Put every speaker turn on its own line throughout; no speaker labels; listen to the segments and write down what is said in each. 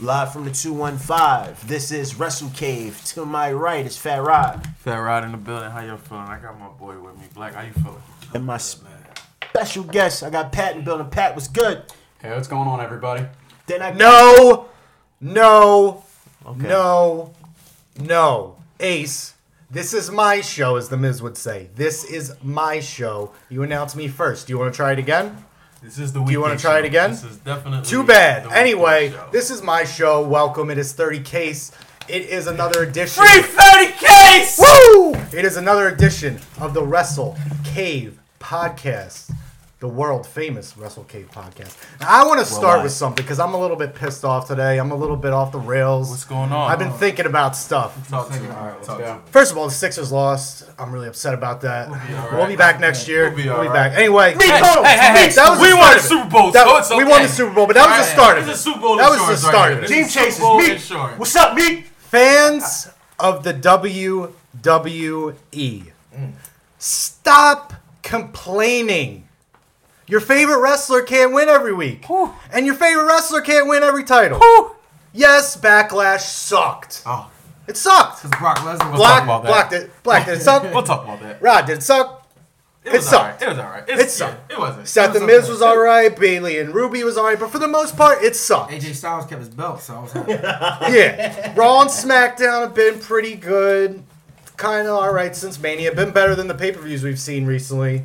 live from the 215. This is Wrestle Cave. To my right is Fat Rod.
Fat Rod in the building. How y'all feeling? I got my boy with me. Black, how you feeling?
And my special guest, I got Pat in the building. Pat was good.
Hey, what's going on, everybody?
Then I
No, no, no, no. Ace, this is my show, as The Miz would say. This is my show. You announce me first. Do you want to try it again?
This is the weekend.
you wanna try it
show.
again?
This is definitely
Too bad.
the weekend
Anyway,
show.
this is my show. Welcome. It is 30 Case. It is another edition.
free thirty case.
Woo! It is another edition of the Wrestle Cave podcast, the world famous Wrestle Cave podcast. Now, I want to start
Worldwide.
with something because I'm a little bit pissed off today. I'm a little bit off the rails.
What's going on?
I've been thinking about stuff.
Talk to me.
All right, let's
Talk to
go.
me.
First of all, the Sixers lost. I'm really upset about that. We'll be,
all right.
back next year. We'll
be
be,
all
back. Anyway,
hey, hey,
that was
we
the
won the
start of it.
Super Bowl,
That-
so it's
We won
okay.
the Super Bowl, but that was the start of
This
it.
is Super Bowl
That was the
insurance
start
right
of
here.
it.
Team
This is
Chase
Super Bowl
is me.
insurance.
What's up, me?
Fans of the WWE, stop complaining. Your favorite wrestler can't win every week. And your favorite wrestler can't win every title. Yes, Backlash sucked.
Oh,
It sucked.
it's Brock Lesnar. We'll talk
Black,
about that.
blocked it. Black did it
We'll
suck.
talk about that.
Rod did it suck.
It was
it
alright.
sucked.
It was alright. It's-
It sucked.
yeah, It wasn't.
Seth
It
and Miz
okay.
was alright. Bailey and Ruby was alright. But for the most part, it sucked.
AJ Styles kept his belt, so I was happy.
yeah. Raw and SmackDown have been pretty good. Kind of all right since Mania. Been better than the pay per views we've seen recently.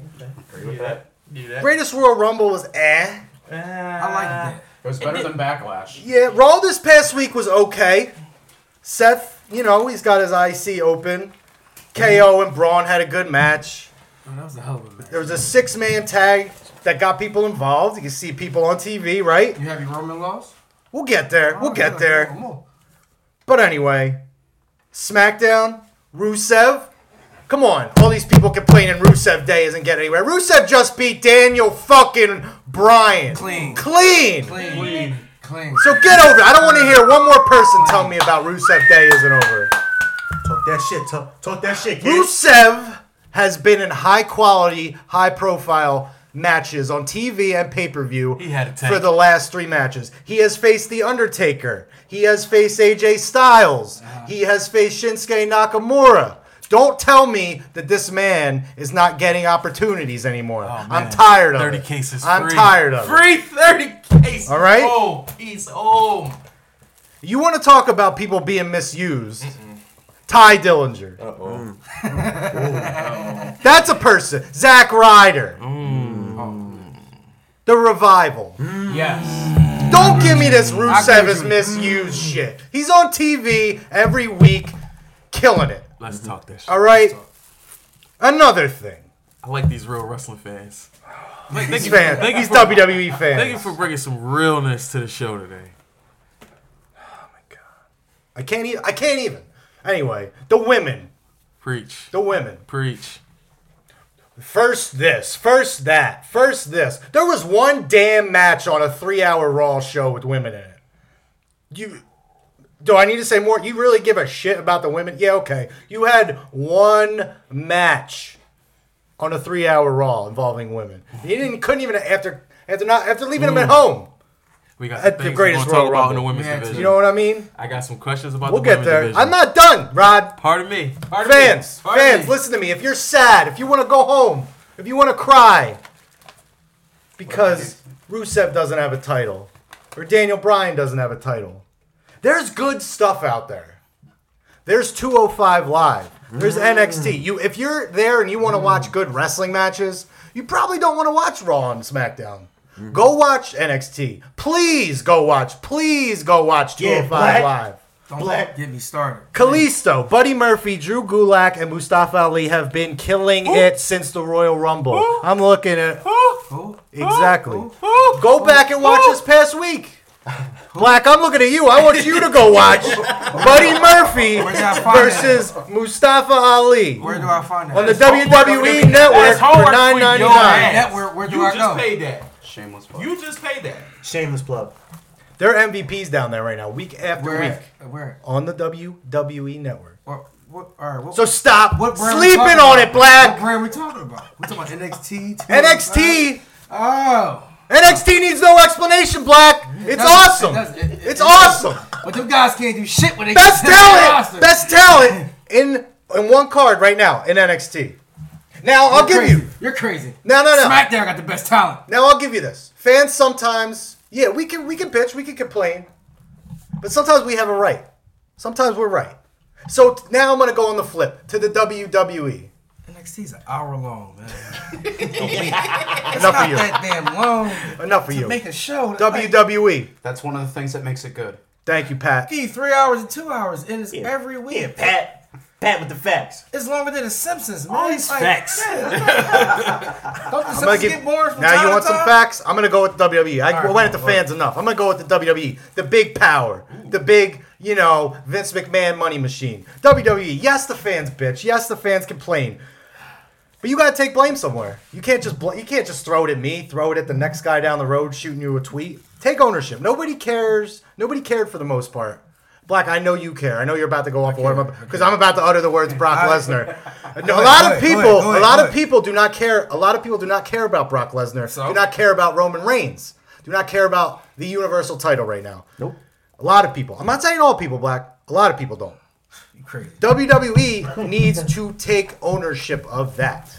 Do that. Do that.
Greatest Royal Rumble was eh.
I like that.
It was better than Backlash.
Yeah, Raw this past week was okay. Seth, you know, he's got his IC open. KO and Braun had a good match.
Oh, that was a hell of a match.
There was a six man tag that got people involved. You can see people on TV, right?
You happy Roman lost?
We'll get there. We'll get there.
Come on.
But anyway, SmackDown, Rusev. Come on, all these people complaining Rusev Day isn't getting anywhere. Rusev just beat Daniel fucking Bryan.
Clean.
Clean.
Clean. Clean. Clean.
So get over it. I don't want to hear one more person tell me about Rusev Day isn't over.
Talk that shit. Talk, talk that shit, kid.
Rusev has been in high quality, high profile matches on TV and pay per view
He had a tank.
for the last three matches. He has faced The Undertaker. He has faced AJ Styles.
Uh-huh.
He has faced Shinsuke Nakamura. Don't tell me that this man is not getting opportunities anymore. I'm
Oh, man.
tired of
Thirty
it.
cases.
I'm
free.
tired of it.
Free thirty cases.
All right?
Oh, he's home.
You want to talk about people being misused? Ty Dillinger. That's a person. Zack Ryder.
Mm.
The Revival.
Yes.
Don't give me this Rusev
agree
is
Mm.
with
misused shit. He's on TV every week, killing it.
Let's talk this. Shit.
All right. Another thing.
I like these real wrestling fans. Thank
He's
you-
fan.
Thank you
He's
for
WWE fan.
Thank you for bringing some realness to the show today.
I can't even. I can't even. Anyway, the women.
Preach.
The women.
Preach.
First this, first that, first this. There was one damn match on a three-hour Raw show with women in it. You do I need to say more? You really give a shit about the women? Yeah, okay. You had one match on a three-hour Raw involving women. You didn't couldn't even after after not after leaving them at
Mm.
home.
We got
At
some
the
things
greatest
we're gonna talk
Royal
about in the
Rumble.
women's
Yeah,
division.
You know what I mean?
I got some questions about
We'll
the
get
women's
there.
division.
I'm not done, Rod.
Pardon me. Pardon
Fans,
me. Pardon
fans,
me.
listen to me. If you're sad, if you want to go home, if you want to cry, because Rusev doesn't have a title, or Daniel Bryan doesn't have a title, there's good stuff out there. There's 205 Live. There's
Mm.
NXT. You, if you're there and you want to watch good wrestling matches, you probably don't want to watch Raw and SmackDown. Go watch NXT. Please go watch. Please go watch
Yeah,
205
Black.
Live.
Don't
Black.
get me started.
Kalisto, Buddy Murphy, Drew Gulak, and Mustafa Ali have been killing it since the Royal Rumble. I'm looking at
Who?
exactly.
Woo!
Go back and watch this past week. Black, I'm looking at you. I want you to go watch Buddy Murphy
Where'd y'all find
versus Mustafa Ali
Where do I find that?
on the
That's
WWE Network
That's
for
homework for
nine ninety
your
nine.
ass.
Network, where do
you
I
just
go?
paid that.
Shameless plug.
You just paid that.
Shameless plug.
They're MVPs down there right now, week after
Where?
week,
at? Where?
on the WWE Network.
What? What? All right. What,
So stop
what brand we
sleeping
talking
on
about?
it, Black.
What brand we talking about? We talking about NXT.
NXT.
Oh.
NXT needs no explanation, Black. It's
doesn't-
awesome.
it doesn't- it- it-
It's
it-
awesome.
But them guys can't do shit when they
Best
get to the
talent,
roster.
best talent in in one card right now in NXT. Now I'll
You're
give
crazy.
you.
You're crazy.
No, no, no.
SmackDown got the best talent.
Now I'll give you this. Fans sometimes, yeah, we can we can bitch, we can complain, but sometimes we have a right. Sometimes we're right. So t- now I'm gonna go on the flip to the E. WWE.
NXT's an hour long, man.
Enough
Not
of you.
that damn long.
Enough of
to
you.
Make a show. Like,
WWE.
That's one of the things that makes it good.
Thank you, Pat.
gee, three hours and two hours, and it's
Yeah.
every week.
Yeah, Pat. Pat with the facts.
It's longer than The Simpsons, man.
All these
It's like,
facts.
Don't The
I'm gonna
Simpsons
give,
get boring from
now
time
you
to
want some
time?
facts? I'm gonna go with WWE. I
right,
went at the
well-
fans enough. I'm gonna go with the WWE, the big power, the big, you know, Vince McMahon money machine. WWE. Yes, the fans bitch. Yes, the fans complain. But you gotta take blame somewhere. You can't just bl- you can't just throw it at me, throw it at the next guy down the road shooting you a tweet. Take ownership. Nobody cares. Nobody cared for the most part. Black, I know you care. I know you're about to go off what I'm because I'm about to utter the words Brock Lesnar. No, a lot of
go ahead,
people,
go ahead,
a lot
go
of
ahead.
people do not care. A lot of people do not care about Brock Lesnar.
So?
Do not care about Roman Reigns. Do not care about the Universal title right now.
Nope.
A lot of people. I'm not saying all people, Black. A lot of people don't.
You crazy.
WWE needs to take ownership of that.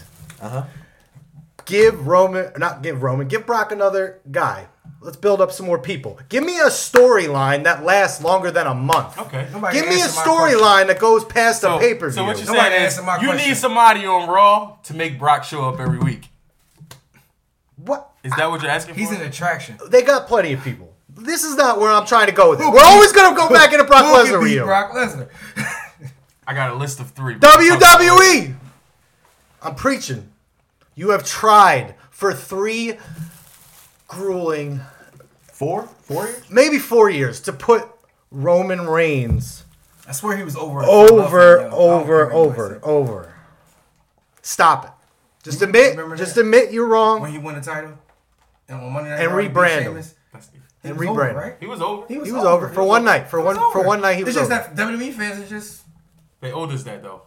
Give Roman, not give Roman, give Brock another guy. Let's build up some more people. Give me a storyline that lasts longer than a month.
Okay.
Nobody
Give me a
answered my question.
storyline that goes past a pay per view.
So what you're
Nobody
saying is
answered my
you
question.
need somebody on Raw to make Brock show up every week.
what?
Is that what you're asking
He's
for?
an attraction.
They got plenty of people. This is not where I'm trying to go with it. We're always gonna go back into Brock
Who could
Lesnar.
beat
reunion.
Brock Lesnar.
I got a list of three. bro.
WWE. E! I'm preaching. You have tried for three grueling,
Four? Four years?
maybe four years to put Roman Reigns
I swear he was over. in
over,
Philadelphia, yo. I don't
over,
remember what I
over, Oh.
said.
over. Stop it. Just admit,
remember
just
that?
admit you're
When
wrong
he won the title, and when Monday Night
And
Raw, he beat
rebrand him.
Sheamus,
That's-
he
and
was over,
rebrand. him.
right?
He was over.
He was over for one night. For
He
one,
was
for
over.
one night, he was
it's
over.
just that WWE fans are just.
They owed us that though.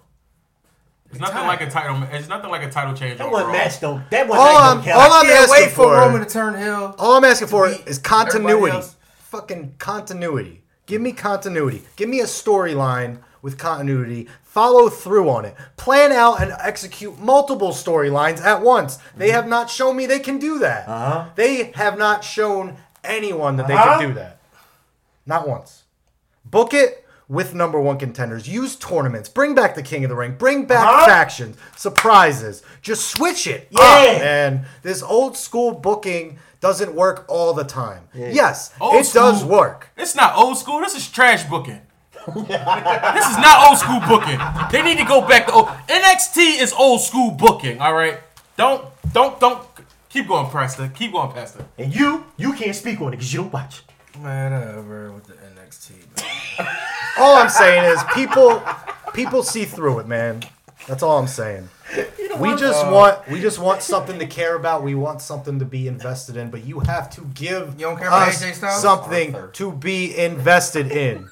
It's nothing
tied.
like a title. ma- It's nothing like a title change.
That
on
one
Raw.
match don't. That one
All
night
I'm-
don't count.
all I'm
Can't
asking
wait for
for- Oh.
Roman to turn heel.
All I'm asking for
beat
is
everybody
continuity.
else.
Fucking continuity. Give me continuity. Give me a storyline with continuity. Follow through on it. Plan out and execute multiple storylines at once. They have not shown me they can do that.
Uh-huh.
They have not shown anyone that they
Uh-huh.
can do that. Not once. Book it with number one contenders. Use tournaments. Bring back the King of the Ring. Bring back
Huh?
factions, surprises. Just switch it. Yeah.
Yeah.
Ah, man. This old school booking doesn't work all the time. Yes,
Old
it does
school.
work.
It's not old school. This is trash booking. this is not old school booking. They need to go back to old. NXT is old school booking. All right. Don't don't don't keep going, Preston. Keep going, Pastor.
And you, you can't speak on it because you don't watch.
Whatever with the NXT. man.
All I'm saying is people people see through it, man. That's all I'm saying. We just want we just want something to care about. We want something to be invested in, but you have to give
You don't care about
us
AJ Styles?
something to be invested in.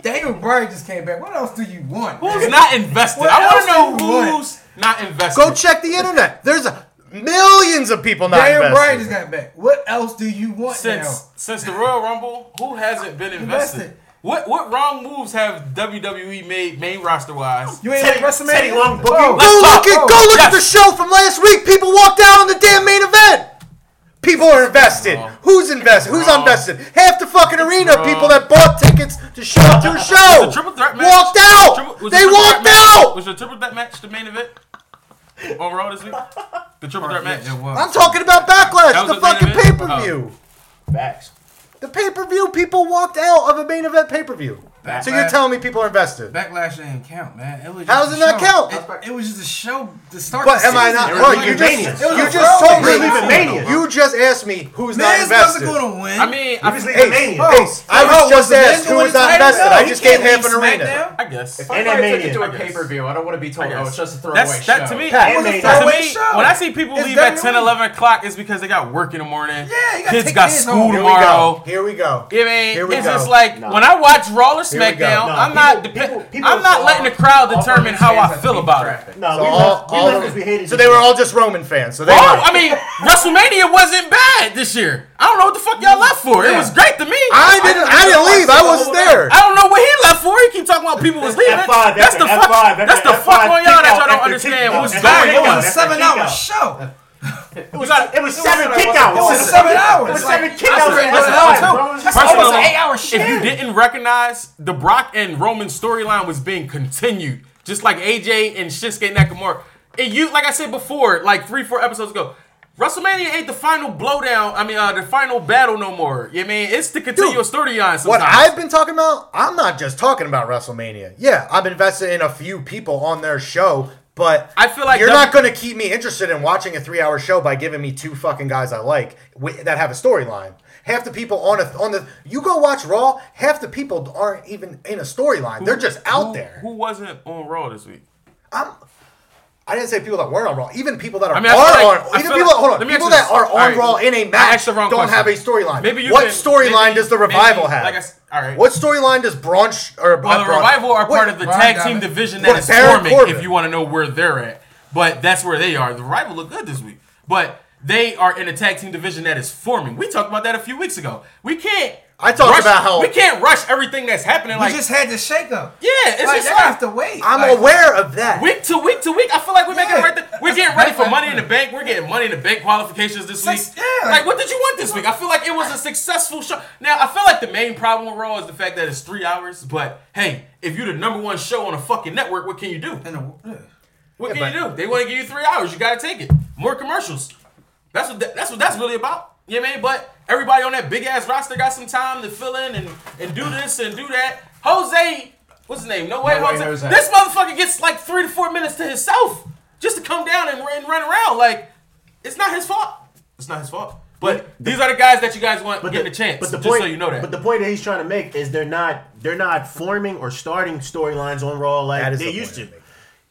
Daniel Bryan just came back. What else do you want? man?
Who's not invested?
What
I
else
want to
do you want?
know who's not invested.
Go check the internet. There's millions of people not
Daniel
invested.
Bryan just got back. What else do you want
since
now?
since the Royal Rumble. Who hasn't been invested?
Invested.
What what wrong moves have WWE made main roster wise?
You ain't
Teddy-
like WrestleMania.
Teddy Long booking.
Whoa.
Go look at
Oh,
go look at the
yes.
show from last week. People walked out on the damn main event. People are invested. Who's invested? Who's
Wrong.
invested? Half the fucking arena of
wrong.
people that bought tickets to show up to a show
The triple threat match.
walked
Was
out.
the triple- was the
they
triple threat
walked
match-
out.
Was the triple threat match the main event on Raw this week? The triple threat match.
Oh, Yeah, it was.
I'm talking about backlash.
That was
The
the main
fucking pay
event?
per view.
Facts.
The pay per view. People walked out of a main event pay per view. So you're
Backlash.
telling me people are invested?
Backlash didn't count, man. It was
How
just
does
a
it not
show.
count?
It, it was just a show to start.
But
the
am I
season.
not?
They were
Bro,
leaving
you
Mania.
just
It was
you
a
just
Raw
told
They were
me.
leaving Mania, bro.
You just asked me who's not
Miz wasn't
invested.
going to win.
I mean,
I was
oh, I,
leaving Mania.
Hey, I was just asked who was not invested. I just gave half an arena.
I guess.
If I'm
And
going
that
to
mania,
do
I
a
guess.
pay per view, I don't want to be told,
I
oh,
guess.
it's just a throwaway
That's that
show.
to me.
Pat,
to
it was a
me,
throwaway show.
when I see people
It's
leave at
WWE.
10, 11 o'clock, it's because they got work in the morning.
Yeah, you gotta
kids
take
got
kids
school
home.
Here we go.
tomorrow.
Here we go.
You know what I mean,
Here we
it's
go.
just like
Nah.
when I watch Raw or SmackDown,
here we go.
SmackDown.
No,
I'm
people-
not depe-
people- people
I'm not
saw-
letting the crowd determine how I feel about it.
No,
So
we
all-
left, we
all
left
of-
because we hated.
so
each
they were
other.
all just Roman fans. So they
Oh,
were-
I mean, WrestleMania wasn't bad this year. I don't know what the fuck y'all left for. It was great to me.
I didn't. I didn't leave. I wasn't there.
I don't know what he left for. He keep talking about people was leaving.
F5,
that's the
F5,
fuck.
F5,
that's the
F5
fuck on y'all that
kickout
y'all don't
after
understand.
kickout
What's
after
going
It
kickout.
on?
was a
that's
seven
a
hour
kickout.
show.
It was, it was seven
It was
kickouts.
seven hours.
It was
Like,
seven
that's
kickouts. at
what
one
it was,
time,
too.
bro.
That's
First of
almost
all,
an eight-hour shit.
If you didn't recognize the Brock and Roman storyline was being continued, just like AJ and Shinsuke Nakamura. And you, like I said before, like three, four episodes ago, WrestleMania ain't the final blowdown. I mean, uh, the final battle no more. You mean it's the continuous storyline. Sometimes.
What I've been talking about, I'm not just talking about WrestleMania. Yeah, I'm invested in a few people on their show, but
I feel like
you're
W-
not going to keep me interested in watching a three-hour show by giving me two fucking guys I like wi- that have a storyline. Half the people on a on the you go watch Raw, half the people aren't even in a storyline. They're just out
Who-
there.
Who wasn't on Raw this week?
I'm, I didn't say people that weren't on Raw. Even people that are,
I mean, I feel
are
like- I
on,
feel
even people
like-
that, hold on,
let me ask
people
you
that
this.
are on
All right.
Raw in a
I
match
asked the
don't
wrong question.
have a storyline.
Maybe you
what
can-
storyline
maybe-
does the revival
maybe,
have?
like I s- all right.
What storyline does Braun Sh- or
Well, the
Braun-
Revival are part
what-
of the
Brian
tag
got
team
it.
division
What,
that is
Baron
forming.
Corbin?
If you want to know where they're at, but that's where they are. The Revival look good this week, but they are in a tag team division that is forming. We talked about that a few weeks ago. We can't.
I talked
rush-
about how-
we can't rush everything that's happening.
We
Like
just had the shakeup.
Yeah, it's
like,
just
y'all
like-
have to wait.
I'm
Like,
aware of that.
week to week to week. I feel like we're making
Yeah.
right. The, we're getting
That's
ready for
right.
Money in the Bank. We're getting Money in the Bank qualifications this week.
Sus- yeah.
Like, what did you want this week? I feel like it was a successful show. Now, I feel like the main problem with Raw is the fact that it's three hours. But hey, if you're the number one show on a fucking network, what can you do?
in the- yeah.
What
Yeah,
can you do? They want to give you three hours. You gotta take it. More commercials. That's what that's what that's really about. You know what I mean? But everybody on that big ass roster got some time to fill in and, and do this and do that. Jose, what's his name? No way,
No Way
Jose.
Jose.
This motherfucker gets like three to four minutes to himself just to come down and, and run around. Like it's not his fault. It's not his fault. But these are the guys that you guys want
But
getting a chance.
But the
just
point,
so you know that.
But the point that he's trying to make is they're not they're not forming or starting storylines on Raw
That
like
is
they
the
used
point
to.
I'm making.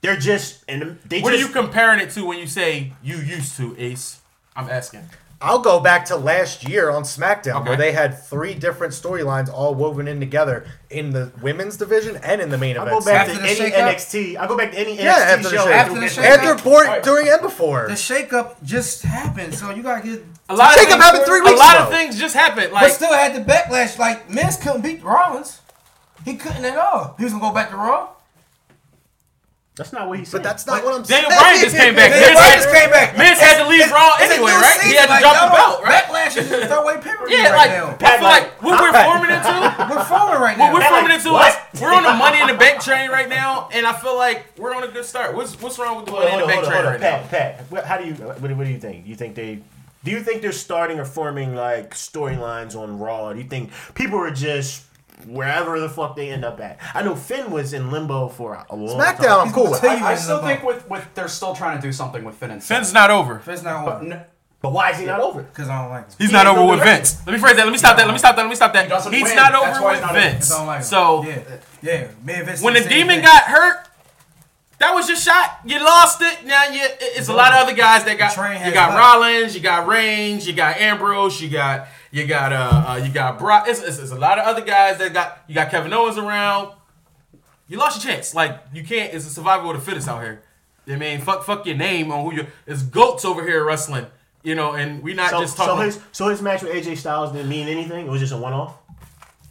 They're just and they
what are
just
you comparing it to when you say you used to, Ace? I'm asking.
I'll go back to last year on SmackDown
Okay.
where they had three different storylines all woven in together in the women's division and in the main
I'll
event.
go back
After
to
the
any
shakeup?
NXT. I'll go back to any
yeah,
NXT
after the
show.
show,
After the
and-
shakeup.
after board, during and before.
The shakeup just happened, so you gotta get.
A lot
Jacob
things-
happened three weeks
A lot
ago.
of things just happened.
But
Like
still had the backlash. Like Miz couldn't beat Rollins. He couldn't at all. He was gonna go back to Raw.
That's not what he said.
But that's not what I'm saying.
Daniel Bryan just came back. Miz
Daniel Bryan
had-
just came back.
Miz had to leave Raw
It's a
anyway,
new
right? He
season,
had to
like,
drop the
y'all
belt,
don't-
right?
Backlash is a throwaway pay per view
Yeah,
right
like
now.
I feel like what we're
Pat, like-
forming into,
We're falling right now.
what we're forming into
what?
is we're on the Money in the Bank train right now, and I feel like we're on a good start. What's what's wrong with the
Hold
Money
on,
in
hold
the
on,
Bank
hold on,
train
hold on.
right now?
Pat, Pat, what- how do you what, do- what do you think? You think they do you think they're starting or forming like storylines on Raw? Do you think people are just wherever the fuck they end up at? I know Finn was in limbo for a long
SmackDown, I'm
time.
cool with.
He's-
I
you
I, I
in
still
the
think with, with they're still trying to do something with Finn and Seth.
Finn's not over.
It's not one
N-
But why is he not over?
because I don't like him.
He's
He
not
ain't
over
no
with
winner.
Vince. Let me phrase that. Let me stop that. Let me stop that. Let me stop that.
doesn't
He's
win.
not
That's
over
why
with
he's not over.
Vince.
I don't like him.
So
yeah, yeah, me and Vince
when
the
the
same
demon
thing.
got hurt, that was your shot. You lost it. Now you, it- it's a lot of other guys that got.
The train
You
has
got
left.
Rollins. You got Reigns. You got Ambrose. You got you got uh, uh you got Brock. It's, it's, it's a lot of other guys that got. You got Kevin Owens around. You lost your chance. Like you can't. It's a survival of the fittest out here. I mean, fuck, fuck your name on who you. It's goats over here wrestling. You know, and we not
So,
just
so
talking.
his so his match with AJ Styles didn't mean anything. It was just a one off.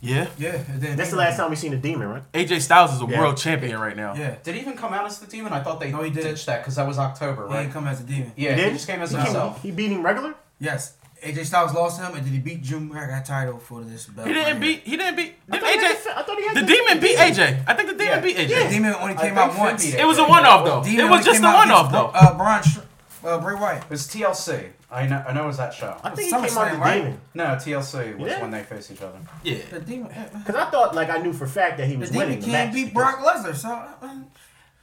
yeah,
yeah, and then
That's the last time we seen a demon, right?
AJ Styles is a world champion right now.
Yeah,
Did he even come out as the demon? I thought they
No, he didn't.
ditched that because that was October,
he
right?
didn't come as a demon.
yeah, he,
did?
just came as
He
himself.
He beat him regular.
Yes, AJ Styles lost him, and then he beat June Got title for this belt.
He
right
didn't
here.
beat. He didn't beat. Did
thought he had
AJ?
the- I thought he had
the
the-
demon beat AJ. I think the demon
Yeah.
beat Aj.
The demon only
I
came
think
out
Finn
once.
beat
It was a one-off though.
Demon
it
only
was just
came
a
out
one-off
against,
though.
Uh, Braun, Sh- uh, Bray Wyatt.
It was TLC. I know. I know. It was that show.
I think he
SummerSlam,
came out the
right?
demon
No, TLC was
Yeah.
when they faced each other.
Yeah.
The demon, uh,
because I thought like I knew for a fact that he
the
was winning
demon
the
can't
match.
beat
because-
Brock Lesnar. So uh,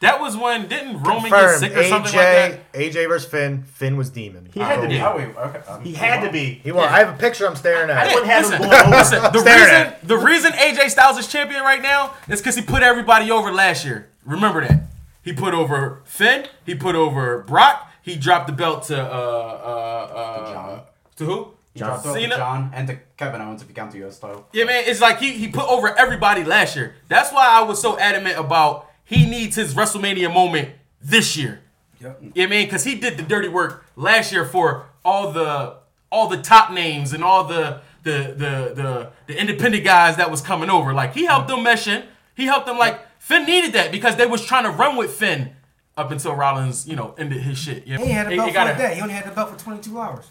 That was when didn't Roman get
Confirmed.
sick or something
AJ,
like
AJ versus Finn. Finn was demon.
He had to be.
Oh, wait, okay. um,
He had to
well,
be.
He won. I have a picture I'm staring
that?
I
at.
wouldn't have
listen,
him going over.
listen, the
Staring at
reason the reason AJ Styles is champion right now is because he put everybody over last year. Remember that. He put over Finn. He put over Brock. He dropped the belt to uh uh uh
John.
to who?
He
John
dropped off to
Cena.
John and to Kevin Owens if you count the US title.
Yeah, man, it's like he, he put over everybody last year. That's why I was so adamant about he needs his WrestleMania moment this year.
Yep.
Yeah, man, because he did the dirty work last year for all the all the top names and all the the the the, the independent guys that was coming over. Like he helped them mesh in. He helped them like Finn needed that because they was trying to run with Finn up until Rollins, you know, ended his shit. Yeah,
He had
It-
a
it
belt for
gotta-
a day. He only had the belt for 22 hours.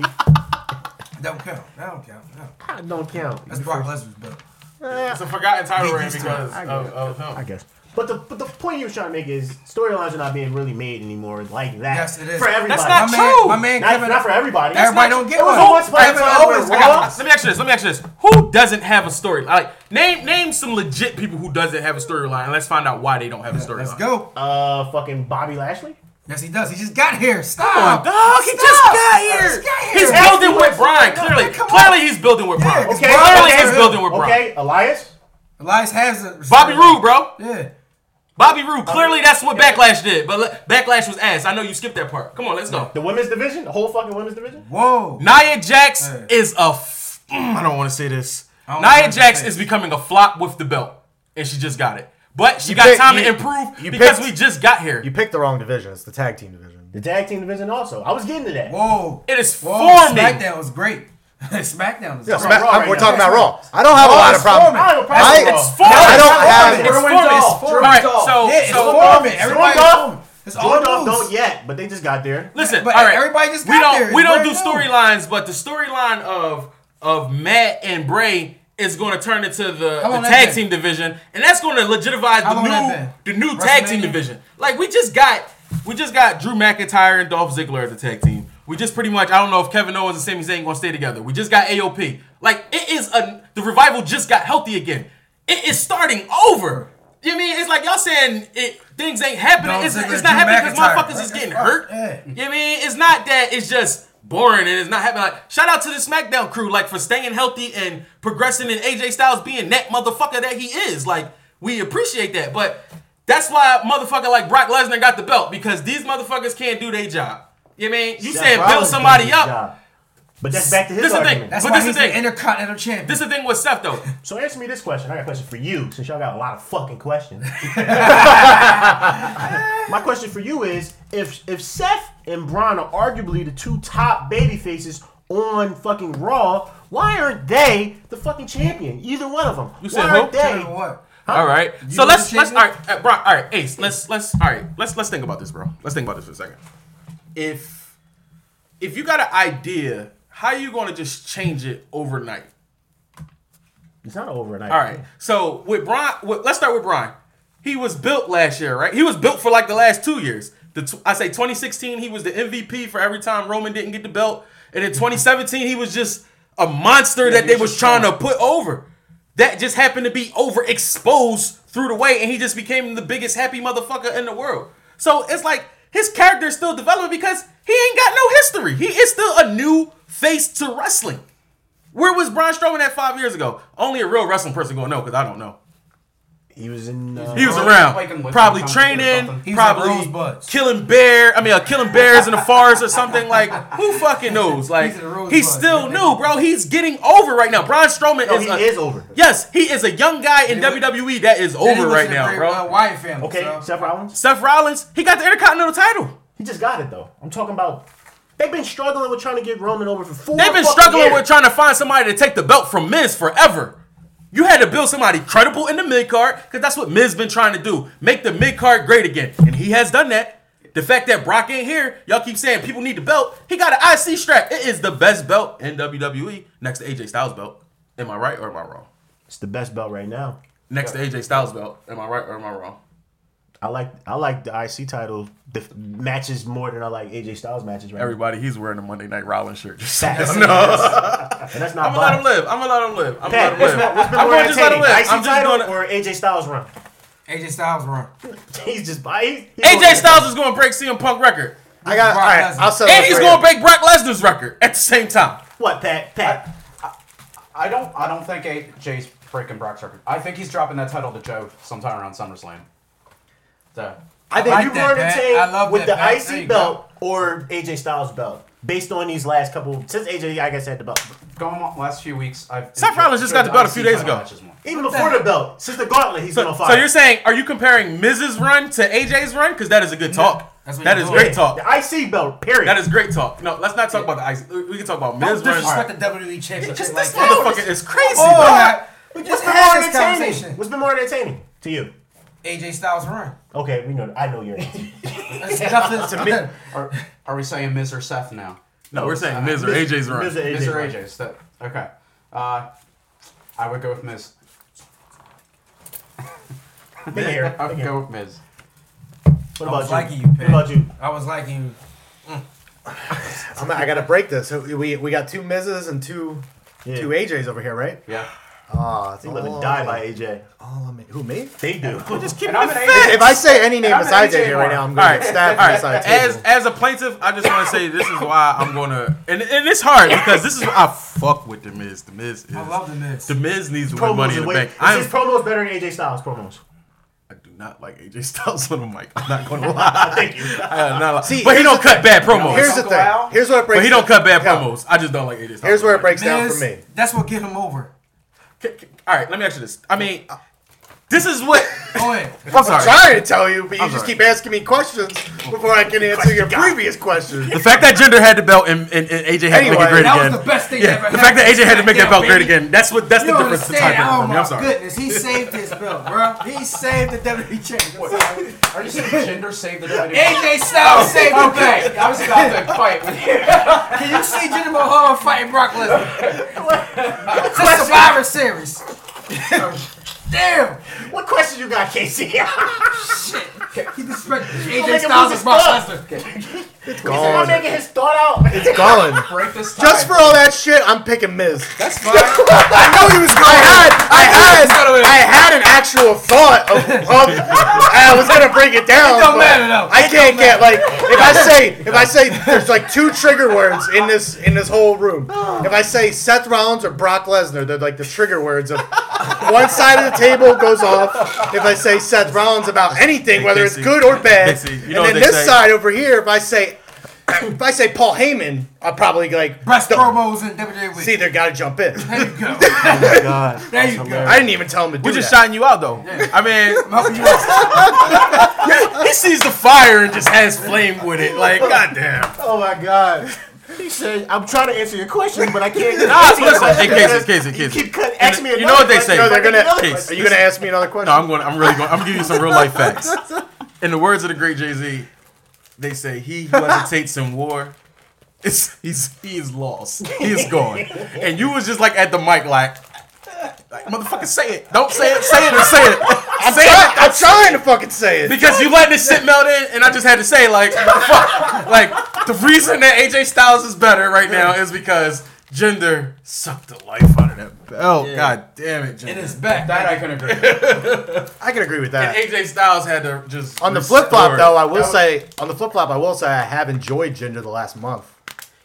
that don't count. That don't count. No.
I don't count.
That's Brock Lesnar's belt.
It's a forgotten title
He
reign
used to it.
because
I get
of,
it.
of him.
I guess. But the but the point you were trying to make is storylines are not being really made anymore like that.
Yes, it is.
for everybody.
That's not
my
true.
Man, my man
Not,
Kevin.
not for everybody.
everybody don't get
It was
one.
always part of
Kevin
time where
Owens
I
Raw-
got- let me ask you this. Let me ask you this. Who doesn't have a story? Like name name some legit people who doesn't have a storyline. and Let's find out why they don't have a storyline.
Let's go.
Uh, fucking Bobby Lashley.
Yes, he does. He just got here. Stop.
Dog, he just
Stop.
got
He
here.
just got here.
He's
That's
building with Brian. Clearly,
Come on.
clearly he's building with Brian.
it's
Okay,
Brian
Clearly
okay,
he's building with Brian.
okay, Elias.
Elias has a
Bobby Roode, bro.
Yeah.
Bobby Roode. Clearly that's what Backlash did. But le- Backlash was ass. I know you skipped that part. Come on, let's go.
The women's division, the whole fucking women's division.
Whoa.
Nia Jax
Hey.
is a. F- mm, I don't want to say this.
don't
Nia
wanna
Jax
say
is becoming a flop with the belt, and she just got it. But she
You
got
picked-
time
you-
to improve
you
because
picked-
we just got here.
You picked the wrong division. It's the tag team division.
The tag team division also. I was getting to that.
Whoa.
It is
Whoa.
forming.
SmackDown was great. Smackdown was
Yeah,
great.
Sma-
Raw right
we're
now.
talking about Raw. I don't have a
Raw
lot
is
of problems.
forming.
I don't have a problem with Raw. It's
forming.
I, it's I don't
forming.
have.
Everyone's
forming.
all-
It's
forming.
Alright,
It's all-
so-
yeah, it's
so-
forming. Everybody
Jordan
It's all
Jordan
loose.
don't yet, but they just got there.
Listen,
But
all right.
everybody just
we
got
don't
there.
we don't
Brand
do
new.
storylines, but the storyline of of Matt and Bray is going to turn into the,
How
the
long that
tag
been?
team division, and that's going to legitimize
How long that
the new the
been?
new tag team
WrestleMania?
division. Like we just got we just got Drew McIntyre and Dolph Ziggler as the tag team. We just pretty much I don't know if Kevin Owens and Sami Zayn going to stay together. We just got AOP. Like it is a the revival just got healthy again. It is starting over. You know what I mean it's like y'all saying it, things ain't happening.
Dolph
it's,
Ziggler,
it's not
Drew
happening
McIntyre.
because motherfuckers is
That's
getting
right.
hurt.
Yeah.
You know what I mean, it's not that it's just boring and it's not happening. Like, shout out to the SmackDown crew, like for staying healthy and progressing and AJ Styles being that motherfucker that he is. Like, we appreciate that, but that's why a motherfucker like Brock Lesnar got the belt because these motherfuckers can't do their job. You know what I mean, you
Seth
saying build
Rollins
somebody
did his
up.
job. But that's back to his
This is the thing.
argument.
That's
But
why
this
he's
the
the
thing.
Intercontinental Champion.
This is the thing with Seth though.
So answer me this question. I got a question for you, since y'all got a lot of fucking questions. My question for you is if if Seth and Braun are arguably the two top baby faces on fucking Raw, why aren't they the fucking champion? Either one of them. You
said
why aren't
who?
Tell you
they?
what.
All right. So
wanna
let's
take
let's
it?
all right, uh, Brock, all right, Ace. Let's let's all right. Let's let's think about this, bro. Let's think about this for a second. If if you got an idea, how you gonna just change it overnight?
It's not overnight.
All right. So with Brian, with, let's start with Brian. He was built last year, right? He was built for like the last two years. The tw- I say 2016, he was the MVP for every time Roman didn't get the belt, and in 2017, he was just a monster that
he
they
was
was
just
trying to
strong.
put over. That just happened to be overexposed through the way, and he just became the biggest happy motherfucker in the world. So it's like his character's still developing because he ain't got no history. He is still a new face to wrestling. Where was Braun Strowman at five years ago? Only a real wrestling person gonna know because I don't know.
He was in uh,
He was
Like-
around,
like in Lisbon
probably
Conference or
training,
something. He
was at
probably
Rosebuds.
killing bear. I mean, uh, killing bears in the forest or something. Like who fucking knows? Like
He's at Rosebuds.
he's still new, bro. He's getting over right now. Braun Strowman
No,
is,
he
a-
is over.
Yes, he is a young guy in
He was-
WWE that is
And he
over
was
right
in the
now,
Bray
bro.
Wyatt- Wyatt family.
Okay,
so-
Seth Rollins.
Seth Rollins, he got the Intercontinental title.
He just got it though. I'm talking about they've been struggling with trying to get Roman over for four.
They've been
fucking
struggling
years.
with trying to find somebody to take the belt from Miz forever. You had to build somebody credible in the mid card because that's what Miz been trying to do. Make the mid card great again. And he has done that. The fact that Brock ain't here, y'all keep saying people need the belt. He got an IC strap. It is the best belt in WWE next to AJ Styles belt. Am I right or am I wrong?
It's the best belt right now.
Next to AJ Styles belt. Am I right or am I wrong?
I like I like the IC title the f- matches more than I like AJ Styles matches right
Everybody, he's wearing a Monday Night Rollins shirt. Just
now.
I'm
Facts. Yes. and that's not
gonna let him
biased.
live. I'm gonna let him live. I'm
Pat,
gonna let
what's
him
been-
live.
what's been
I'm
more
gonna just let him
entertaining,
live.
IC
I'm just
title
gonna.
or AJ Styles run?
AJ Styles run.
He's just biased. He's
AJ
gonna-
Styles is gonna break CM Punk record.
I got. All right. I'll settle
And
this
he's
right
going to
here.
break Brock Lesnar's record at the same time.
What, Pat? Pat?
I don't I don't think AJ's breaking Brock's record. I think he's dropping that title to Joe sometime around SummerSlam. So
I think
like
you
that,
run a
Pat. I
team
love
with
that,
the
Pat. There
IC
you
belt or AJ Styles belt. based on these last couple since AJ, I guess, had the belt.
Going on last few weeks, I've.
Seth Rollins just got the belt a few days ago.
Even before the belt, since the gauntlet, he's been
So,
on fire.
so you're saying, are you comparing Miz's run to AJ's run? Because that is a good talk.
that's what
that
you're
is
doing.
great talk.
The IC belt, period.
That is great talk. No, let's not talk about the ice. We can talk about Miz
Don't
run.
disrespect the
E
WWE championship.
Just
like
this
that.
motherfucker is crazy,
Oh,
bro.
like, we
What's
just
been more
had this
entertaining?
conversation.
What's been more entertaining to you?
AJ Styles run.
Okay, we know. I know your answer.
That's nothing to me.
Are, are we saying Miz or Seth now? Uh,
No, we're saying Miz or AJ's run.
Miz or AJ.
Miz or AJ's? That, okay. Uh, I would go with Miz.
Big hair.
I
Big
would
hair.
go with Miz.
What
I was
about
liking
you?
you,
What about you?
I was liking you.
I'm, I gotta break this. We we got two Miz's and two
Yeah.
two AJ's over here, right?
Yeah.
Ah, it's
You
all
live and
on
die
me.
by AJ.
All on me. Who me?
They do.
Just keep
And
it
I'm an
fair.
AJ.
If I say any name
I'm an
besides
AJ
AJ right
Mark.
now, I'm gonna get stabbed from the side
As
table.
as a plaintiff, I just want to say this is why I'm gonna and, and it's hard because this is why I fuck with the Miz. The Miz is
I love the Miz.
the Miz needs to win
promos
money in
is
the
way-
bank.
Is
I,
his
am,
promos better than AJ Styles promos?
I do not like AJ Styles on the mic. I'm not gonna lie.
Thank you.
I am not li-
See,
but he
here's
don't
the
cut bad promos.
Here's the
Uncle
thing.
Al?
Here's where it breaks.
but he don't cut bad
Yeah.
promos. I just don't like AJ Styles.
Here's
on
where
the
it
mic.
breaks down for
Miz,
me.
that's what get him over.
K- k- All right, let me ask you this. I mean, this is what.
Go ahead.
I'm
I'm
sorry.
trying to tell you, but you
I'm
just
sorry.
keep asking me questions before I can answer your previous question.
The fact that Gender had the belt and, and, and AJ had to make
Anyway,
it great
that was
again.
the best thing
Yeah,
ever
the fact that
happened.
AJ had to make that belt
Goddamn,
great
baby.
again. That's what. That's
You
the difference. The
understand?
tiebreaker
Oh
for me.
my
I'm sorry.
goodness, he saved his belt, bro. He saved the WWE championship.
Are you saying gender saved the WWE?
AJ Styles saved the belt.
Okay, I was about to fight with you.
Can you see Jinder Mahal fighting Brock Lesnar? It's a Survivor Series. Damn!
What question you got, Casey?
Shit! He disrespected
make him
AJ
lose
Styles
his
and Brock
thought.
Lesnar.
It's
I'm
gone.
making his thought out.
It's gone.
Break this time.
Just for all that shit, I'm picking Miz.
That's fine.
I know he was. I had, I had, I had an actual thought of. of I was gonna break it down.
It don't
but
matter, though.
I can't get like if I say if I say there's like two trigger words in this in this whole room.
Oh.
If I say Seth Rollins or Brock Lesnar, they're like the trigger words of. One side of the table goes off if I say Seth Rollins about anything, whether it's
Casey,
good or bad.
Casey, you know
and
what
then
they
this
say.
side over here, if I say if I say Paul Heyman, I'll probably like
Best
don't-
promos in WWE.
See, they gotta jump in.
there you go.
God.
There you go.
I didn't even tell him to do
We just
that.
shouting you out though. I mean,
Malcolm, you lost.
he sees the fire and just has flame with it. Like, goddamn.
Oh my God. He said, "I'm trying to answer your question, but I can't." Get
Nah,
answer your
listen,
question
hey, Casey,
because
Casey,
You
Casey.
keep cutting. Ask
You
me
know- you
another
know what they
question,
say.
No, they're
fucking
gonna.
another
Case,
question.
Are you gonna ask me another question?
No, I'm going. to I'm really going. I'm gonna give you some real life facts. In the words of the great Jay Z, they say he who hesitates in war, is he's he is lost. He is gone. And you was just like at the mic, like, like motherfucker, say it. Don't say it. Say it or say it. say
I,
it.
am trying to fucking say it.
Because you let this shit melt in, and I just had to say, like, what the fuck? Like, the reason that AJ Styles is better right now is because gender sucked the life out of that belt. Oh, God damn it,
It
gender.
is back.
That I can agree with.
I can agree with that.
AJ Styles had to just
On the
restore
flip flop,
it.
though, I will say on the flip flop, I will say I have enjoyed Ginger the last month.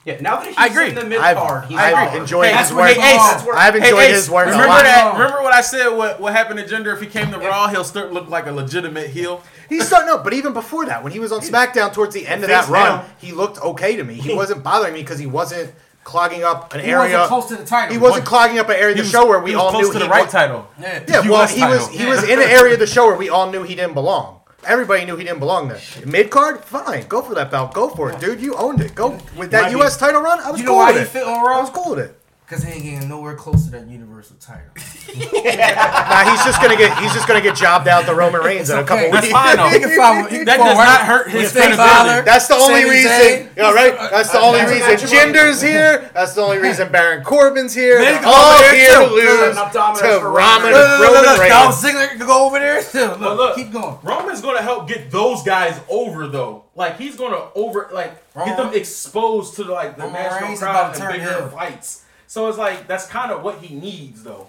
Yeah, now that he's
I agree.
in the mid
I've,
card, he's
I've
hard.
enjoyed
Hey,
his
that's where
work.
he belongs. That's
where-
I've enjoyed
Hey, Ace,
his work a
Remember
lot.
that? Remember what I said? What what happened to Gender? If he came to Raw, he'll start look like a legitimate heel.
He's starting up, but even before that, when he was on SmackDown towards the end of
Face
that run,
down.
he looked okay to me. He wasn't bothering me because he wasn't clogging up an
He
area.
wasn't close to the title.
He wasn't clogging up an area of the show where we
he was
all
close
knew
to
he
the right
wa-
title.
Yeah.
Yeah,
The
well,
US
he was
title.
he was in an area of the show where we all knew he didn't belong. Everybody knew he didn't belong there. Mid card, fine, go for that belt, go for it, dude. You owned it. Go with that
Might be-
U.S. title run. I was
You know
cool
why
with
he
it.
fit on Raw?
I was cool with it.
Because he ain't getting nowhere close to that Universal title.
Nah, he's just gonna get he's just gonna get jobbed out the Roman Reigns in a couple
okay.
That's
weeks.
fine though.
He can follow- he can
That
follow
does
right-
not hurt his
Finn
credibility.
Balor.
That's the only
Sami
reason.
Zayn.
Yeah, right. That's the only
that's
reason.
what you want.
Ginger's here. That's the only reason Baron Corbin's here.
Man,
They're
go
all
over there,
here to
too.
lose
Enough
to
dominoes for
Roman
Roman
Roman Reigns.
Dolph Ziggler can go over there. Look,
look.
keep going.
Roman's gonna help get those guys over though. Like he's gonna over like get them
Roman-
exposed to like the
Roman
national
Reigns
crowd
about to
and
turn
bigger
heel.
fights. So it's like that's kind of what he needs though.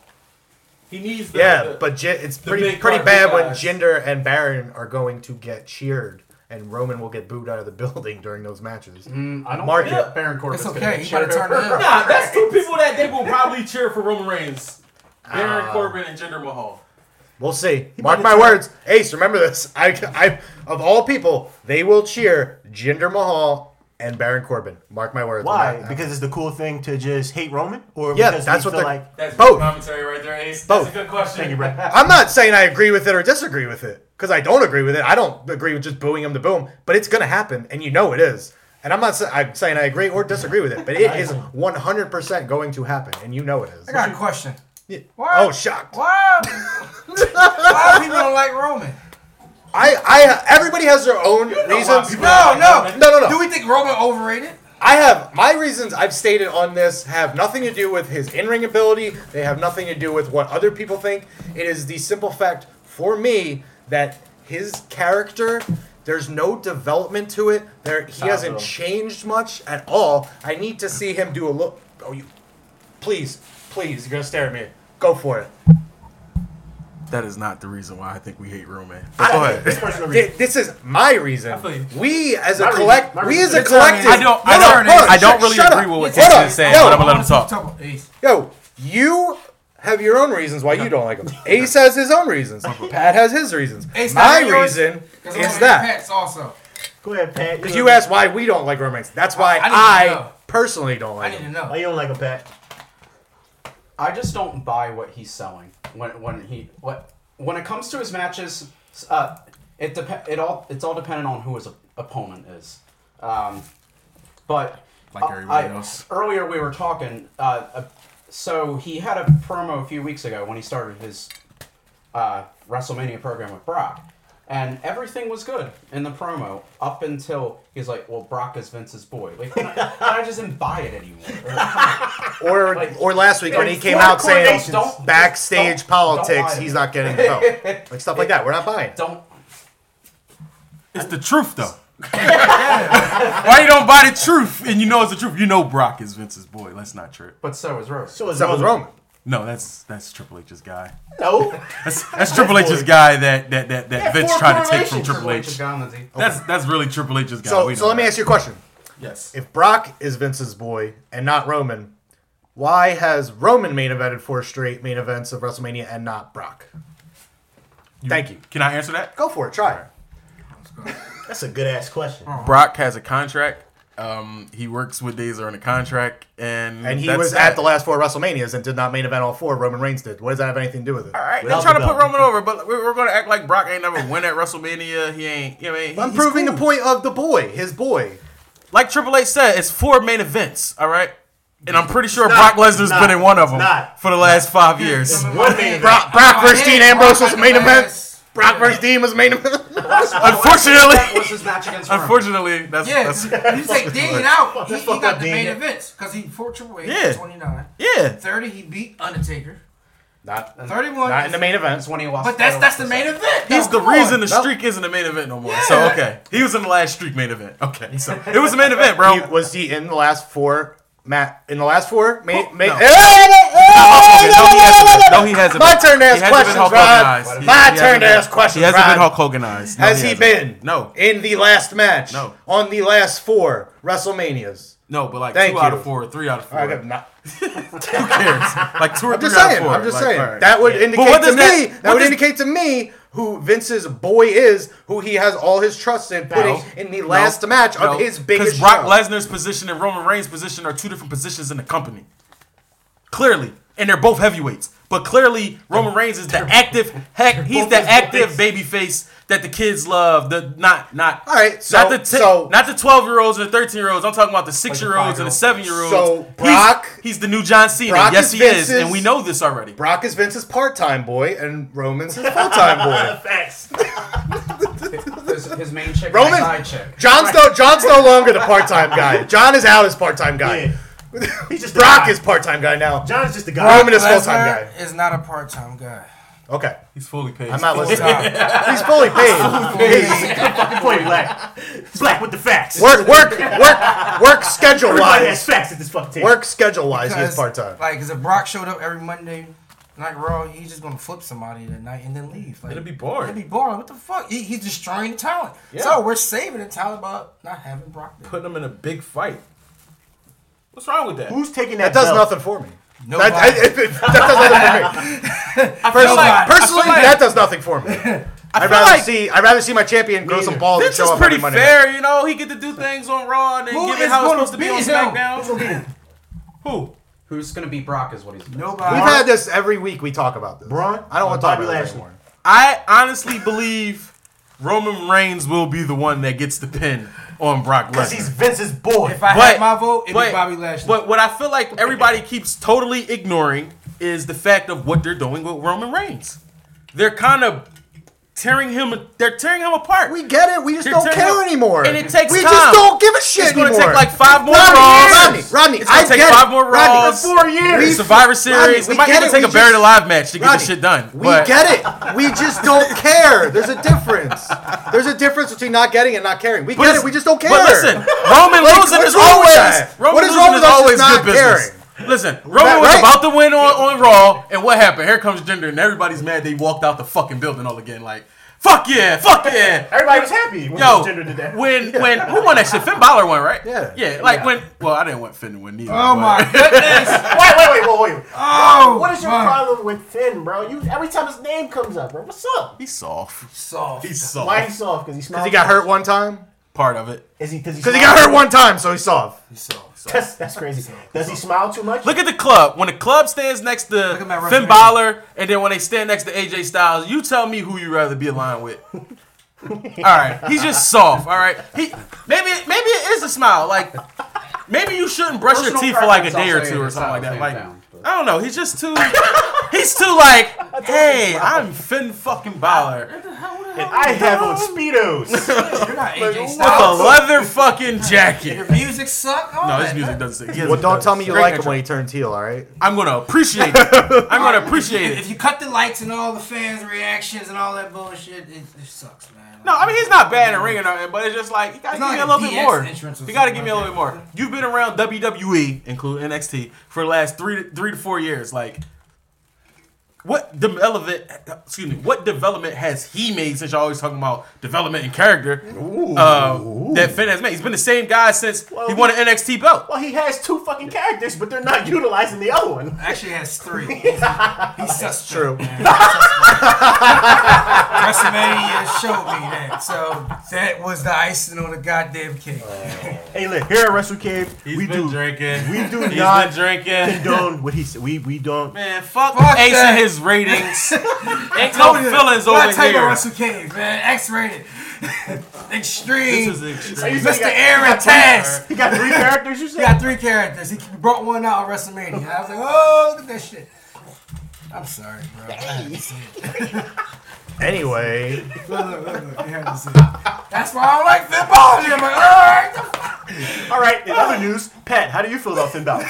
He needs the,
Yeah,
the-
but Jin it's pretty
big
pretty
card
bad when
guys.
Jinder and Baron are going to get cheered, and Roman will get booed out of the building during those matches.
Mm, I don't
Mark
think
it.
Baron Corbin's
It's
gonna
okay,
get
he might
cheered
have turned
over.
it up.
Nah, that's two people that they will probably cheer for Roman Reigns. Baron Corbin and Jinder Mahal.
We'll see. Mark my words, Ace. Remember this. I, I of all people, they will cheer Jinder Mahal and Baron Corbin. Mark my words.
Why?
I'm not-
Because it's the cool thing to just hate Roman, or
Yeah,
because
that's
we
what
feel
they're-
like.
That's
Both.
good commentary right there, Ace.
Both.
That's a good question.
Thank you, bro.
I'm not saying I agree with it or disagree with it because I don't agree with it. I don't agree with just booing him to boom, but it's gonna happen, and you know it is. And I'm not sa- I'm saying I agree or disagree with it, but it is 100% going to happen, and you know it is.
I got a question. Why?
Oh, shocked!
Why? Why people don't like Roman?
I, I, everybody has their own reasons.
No, no,
No, no, no.
Do we think Roman overrated?
I have my reasons I've stated on this have nothing to do with his in-ring ability. They have nothing to do with what other people think. It is the simple fact for me that his character there's no development to it. There he hasn't
at all.
changed much at all. I need to see him do a look. Oh, you please, please, you're gonna stare at me. Go for it.
That is not the reason why I think we hate Roman.
Go ahead. This personal
Th-
reason.
This is my reason.
I feel you.
We as a
My reason-
collect,
my
we as
reason.
a
It's
collective.
I don't, I
No, no,
don't,
hold on,
I don't
shut-
really
shut
agree
up.
with what
Hold
Jason
on,
is saying,
no.
but I'm gonna let him talk.
about Ace.
Yo, you have your own reasons why you don't like him. Ace has his own reasons. Pat has his reasons.
Ace,
My
not yours?
reason
'Cause I wanna
is
hear
that
Pat's also.
Go ahead, Pat.
because you asked why we don't like romance. That's why
I- I need
I,
to know.
personally don't
I
like
need to
him.
Why
know.
Oh, you don't like him, Pat?
I just don't buy what he's selling when when he what when it comes to his matches. Uh, it dep- it all it's all dependent on who his op- opponent is. Um, but
Like
uh,
everybody
I-
else.
earlier we were talking. Uh, uh, so he had a promo a few weeks ago when he started his uh, WrestleMania program with Brock, and everything was good in the promo up until he's like, "Well, Brock is Vince's boy." Like, I just didn't buy it anymore.
Or
Like-
or last week when he
Like,
came out saying
don't- don't-
backstage
don't- don't
politics,
lie.
he's not getting the vote, like stuff like that. We're not buying. it.
Don't
It's the truth, though. why you don't buy the truth and you know it's the truth? You know Brock is Vince's boy. Let's not trip.
But so is Rose.
So is
So was Roman.
No, that's that's Triple H's guy.
No.
That's, that's Triple H's guy that that that, that Vince
four
tried to take from
correlations.
Triple H. That's that's really Triple H's guy.
So
We
so
know
let me
that.
ask you a question.
Yes.
If Brock is Vince's boy and not Roman, why has Roman main evented four straight main events of WrestleMania and not Brock? Thank you.
Can I answer that?
Go for it. Try.
That's a good ass question.
Brock has a contract. Um, he works with days are on a contract, and
And he
that's
was
that.
at the last four WrestleManias and did not main event all four. Roman Reigns did. What does that have anything to do with it?
All right, they're
Without
trying
the
to put
belt.
Roman over, but we're, we're going to act like Brock ain't never win at WrestleMania. He ain't, you know what I mean?
I'm
He's
proving
cool.
the point of the boy, his boy.
Like Triple H said, it's four main events, all right? And I'm pretty sure
not-
Brock Lesnar's
not-
been in one of them
not-
for the last five years.
One man.
Brock, Brock versus
yeah,
Dean Ambrose was
Brock
main event.
Lesnar.
Brock versus Dean was main event.
Unfortunately-
that was his match against Roman.
Unfortunately, that's.
Yeah,
that's
you take Dean out, he,
That's
he
fucked
got
up,
the
Dean.
main events because he four triple eight
Yeah.
twenty nine.
yeah.
30, he beat Undertaker.
Not,
31.
not in the main
That's
events.
when he lost.
But that's that's the main
title.
event.
He's the
though. Come on.
reason the streak isn't a main event no more. So,
Yeah.
okay. He was in the last streak main event. Okay. So, it was a main event, bro.
He, was he in the last four? Matt, in the last four? Main, main,
no.
Eh, eh, eh,
Oh,
eh,
no, he hasn't been-
eh,
no, he hasn't
My
been.
turn to
He hasn't
ask
been
questions,
Hulk
Rod.
Hoganized. He- he
My
hasn't
turn to
been-
ask questions,
He hasn't
Rod.
been Hulk Hoganized. No,
Has he
hasn't.
been?
No.
In the last match?
No.
On the last four WrestleManias?
No, but like
Thank
two out
you.
of four, three out of four.
I got not-
Who cares? Like two or three
I'm just
out of
saying.
four.
I'm just
Like,
saying.
all right.
That would indicate
what
to
does
me.
that-
that
what
would
does-
indicate to me who Vince's boy is, who he has all his trust in putting in the last match of his biggest
Because Brock
show.
Lesnar's position and Roman Reigns' position are two different positions in the company. Clearly, and they're both heavyweights. But clearly, Roman Reigns is the active heck. He's the active babyface that the kids love. The not not
All right, so-
not the ti-
so-
not the twelve year olds and the thirteen year olds. I'm talking about the six year olds and the seven
five-year-olds.
year olds.
So, Brock-
he's, he's the new John Cena.
Brock
yes,
is
he is,
Vince's-
and we know this already.
Brock is Vince's part-time boy, and Roman's his full-time boy.
Facts.
His, his main chick, Roman
Roman-
side chick.
John's no John's no longer the part-time guy. John is out as part-time guy.
He's just a
Brock
guy.
is part-time guy now.
John's just a guy.
Roman is
Lesnar
full-time guy.
is not a part time guy.
Okay,
He's fully paid.
I'm Oh, not listening.
Stop.
He's fully paid. He's-
Fucking point black. Black with the facts.
work, work, work, work. Schedule
Everybody has
wise,
facts at this fucking table.
work schedule wise, he's
'Cause,
part-time.
Like, 'cause if Brock showed up every Monday night Raw, he's just gonna flip somebody that night and then leave. Like,
It'd be boring.
It'd be boring. What the fuck? He, he's destroying the talent. So we're saving the talent by not having Brock there.
putting him in a big fight. What's wrong with that?
Who's taking that?
That does
belt?
nothing for me.
Nobody.
That, it- it- that does nothing for
I
me.
feel
Personally,
like- I feel
personally
like-
that does nothing for me.
I
I'd
feel
rather
like-
see I'd rather see my champion grow some balls and
This
show
is
up
pretty
every Monday. night.
fair, you know. He get to do things on Raw and then
Who
give
is
it how it's
gonna
supposed to be on
beat him?
SmackDown. Who?
Who's gonna be Brock is what he's.
Nobody.
We've had this every week. We talk about this.
Braun?
I don't want to talk
Bobby
about it
Lashley.
anymore.
I honestly believe Roman Reigns will be the one that gets the pin on Brock
Because he's
Lesnar.
Vince's boy.
If I had my vote, it'd be Bobby Lashley.
But what I feel like everybody keeps totally ignoring is the fact of what they're doing with Roman Reigns. They're kind of tearing him. They're tearing him apart.
We get it. We just
They're
don't
tearing
care
him-
anymore.
and it takes
We
time.
just don't give a shit
it's
anymore.
going to take like five more
Rodney,
Raws.
Rodney, Rodney,
it's going
I
to take
get
five
it.
more
Rodney,
Raws.
four years.
We-
Survivor Series.
Rodney,
it might even
it.
take
We
a buried
just-
alive match to get
Rodney,
this shit done.
We
but-
get it. We just don't care. There's a difference. There's a difference between not getting and not caring. We
But
get
it's-
it. We just don't care.
But listen, Roman
Like,
losing
what's
is
wrong with
always
that?
Roman
What is wrong
losing
with
is
us just
always
not
good business.
caring?
Listen, Roman
that
was
right?
about to win on, on Raw, and what happened? Here comes Jinder, and everybody's mad they walked out the fucking building all again. Like, fuck yeah, fuck yeah.
Everybody was happy when
Yo,
Jinder did that.
when when who won that shit? Finn Balor won, right?
Yeah.
yeah. Like when? Well, I didn't want Finn to win either.
oh my
but-
goodness.
wait, wait, wait, wait, wait.
Oh.
What is your
my.
problem with Finn, bro? You every time his name comes up, bro. What's up?
He's soft.
Soft.
He's
Why he
soft.
soft? Because he smiled.
Because he got hurt one time.
Part of it.
Is he? Because he,
Because he
smiled?
got hurt one time, so he's soft.
He's soft. soft.
That's, that's crazy. Does he smile too much?
Look at the club. When the club stands next to
at Matt
Finn
WrestleMania.
Balor, and then when they stand next to AJ Styles, you tell me who you rather be aligned with. all right, he's just soft. All right, he maybe maybe it is a smile. Like maybe you shouldn't brush
Personal
your teeth for like a
preference,
day
I'll
or
say
two or
it's
something like
not
that.
the
Like
same down, but-
I don't know. He's just too. He's too like, hey, I'm Finn fucking Balor
I have on speedos.
You're not AJ
with a
Styles.
leather fucking jacket.
Your music suck. All
No,
that.
his music doesn't. He has
Well,
a-
don't tell me you
Great
like him
intro.
when he turns heel, all right?
I'm gonna appreciate it. I'm gonna appreciate it.
If you cut the lights and all the fans' reactions and all that bullshit, it, it sucks, man.
No, I mean he's not bad in the ring or nothing, but it's just like you gotta
It's not
give me a
like a
little bit
DX
more.
entrance or
You gotta
something
give me a
like
little bit more. You've been around WWE, including NXT, for the last three to, three to four years. Like, what development? Excuse me. What development has he made since y'all always talking about development and character? Uh, that Finn has made. He's been the same guy since he won an NXT belt.
well, he has two fucking characters, but they're not utilizing the other one.
Actually, it has three. He's, he's suspect,
true.
man. WrestleMania showed me that. So that was the icing on the goddamn cake.
Oh, Hey, look here at Wrestle Cave,
He's
we
been
do
drinking.
we do
He's
not
been drinking.
condone what he said. We we don't.
Man, fuck,
Fuck
Ace
that.
and his ratings. Ain't no feelings
What I
over
tell you about
here.
Russell Cage, man? X-rated,
This
extreme.
is
So you
extreme.
said he
Mr.
got-
Aaron Tass.
He got three characters. You
He got
said.
three characters. He brought one out at WrestleMania. I was like, oh, look at that shit. I'm sorry, bro. I had to say it.
Anyway,
Look, look, look, look. I had to say it. That's why I don't like Finn Balor. I'm like, all right, the
All right. In other news, Pat, how do you feel about Finn Balor?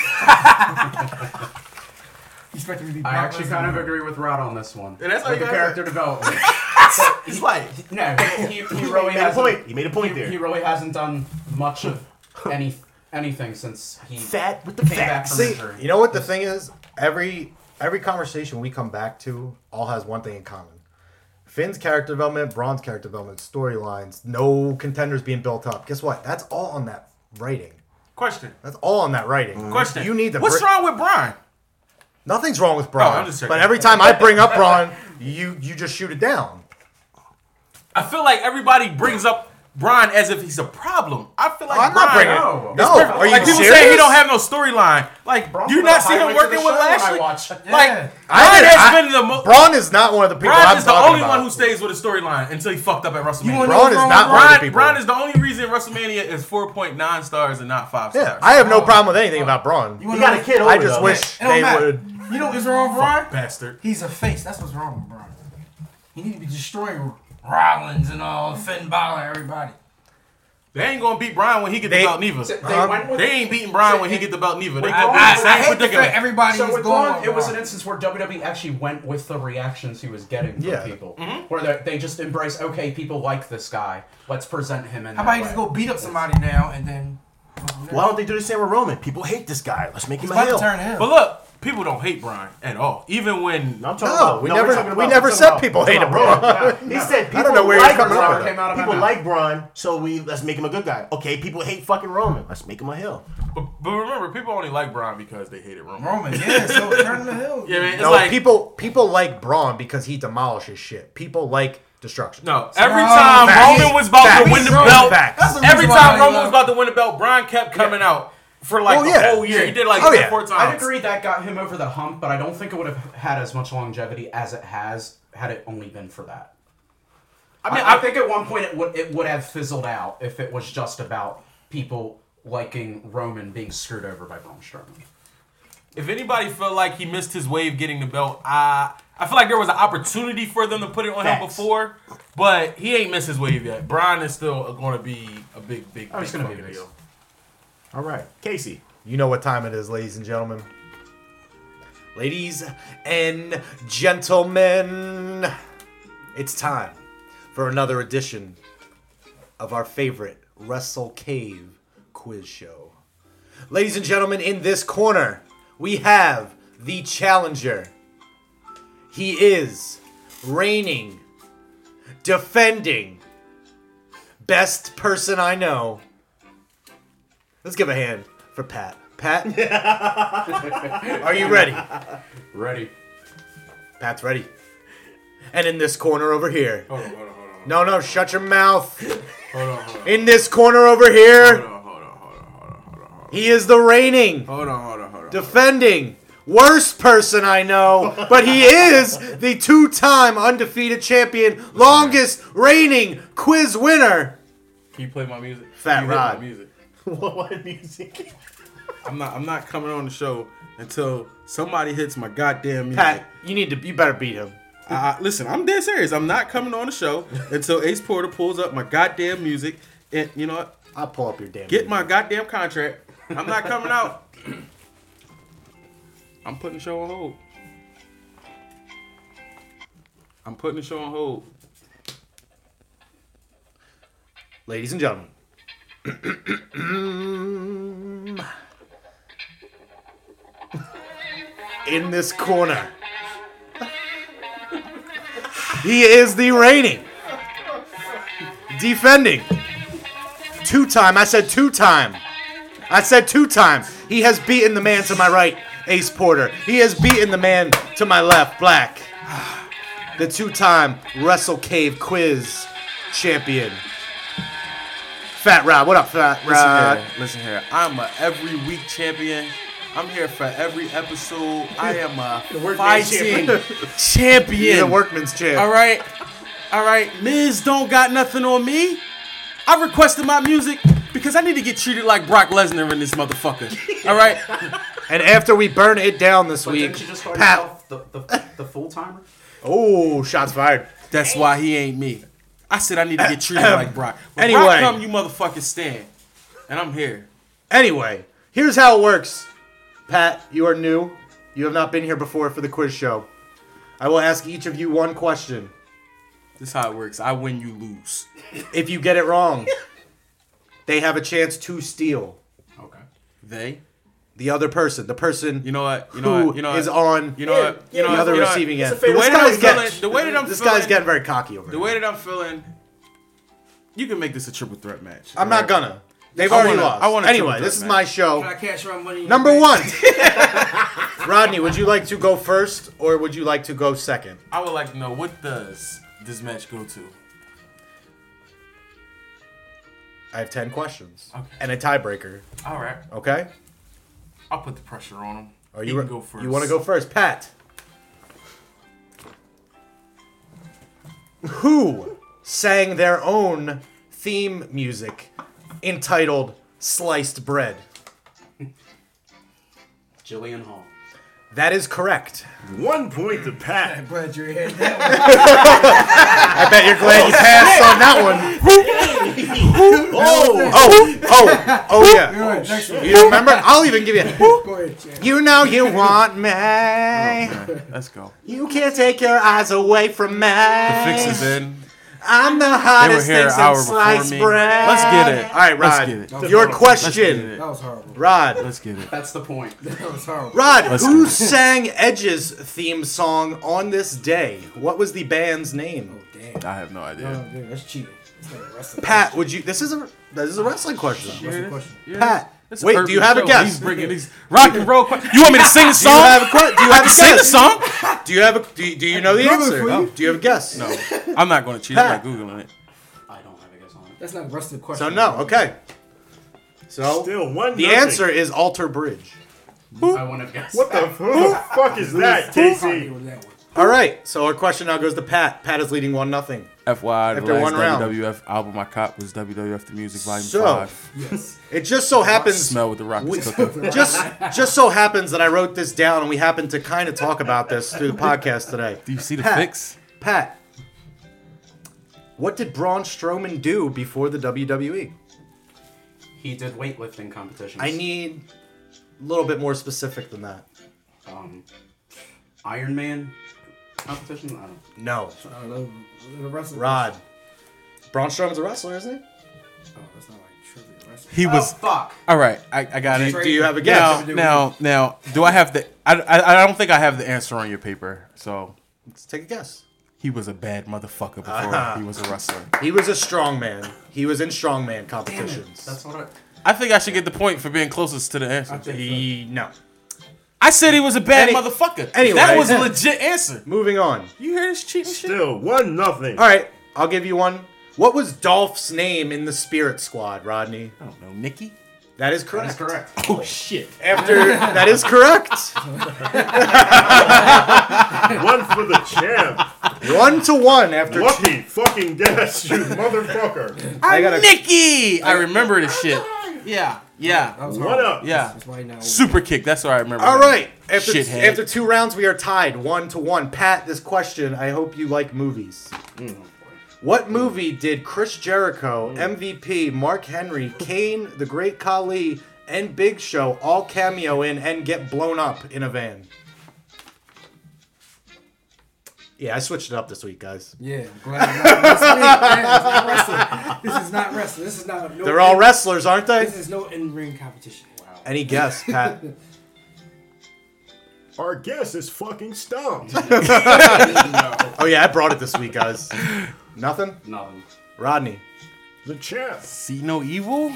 You expect me to be
I
Brock
actually
Lesnar?
kind of agree with Rod on this one.
And that's all
with
you
the
gotta
character development.
He's like,
No, he, he
He
really
made a
hasn't.
point. He made a point
He
there.
really hasn't done much of any anything since he
Fat with the
came back
fat.
from
see,
injury.
you know what the thing is? Every every conversation we come back to all has one thing in common. Finn's character development, Braun's character development, storylines, no contenders being built up. Guess what? That's all on that writing.
question.
That's all on that writing.
Mm-hmm. Question.
You need the
What's
bri-
wrong with Brian?
Nothing's wrong with Braun.
I'm just checking.
but every time I bring up Braun, you you just shoot it down.
I feel like everybody brings up Brian as if he's a problem. I feel like
Oh, I'm
Brian,
not bringing it.
no.
No,
It's
perfect.
are you
like people
serious?
say he don't have no storyline. Like
Braun's
do you
been
not
the
see him
highlight to the
working with
show that I
Lashley?
watch.
Like
Yeah.
I
Brian
did-
has
I-
been the most.
Braun is not one of the people
Brian
I'm
is the
talking
only
about.
one who stays with a storyline until he fucked up at
wanna
WrestleMania.
know-
Braun is
Braun-
not one of the
Brian,
people.
Brian is the only reason WrestleMania is 4.9 stars and not five
yeah,
stars.
I have no problem with anything about Braun.
You wanna
He got
know-
a kid. Over
I just
though.
wish
It don't
they
matter.
would.
You know what's wrong with Brian?
bastard.
He's a face. That's what's wrong with Brian. He need to be destroying Rollins and all Finn Balor, everybody.
They ain't gonna beat Brian when he get the
They-
belt neither.
They went with
Um, They ain't beating Brian when he get the belt neither. They
I,
gonna be
I-
in the
I
same
hate the fact
predicament.
everybody
So
is
with
going.
Braun,
with
it was an
Braun.
instance where WWE actually went with the reactions he was getting from
Yeah.
people,
Mm-hmm.
where they- they just embrace, okay, people like this guy, let's present him in.
How
that
about you just
way."
go beat up somebody now and then?
Why don't they do the same with Roman? People hate this guy. Let's make him a
About to
heel.
turn him.
But look, people don't hate Brian at all. Even when
No, I'm talking
No,
about.
we
no,
never
we're talking
we
about-
never
we're talking
said
about-
people
we're
hate
talking
him.
about
Bro.
Braun. He said people
don't know where he's
like
coming up
Braun.
with
that.
People like Braun, so we let's make him a good guy. Okay, people hate fucking Roman. Let's make him a heel.
But, but remember, people only like Brian because they hated Roman.
Roman, yeah, so turn him to heel.
Yeah, man, it's
No,
like
people people like Braun because he demolishes shit. People like destruction.
No, every
No,
time
facts.
Roman was about
Facts.
to win the
Facts.
belt,
Facts.
That's the reason
every
why
time
I
Roman
love-
was about to win the belt, Brian kept coming out for like
Oh,
the
yeah.
whole year. He did like
Oh, yeah.
four
I'd
times.
agree that got him over the hump, but I don't think it would have had as much longevity as it has had it only been for that. I mean, I, think at one point it would it would have fizzled out if it was just about people liking Roman being screwed over by Braun Strowman.
If anybody felt like he missed his wave getting the belt, I I feel like there was an opportunity for them to put it on him
Facts.
before, but he ain't missed his wave yet. Brian is still going to be a big, big,
Oh,
big
he's gonna be
fucking
big.
deal.
All right, Casey.
You know what time it is, ladies and gentlemen. Ladies and gentlemen, it's time for another edition of our favorite Wrestle Cave quiz show. Ladies and gentlemen, in this corner, we have the challenger. He is reigning, defending, best person I know. Let's give a hand for Pat. Pat, are you ready?
Ready?
Pat's ready. And in this corner over here.
Hold on, hold on, hold on,
No, no, shut your mouth.
hold on, hold on.
In this corner over here,
Hold on, hold on, hold on, hold on, hold on.
he is the reigning,
Hold on, hold on, hold on.
defending, worst person I know, but he is the two time undefeated champion, longest reigning quiz winner.
Can you play my music?
Fat
Can you hit
Rod.
My music.
what, what music?
I'm not. I'm not coming on the show until somebody hits my goddamn music.
Pat, you need to, you better beat him.
I, I- listen, I'm dead serious. I'm not coming on the show until Ace Porter pulls up my goddamn music, and you know what?
I'll pull up your damn.
Get my goddamn contract. I'm not coming out. I'm putting the show on hold. I'm putting the show on hold.
Ladies and gentlemen. In this corner. He is the reigning, defending, two time. I said two time. I said two time. He has beaten the man to my right, Ace Porter. He has beaten the man to my left, Black. The two time Wrestle Cave Quiz champion. Fat Rob, what up, Fat Rob?
Listen here, listen here. I'm a every week champion. I'm here for every episode. I am a
workman's
fighting
champion.
He's a
champion.
workman's champ.
All right, all right. Miz don't got nothing on me. I requested my music because I need to get treated like Brock Lesnar in this motherfucker. All right.
And after we burn it down this
But
week,
didn't you just call
Pat.
yourself the, the, the full timer?
Oh, shots fired.
That's why he ain't me. I said I need to get treated like Brock. When
Anyway.
Brock come, you motherfuckers stand, and I'm here.
Anyway, here's how it works. Pat, you are new. You have not been here before for the quiz show. I will ask each of you one question.
This is how it works. I win, you lose.
If you get it wrong, they have a chance to steal
Okay.
They.
the other person, the person
You know what? You
who is
know what? You know what?
on
You know what? You know
the
what?
other
You know what?
receiving
It's
end.
a fair-
The way
This
that
guy's
I'm feeling,
getting
the way that I'm
this
feeling,
guy's getting very cocky over
the
here.
way that I'm feeling, you can make this a triple threat match.
I'm not
alright?
gonna. They've
I
already
wanna-
lost.
I wanna
anyway,
triple
this is
threat
my
match.
show.
Can I cash my money? in
Number
your
one. Rodney, would you like to go first or would you like to go second?
I would like to know what does this match go to?
I have 10 questions and a tiebreaker.
All right,
Okay?
I'll put the pressure on him.
Are
He
you
can go first?
You want to go first? Pat. Who sang their own theme music entitled Sliced Bread?
Jillian Hall.
That is correct.
One point to Pat.
bank? Glad you're here. That
I bet you're glad you passed on that one.
Oh,
Oh, oh, oh
one. All
yeah.
right, next one.
You remember? I'll even give you.
Go ahead, champ.
You know you want me.
Let's go.
You can't take your eyes away from me.
The fix is in.
I'm the
They were
hottest
here
thing
an hour
since
before
sliced
me.
bread.
Let's get it.
All right,
Let's
Rod.
get it.
Your
get
question,
it.
That was horrible.
Rod.
Let's get it.
That's the point.
That was horrible.
Rod,
Let's
who
get it.
sang Edge's theme song on this day? What was the band's name?
Damn.
I have no idea.
Oh, dude, that's cheating. It's like a wrestling.
Pat, would you? This is a this is a wrestling question.
Wrestling question.
Pat, wait, do you have a guess?
He's bringing these rock and roll. que- You want me to sing a
Do you
song?
have a que- Do you have
I
a
can sing a
guess?
song.
Do you have a do you, do you know the
Google it
answer?
for you.
Do you have a guess?
No, I'm not going to cheat. I'm not googling it.
I don't have a guess on it.
That's not rusted question.
So no. Okay. So
Still one.
the
nothing.
answer is Alter Bridge.
I wouldn't have guessed.
What the, who the fuck is that,
Sorry
Casey?
with that one.
All right. So our question now goes to Pat. Pat is leading one nothing.
FYI, the
After
last
one round.
WWF album I caught was WWF The Music Volume
So-
5.
Yes.
It just so happens.
Smell what the rock
we-
is cooking.
just just so happens that I wrote this down and we happened to kind of talk about this through the podcast today.
Do you see the
Pat.
fix?
Pat, what did Braun Strowman do before the WWE?
He did weightlifting competitions.
I need a little bit more specific than that.
um, Iron Man competition. I don't.
No,
I don't know. The wrestling
Rod. Braun Strowman's a wrestler, isn't he?
question. Oh, that's not like trivia wrestling.
He
Oh
was.
fuck!
All right, I, I got it.
Do you have a
Now,
guess?
now, now, do I have the? I, I, I don't think I have the answer on your paper. So
Let's take a guess. Ah.
he was a bad motherfucker before he was a wrestler.
He was a strongman. He was in strongman competitions.
That's what I.
I think I should get the point for being closest to the answer.
He- no.
I said he was a bad
Any-
motherfucker.
anyway.
that was a legit answer.
Moving on.
You hear this cheating shit?
Still one nothing.
All right, I'll give you one. What was Dolph's name in the Spirit Squad, Rodney?
I don't know, Nikki.
That is correct.
That's correct.
Oh shit!
After that is correct.
One for the champ.
One to one after two.
Lucky fucking guess, you motherfucker.
I got a
Nikki. I remember this shit. Yeah, yeah,
That was
What
hard.
up?
yeah.
That's why now.
Super kick. That's what I remember.
All right. After,
Shithead.
after two rounds, we are tied one to one. Pat, this question. I hope you like movies. What movie did Chris Jericho, MVP, Mark Henry, Kane, The Great Khali, and Big Show all cameo in and get blown up in a van? Yeah, I switched it up this week, guys.
Yeah, I'm glad I'm not wrestling. Man, this is not wrestling. This is not wrestling. This is not. No
They're all wrestlers, aren't they?
This is no in-ring competition. Wow.
Any guess, Pat?
Our guess is fucking stumped.
oh yeah, I brought it this week, guys. Nothing.
Nothing.
Rodney.
The champ.
See no evil.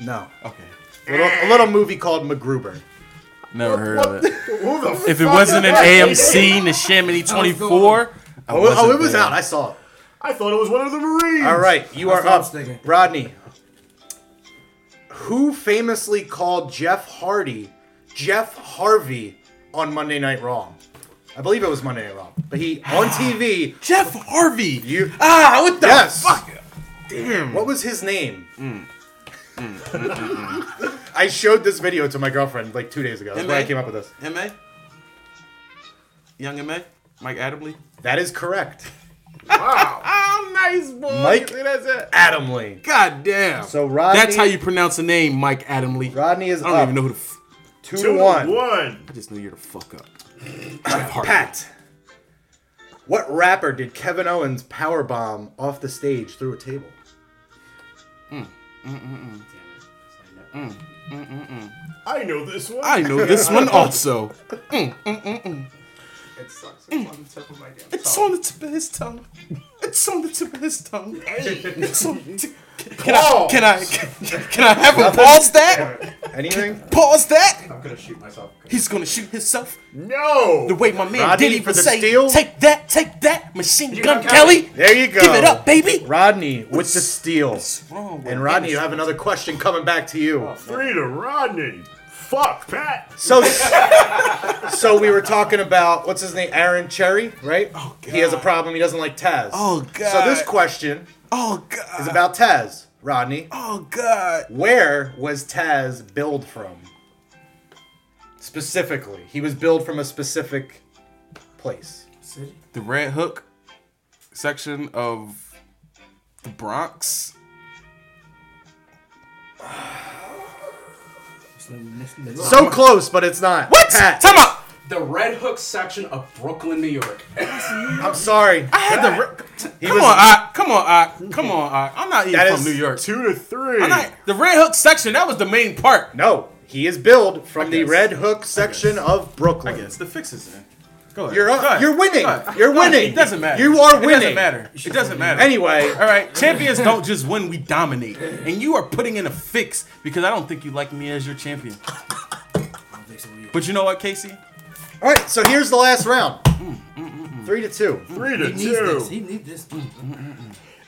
No.
Okay.
Little, a little movie called MacGruber.
Never heard of it.
Who the
If it
fuck
wasn't
is
an
that?
AMC in the Chamonix 24, I
Oh,
wasn't
oh, it was
there.
out. I saw it.
I thought it was one of the Marines.
All right, you
That's
are
what I was
up,
thinking.
Rodney. Who famously called Jeff Hardy Jeff Harvey on Monday Night Raw? I believe it was Monday Night Raw, but he on TV.
Jeff Harvey.
You
ah, what the
yes.
fuck?
What was his name? I showed this video to my girlfriend like two days ago. That's where I
M.A.?
came up with this.
Ma, young Ma, Mike Adamley.
That is correct.
Oh, nice boy.
Mike
that's it.
Adamley.
God damn.
So Rodney.
that's how you pronounce the name, Mike Adamley.
Rodney is
I don't
up.
even know who the. F-
Two,
Two
to one.
I just knew you're the fuck up.
Pat. What rapper did Kevin Owens powerbomb off the stage through a table?
I know this one.
I know this one also. Mm,
It sucks. It's on the tip of my damn
It's
tongue.
on the tip of his tongue. It's on the tip of his tongue. It's on the tip- Can I,
Pause.
can I can I have him pause that?
Anything?
Pause that?
I'm gonna shoot myself.
He's gonna shoot himself
No.
the way my man
Rodney
Diddy
for
would
the
say,
steal.
"Take that, take that, Machine Gun
got
Kelly."
There you go.
Give it up, baby.
Rodney with the steal.
What's wrong with
And Rodney, you have another question coming back to you.
Three to Rodney. Fuck Pat.
So, so we were talking about what's his name, Aaron Cherry, right? Oh, He has a problem. He doesn't like Taz.
Oh,
So this
God.
question
Oh
is
god.
about Taz, Rodney.
Oh god.
Where was Taz billed from? Specifically, he was billed from a specific place.
City.
The Red Hook section of the Bronx.
It's not wrestling. Look,
So close, but it's not.
What?
Pat,
Time out.
The Red Hook section of Brooklyn, New York.
I'm sorry.
I had the. Re-
He
come
was-
on, I, come on, I, come on, I. I'm not even
That
from
is
New York.
Two to three.
I'm not- the Red Hook section. That was the main part.
No, he is billed from the
guess.
Red Hook section of Brooklyn.
Yes, the fix is in. Go ahead.
You're
Go ahead.
you're winning.
Go ahead.
You're
Go ahead.
winning.
It doesn't matter.
You are
It doesn't
winning.
matter. It doesn't matter.
Anyway,
All right, champions don't just win; we dominate. And you are putting in a fix because I don't think you like me as your champion. But you know what, Casey?
All right, so here's the last round.
Mm,
Three to two.
Three to
He needs this. He needs this. Mm.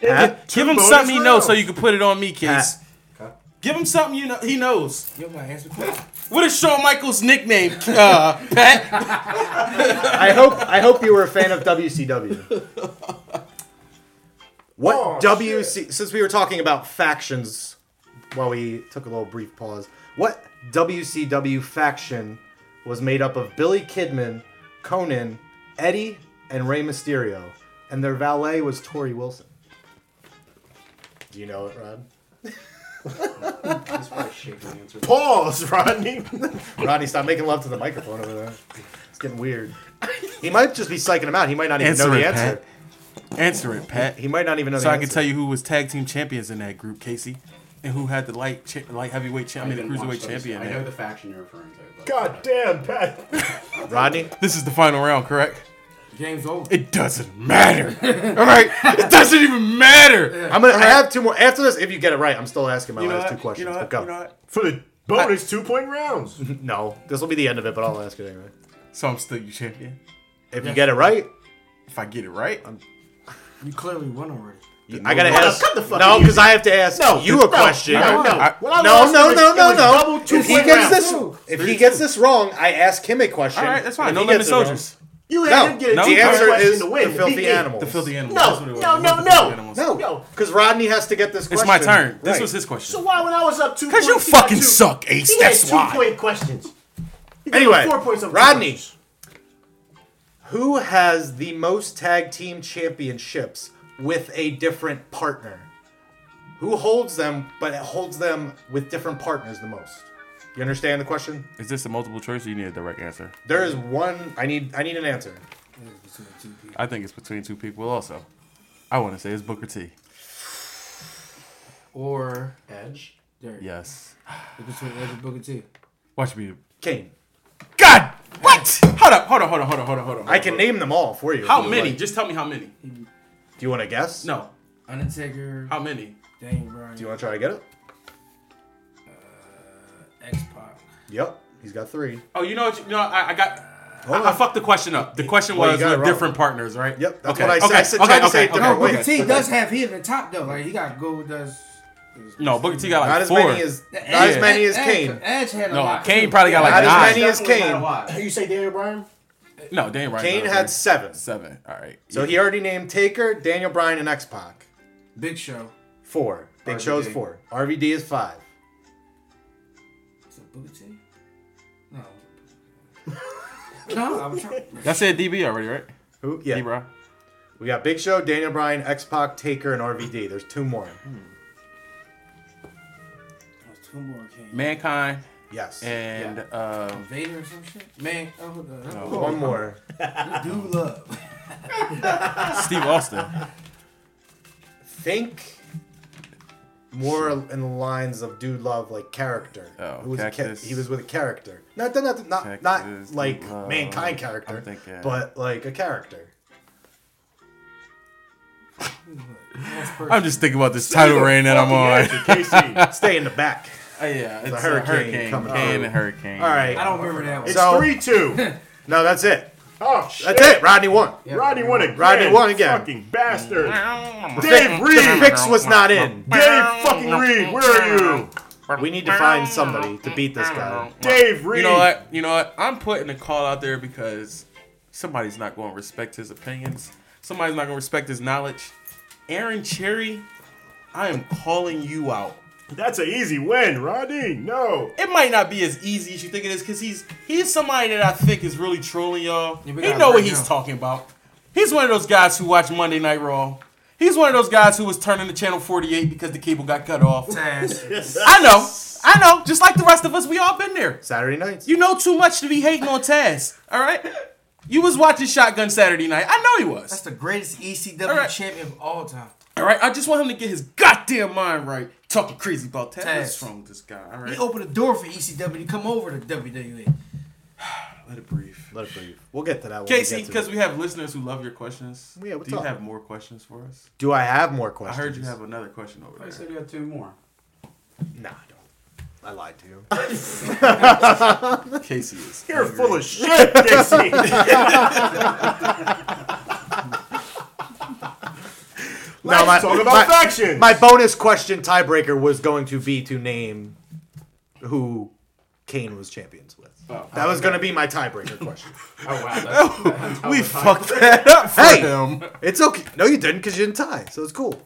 Pat,
Give him
bonus
something he knows
rounds.
so you can put it on me, kids.
Pat.
Give him something you know he knows.
Yo, my answer question.
What is Shawn Michaels' nickname? Uh, Pat.
I hope I hope you were a fan of WCW. What
Oh,
WC? Since we were talking about factions, while we took a little brief pause, what WCW faction was made up of Billy Kidman, Conan, Eddie, and Rey Mysterio, and their valet was Tori Wilson. Do you know it, Rod?
That's probably a shaky answer.
Pause, Rodney.
Rodney, stop making love to the microphone over there. It's getting weird. He might just be psyching him out. He might not even
Answer
know the
it,
answer.
Pat. Answer it, Pat.
He might not even know
So
the
I
answer.
can tell you who was tag team champions in that group, Casey, and who had the light cha- light heavyweight champ, I mean the
didn't watch
cruiserweight
those.
champion.
I
in
know
that.
the faction you're referring to. But
God damn, Pat.
Rodney,
This is the final round, correct?
Game's over.
It doesn't matter. All right, it doesn't even matter.
I'm gonna. I have two more after this. If you get it right, I'm still asking my last two questions. but go.
For the bonus two point rounds.
No, this will be the end of it, but I'll ask it anyway.
So I'm still your champion.
If you get it right,
If I get it right,
You clearly won already.
you- I gotta
Hold on,
ask.
cut the fucking
no, because
music.
I have to ask
No,
you
no,
a question.
no, no.
I-
When I
No,
lost,
no,
it was-
no,
it
no,
was
no.
double two
If he
point
gets
rounds.
this, if he gets this wrong, I ask him a question.
All right, that's fine.
If
No
he
lemon
gets it wrong-
soldiers.
you let
No,
him get a
the
two-point
answer
question
is
to win.
the filthy
Beat me.
animals.
the filthy animals.
No,
That's what it was.
no,
It was
no,
the
no.
filthy animals.
No.
No, because Rodney has to get this.
It's
question.
my turn. This
Right.
was his question.
So why when I was up two?
Because you
points, he got
fucking
two-
suck, Ace.
He
That's
had two
why.
point questions. He gave
Anyway,
me four points of two
Rodney.
questions.
Who has the most tag team championships with a different partner? Who holds them, but it holds them with different partners the most? You understand the question?
Is this a multiple choice or you need a direct answer?
There is one. I need. I need an answer.
I think it's between two people also. I want to say it's Booker T.
Or
Edge.
Derek.
Yes.
It's between Edge and Booker T.
Watch me.
Kane.
God! What? Hold up, hold on, hold on, hold on, hold on, hold on.
I can name them all for you. if
How
you would
many?
like.
Just tell me how many.
Do you want to guess?
No.
Undertaker.
How many?
Daniel Bryan.
Do you want to try to get it?
X Pac.
Yep. He's got three.
Oh, you know what? You, you know, I, I got.
Hold
I, I
on.
fucked the question up. The question
Well, you
was
got it
with
wrong.
different partners, right?
Yep, that's
okay.
what I said.
okay.
I said-
okay.
tried to
okay.
say it
okay.
different
Booker
ways.
T
Okay.
does have he at the top though. Like he got gold does.
No, Booker T got like
Not as
four.
many as. Not as
Yeah.
many as
Edge-
Kane.
Edge had a
no,
lot.
Kane
too.
probably got
Not
like
as
nine.
many as
Definitely
Kane.
not a lot.
You say Daniel Bryan?
No, Daniel Bryan.
Kane
got
had
three.
seven.
Seven. All right.
So he already named Taker, Daniel Bryan, and X Pac.
Big Show.
Four. They
RVD.
chose four. RVD is five.
Is it Booker T? No. no, I'm trying.
That's it. DB already, right?
Who? Yeah.
D. Bro.
We got Big Show, Daniel Bryan, X Pac, Taker, and RVD. There's two more.
There's two more Kane.
Mankind
Yes.
and uh,
Vader or some shit. Man, oh, uh,
One more.
do love.
Steve Austin.
Think more in the lines of Dude Love, like character.
Oh,
Who was a ca-
Cactus.
he was with a character. Not not not, not
Cactus,
like
Dude Love.
mankind character,
I'm thinking-
but like a character.
I'm just thinking about this title reign that I'm on.
Fucking answer, Casey.
Stay in the back.
Uh, yeah, it's a
hurricane
hurricane. hurricane.
coming Oh.
Kane
through.
and hurricane.
All right.
I don't remember that one.
It's
So-
three two.
No, that's it.
Oh shit.
That's it. Rodney won.
Rodney won again.
Rodney won again.
Fucking bastard.
Dave
Dave
Reed. The
Reed.
fix was not in.
Dave fucking Reed, where are you?
We need to find somebody to beat this guy.
Dave Reed.
You know what? You know what? I'm putting a call out there because somebody's not going to respect his opinions. Somebody's not going to respect his knowledge. Aaron Cherry, I am calling you out.
That's an easy win, Rodney. No.
It might not be as easy as you think it is because he's he's somebody that I think is really trolling y'all.
Yeah, we
he
gotta
know what
bring
he's
him.
talking about. He's one of those guys who watch Monday Night Raw. He's one of those guys who was turning to channel 48 because the cable got cut off.
Taz.
I know. I know. Just like the rest of us, we all been there.
Saturday nights.
You know too much to be hating on Taz. All right. You was watching Shotgun Saturday night. I know he
That's
was.
the greatest ECW
All right.
champion of all time.
All right. I just want him to get his goddamn mind right. Talking crazy about Taz.
Taz.
What's wrong with this guy? All
He
right.
opened the door for ECW to come over to E. WWE.
Let it breathe.
Let it breathe. We'll get to that one.
Casey, because we have listeners who love your questions.
Yeah, what's
Do you
up?
have more questions for us?
do I have more
I
questions?
heard you have another question over
I
there.
said you had two more.
Nah, I don't. I lied to you.
Casey is.
You're full of shit, Casey.
No,
Let's talk about
my,
factions.
My bonus question tiebreaker was going to be to name who Kane was champions with.
Oh.
that was going to be my tiebreaker question.
Oh wow, that's, that's how
We
the time-
fucked that up for
Hey!
him.
it's okay. No, you didn't because you didn't tie, so it's cool.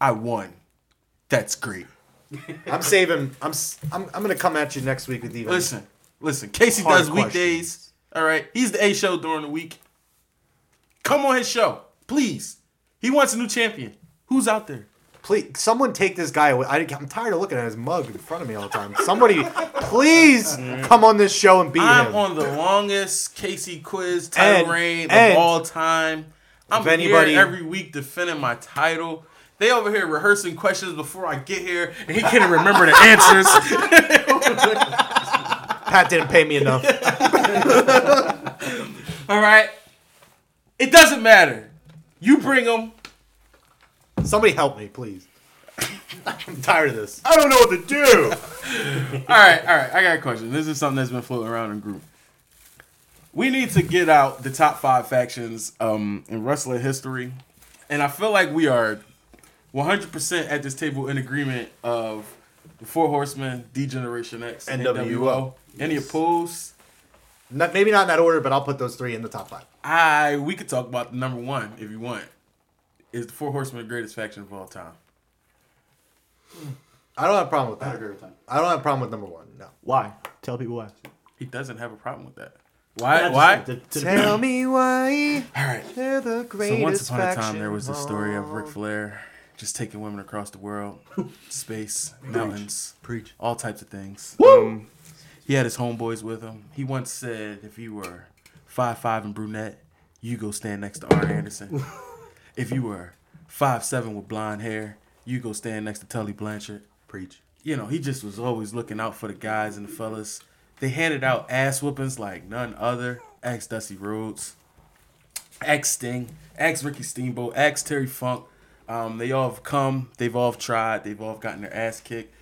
I won. That's great.
I'm saving. I'm. s- I'm. I'm going to come at you next week with even.
Listen, listen. Casey
Hard
does weekdays. All right. He's the A show during the week. Come on his show, please. He wants a new champion. Who's out there?
Please, someone take this guy away. I, I'm tired of looking at his mug in front of me all the time. Somebody, please come on this show and beat
I'm
him.
on the longest Casey quiz title
And-
reign
and-
of all time. I'm
If anybody-
here every week defending my title. They over here rehearsing questions before I get here, and he can't even remember the answers.
Pat didn't pay me enough.
All right, it doesn't matter. You bring him.
Somebody help me, please. I'm tired of this.
I don't know what to do.
All right, all right. I got a question. This is something that's been floating around in group. We need to get out the top five factions um, in wrestling history, and I feel like we are 100% at this table in agreement of the Four Horsemen, D Generation X, and
NWO.
NWO. Any opposed?
Not, maybe not in that order, but I'll put those three in the top five.
I we could talk about the number one if you want. Is the Four Horsemen the greatest faction of all time?
I don't have a problem with that.
I agree with that.
I don't have a problem with number one. No.
Why? Tell people why.
He doesn't have a problem with that. Why? Why?
To, to the
Tell me why
All right.
they're the greatest.
So once upon a time,
faction
there was the story of
all.
Ric Flair just taking women across the world, space, mountains, preach, all types of things. Um, he had his homeboys with him. He once said, "If you were five five and brunette, you go stand next to Arn Anderson. if you were five seven with blonde hair, you go stand next to Tully Blanchard."
Preach.
You know, he just was always looking out for the guys and the fellas. They handed out ass whoopings like none other. Ex Dusty Rhodes ex Sting, ex Ricky Steamboat, ex Terry Funk. Um, they all have come, they've all tried, they've all gotten their ass kicked.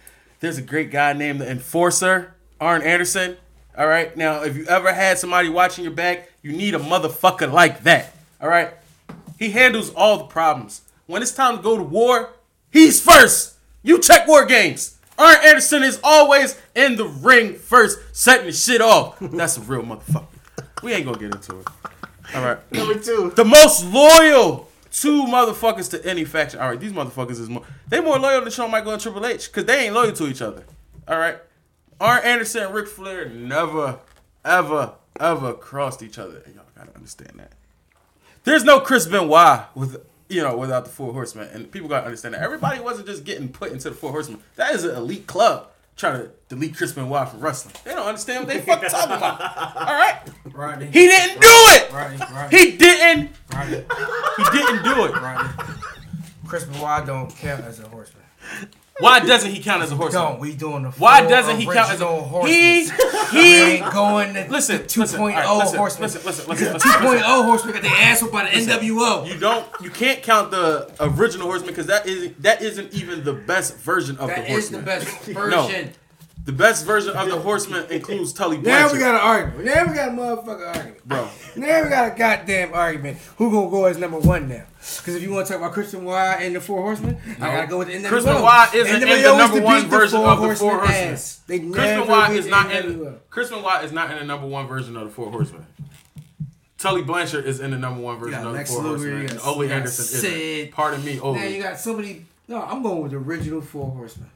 There's a great guy named the Enforcer, Arn Anderson. All right, now if you ever had somebody watching your back, you need a motherfucker like that. All right, he handles all the problems. When it's time to go to war, he's first. You check war games. Arn Anderson is always in the ring first, setting the shit off. That's a real motherfucker. We ain't gonna get into it. All right.
number two.
The most loyal two motherfuckers to any faction. All right, these motherfuckers is more. They more loyal than Shawn Michaels and Triple H because they ain't loyal to each other. All right, Arn Anderson and Ric Flair never, ever, ever crossed each other. And y'all gotta understand that. There's no Chris Benoit with you know without the Four Horsemen, and people gotta understand that everybody wasn't just getting put into the Four Horsemen. That is an elite club trying to delete Chris Benoit from wrestling. They don't understand what they fucking talking about. All right,
Rodney.
he didn't do it.
Rodney, Rodney,
He didn't
Rodney,
he didn't do it.
Rodney. Chris Benoit don't count as a horseman.
Why doesn't he count as a horseman?
Don't. We doing the
Why
full
doesn't he count as a
original horseman?
He
ain't
he
going to
listen.
2.0
listen, all right, listen,
horseman.
Listen, listen, listen, listen,
2.0
listen.
horseman got their ass whooped by the NWO.
You don't. You can't count the original horseman because that is that isn't even the best version of
That
the
is
horseman.
the best version.
No. The best version of the horseman includes Tully
Now
Blanchard.
we got an argument. Now we got a motherfucking argument.
Bro,
Now we got a goddamn argument. Who gonna go as number one now? Because if you want to talk about Christian Wyatt and the Four Horsemen, I gotta go with the NWO.
Chris Benoit isn't
NWO
in the
used to
number
beat
one version
Four
of the Four Horsemen.
ass. They
Chris
never
Benoit
beat
is not in.
NWO.
Chris Benoit is not in the number one version of the Four Horsemen. Tully Blanchard is in the number one
got
version of the
Lex
Four
Luger,
Horsemen.
you
and
got-
Ole
you got
Anderson is.
Sid.
Pardon me, Ole.
Now you got somebody. No, I'm going with the original Four Horsemen.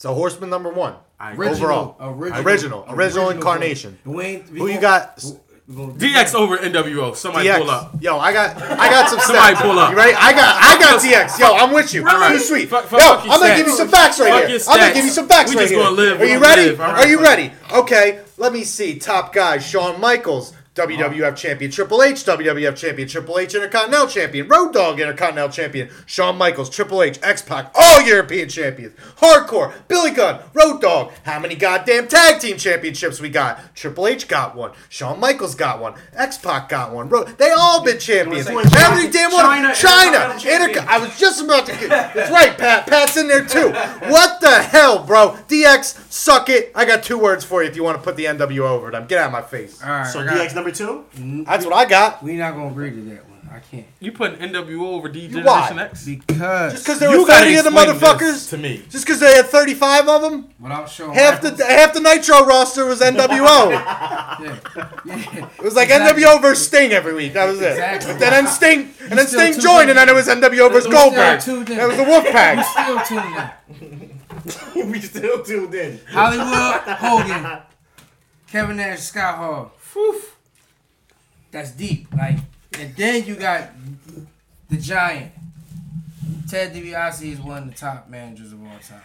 So Horseman number one.
I-
Overall.
original,
Original. Original incarnation.
Four- We ain't- we
Who you
gon-
got?
we gon-
DX over NWO. Somebody
DX.
pull up.
Yo, I got I got some
Somebody
stats.
pull up.
You ready? I got I got DX. Yo, I'm with you.
Really?
Too sweet.
Fuck- fuck-
Yo,
fuck your
I'm gonna
stats.
give you some facts right
Fuck
here.
your
I'm gonna
stats.
give you some facts
We
right
just
here.
gonna live,
Are
we
you
gonna
ready?
live. All
Are
right,
you
fuck
ready? Okay, let me see. Top guy, Shawn Michaels. WWF champion Triple H, WWF champion Triple H, Intercontinental champion, Road Dog Intercontinental champion, Shawn Michaels, Triple H, X Pac, all European champions, Hardcore, Billy Gunn, Road Dog. How many goddamn tag team championships we got? Triple H got one, Shawn Michaels got one, X Pac got one. Road. They all been champions.
You wanna say
Every damn one. China,
China
China,
Intercontinental
Interco-
champion.
I was just about to. That's right, Pat. Pat's in there too. What the hell, bro? DX, suck it. I got two words for you if you want to put the NWO over them. Get out of my face.
All right,
So
I got-
DX number two?
That's what I got.
we not gonna agree to that one. I can't
You put NWO over D
Why?
Generation X?
because
Just because there
You
were
gotta
30 of the
explain this
motherfuckers?
to me.
Just because they had 35 of them?
without showing
Half the half the Nitro roster was NWO.
yeah.
It was like
Exactly.
NWO versus Sting every week. That was it.
Exactly.
But then Sting and then
still
Sting
too
joined,
good.
and then it was NWO versus
still
Goldberg.
too good.
That was the Wolfpack.
Still tuned in.
we still tuned in.
Hollywood Hogan, Kevin Nash, Scott Hall. Whew. That's deep. Like, and then you got the Giant. Ted DiBiase is one of the top managers of all time.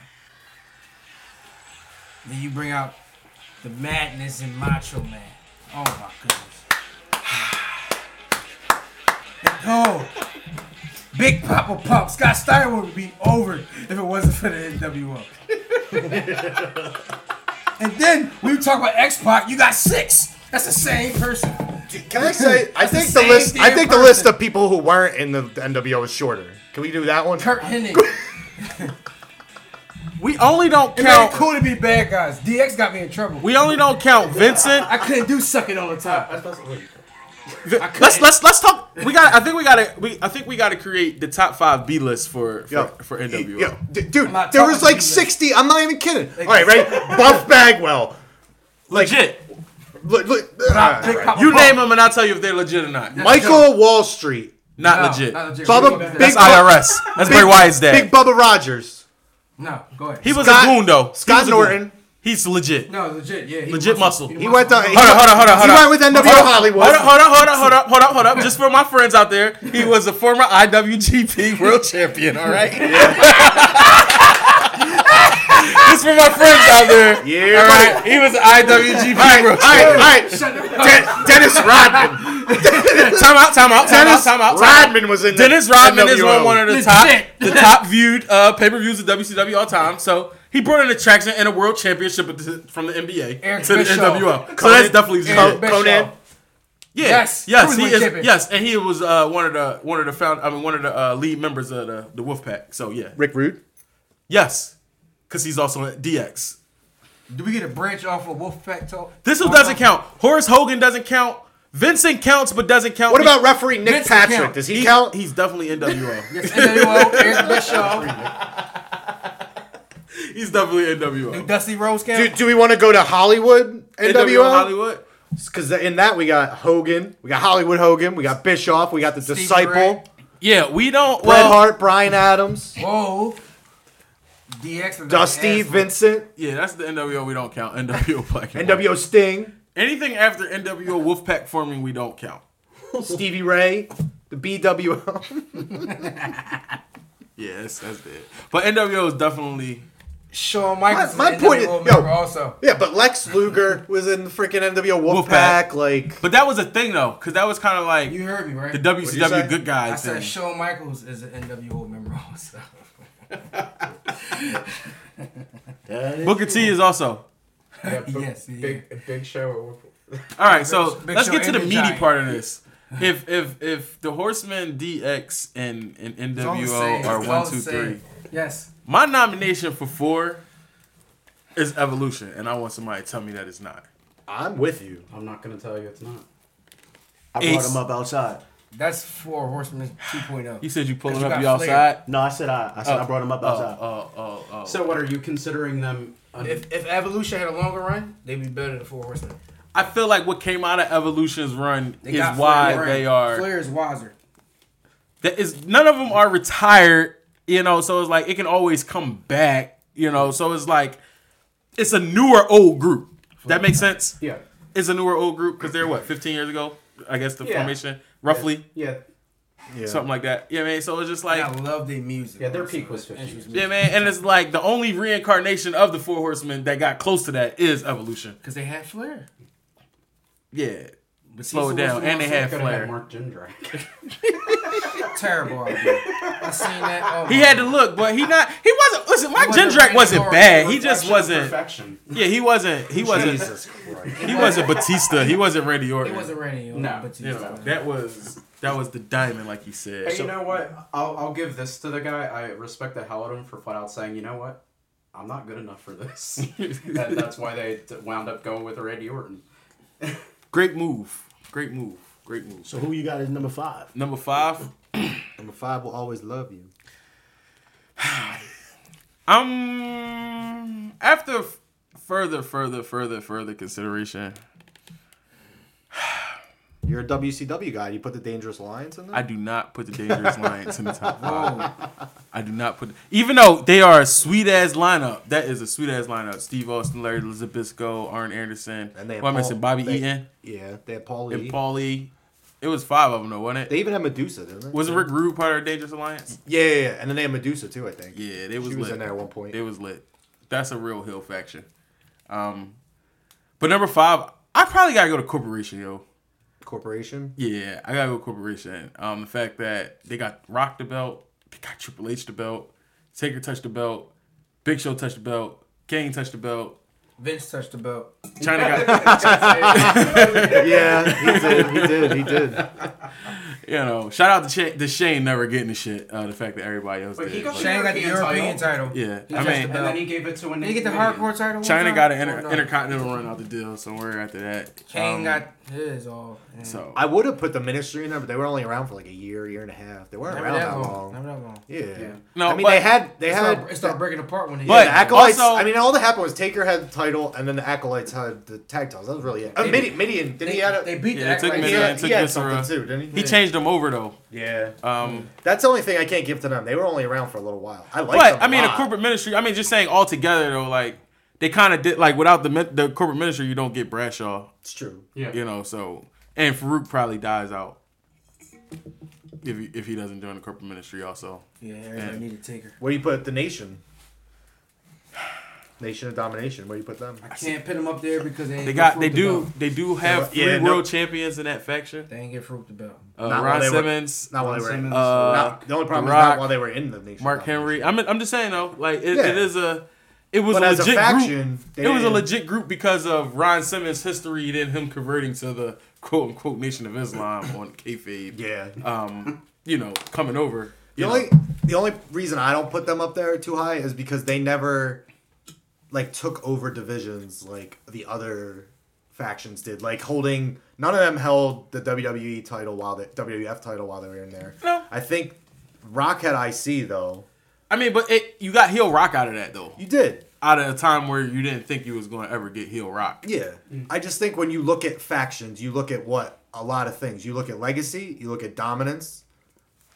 Then you bring out the madness and Macho Man. Oh my goodness. No. Big Papa Pump. Scott Steiner would be over if it wasn't for the NWO. And then when you talk about X Pac, you got six. That's the same person.
Can I say? I
That's the
think the
same
list. I
damn
think the
person.
list of people who weren't in the NWO is shorter. Can we do that one?
Kurt Hennig.
We only don't
It made it
count.
cool to be bad guys. DX got me in trouble.
We only don't count Vincent.
I couldn't do sucking all the time.
Let's let's let's talk. We got. I think we got to. We I think we got to create the top five B list for for,
Yo.
for NWO.
Yo, d- dude,
not
there
talking
was
to
like
you,
sixty. I'm not even kidding. All right, right. Buff Bagwell. Like,
Legit.
Look, look,
Nah,
uh,
Big Papa
You
Pump.
name them and I'll tell you if they're legit or not. Not
Michael Wall Street.
No,
legit.
not legit.
Bubba
We go back.
Big-
That's IRS. That's Bray Wyatt's
Big
dad.
Bubba Rogers.
No, go ahead.
He was
Scott-
a goon though. He
Scott
was a goon.
Norton.
He's legit.
no, legit. Yeah, he
Legit muscle.
He
He went to. He,
Hold on, hold on, hold on, hold
he
on.
went with NWO Hollywood.
Hold up, hold up, hold up, hold up, hold up, hold up. Just for my friends out there, he was a former IWGP World Champion. All right. Just for my friends out there.
Yeah,
All
buddy.
right. He was an IWGP World
All right, all
Champion.
right. De- Dennis Rodman.
Time out. Time out. Time out.
Dennis
Time out. Time out.
Rodman was in.
Dennis
the
Rodman is
NWO.
on one of the top, the top viewed uh, pay per views of WCW all time. So he brought an attraction and a world championship with the- from the NBA
Eric
to the
Bischoff.
NWO. So that's definitely
Co-
legit.
Big
Conan.
Show.
Yeah.
Yes.
Yes. Yes. He
Cruiserweight
is.
champion.
Yes, and he was uh, one of the one of the found. I mean, one of the uh, lead members of the the Wolfpack. So yeah.
Rick Rude.
Yes, because he's also at DX.
Do we get a branch off of Wolfpack talk?
This one doesn't count. Horace Hogan doesn't count. Vincent counts, but doesn't count.
What about referee Nick
Vince
Patrick?
count.
Does he,
He,
count?
He's definitely NWO.
Yes, NWO, Eric Bischoff,
he's definitely NWO.
Dusty Rose
do,
count.
do we want to go to Hollywood NWO?
Hollywood.
Because in that we got Hogan, we got Hollywood Hogan, we got Bischoff, we got the Disciple,
Ray.
Yeah, we don't.
Bret
Well,
Hart, Brian Adams,
Whoa. DX. and
Dusty,
Asshole.
Vincent,
yeah, that's the NWO. We don't count NWO Black. and white.
NWO Sting,
Anything after NWO Wolfpack forming, we don't count.
Stevie Ray, the BWO.
Yes, that's it. But NWO is definitely.
Shawn Michaels.
My- my
is an
point is-
NWO
yo.
member also.
yeah, but Lex Luger was in the freaking NWO Wolfpack.
Wolfpack.
Like,
But that was a thing though, because that was kind of like
You heard me, right?
the
What'd you say?
WCW good
I
guys thing.
said Shawn Michaels is an NWO member also.
Booker T is also.
yes, yeah.
Big, big show.
All right, so
Big
let's
Show
get to the
and the
meaty
Giant.
part of this. If if if the Horsemen DX and and
all the same.
NWO are
It's all
one
the
two three,
same. Yes.
my nomination for four is Evolution, and I want somebody to tell me that it's not.
I'm with you.
I'm not gonna tell you it's not.
I brought
Ace.
him up outside.
That's Four Horsemen 2.0.
You said you pulling
'Cause you
up
got
you
Flair.
outside.
No, I said I. I said I brought him up
Oh,
outside.
oh, oh, oh.
So what are you considering them? un-
if, if Evolution had a longer run, they'd be better than Four Horsemen.
I feel like what came out of Evolution's run
They
is
got Flair
why
in the ring.
they are.
Flair is wiser.
that is none of them are retired, you know, so it's like it can always come back, you know, so it's like it's a newer old group. That makes sense?
yeah,
It's a newer old group because they're what, 15 years ago, I guess the
Yeah.
formation, roughly,
yeah,
Yeah.
something like that. Yeah, man. So it's just
And I
like,
love their music.
yeah. Their
also.
peak was 50.
Entrance
yeah,
music.
man. And it's like the only reincarnation of the Four Horsemen that got close to that is Evolution.
Because they had Flair.
Yeah.
But
slow it down, and they had flair.
Mark Jindrak.
Terrible idea. I seen that. Oh
He
my
had to look, but he not. He wasn't. Listen, Mike
wasn't
Jindrak
ready
wasn't
for
bad.
it.
He just
Reflection of
wasn't.
Perfection.
Yeah, he wasn't. He wasn't.
Jesus Christ.
He wasn't Batista. He wasn't Randy
It
Orton.
wasn't Randy. Orton,
No,
but
You
you
know, that was that was the diamond, like you said.
Hey,
So-
you know what? I'll, I'll give this to the guy. I respect the hell out of him for flat out saying, you know what? I'm not good enough for this. and that's why they d- wound up going with Randy Orton.
great move. Great move. Great move.
So who you got as number five?
Number five.
Number five will always love you.
Um, after f- further, further, further, further consideration,
You're a WCW guy. You put the Dangerous Alliance in there.
I do not put the Dangerous Lions in the top five. I do not put, even though they are a sweet ass lineup. That is a sweet ass lineup. Steve Austin, Larry Zabisco, Arn Anderson,
And they had
who am I missing?
Paul-
Bobby
they-
Eaton,
yeah, they had Paul
and
Lee.
Paulie. It was five of them, though, wasn't it?
They even had Medusa, didn't they?
Was Rick Rude part of the Dangerous Alliance?
yeah, yeah, yeah, and then they had Medusa too. I think.
Yeah, they was,
she was
lit.
in there at one point.
It was lit. That's a real hill faction. Um, but number five, I probably gotta go to Corporation, yo.
Corporation.
Yeah, I gotta go Corporation. Um, the fact that they got Rock the belt, they got Triple H the belt, Taker touched the belt, Big Show touched the belt, Kane touched the belt,
Vince touched the belt.
China got
yeah, he did. He did. He did.
you know. Shout out to, Shane to Shane never getting the shit. Uh, the fact that everybody else
But he
did.
got-
Like,
Shane got the European
European
title.
yeah,
touched
I
the
mean.
And then
No.
he gave it to an
Did he get the
Indian.
hardcore title? one
China
time?
got an inter-
Oh, no.
intercontinental run out the deal somewhere after that.
Kane
Um,
got his all. Mm.
so
I would have put the Ministry in there, but they were only around for like a year, year and a half. They weren't
Never
around
that
that
long.
long.
Never that long.
Yeah.
Yeah.
No,
I mean,
but-
they had. They
It
had.
started, it started breaking apart when he.
But-
the acolytes.
Also-
I mean, all that happened was Taker had the title, and then the acolytes had the tag titles. That was really it. Uh, Midian, Midian didn't
they,
he had a?
they beat
Yeah, it
the
took
Acolytes.
he
Midian,
had,
it
he
took
had
Viscera.
something too, didn't he?
he changed them over though.
Yeah.
Um,
That's the only thing I can't give to them. They were only around for a little while. I like them.
but I mean,
a
the
lot.
corporate ministry. I mean, just saying all together though, like they kind of did like without the min- the corporate ministry, you don't get Bradshaw,
It's true.
Yeah.
you know. So and Farouk probably dies out if he, if he doesn't join the corporate ministry also.
Yeah, everybody need a taker.
Where do you put the nation? Nation of Domination. Where do you put them?
I can't pin them up there because they ain't
They
get
got
Farouk
they
the
do
belt.
they do have
Yeah,
three
no-
world champions in that faction.
They ain't get Farouk the belt.
Uh,
Not while
Ron
they were-
Simmons,
Not while
Ron
they were. In,
Simmons,
Uh,
The
not,
Rock.
the only problem
The
is
Rock,
not while they were in the Nation. of
Mark
Domination.
Henry. I'm I'm just saying though, like it,
Yeah.
it is a it was
But
a
as a
legit group.
faction, they
It was a
didn't-
legit group because of Ron Simmons' history, then him converting to the quote unquote Nation of Islam on kayfabe.
Yeah.
um, you know, coming over.
The
you
only
know.
the only reason I don't put them up there too high is because they never like took over divisions like the other factions did. Like holding none of them held the WWE title while the WWF title while they were in there.
No.
I think Rock had IC though.
I mean, but it you got heel rock out of that though.
You did.
Out of a time where you didn't think you was going to ever get heel rock.
Yeah.
Mm.
I just think when you look at factions, you look at what a lot of things. You look at legacy, you look at dominance.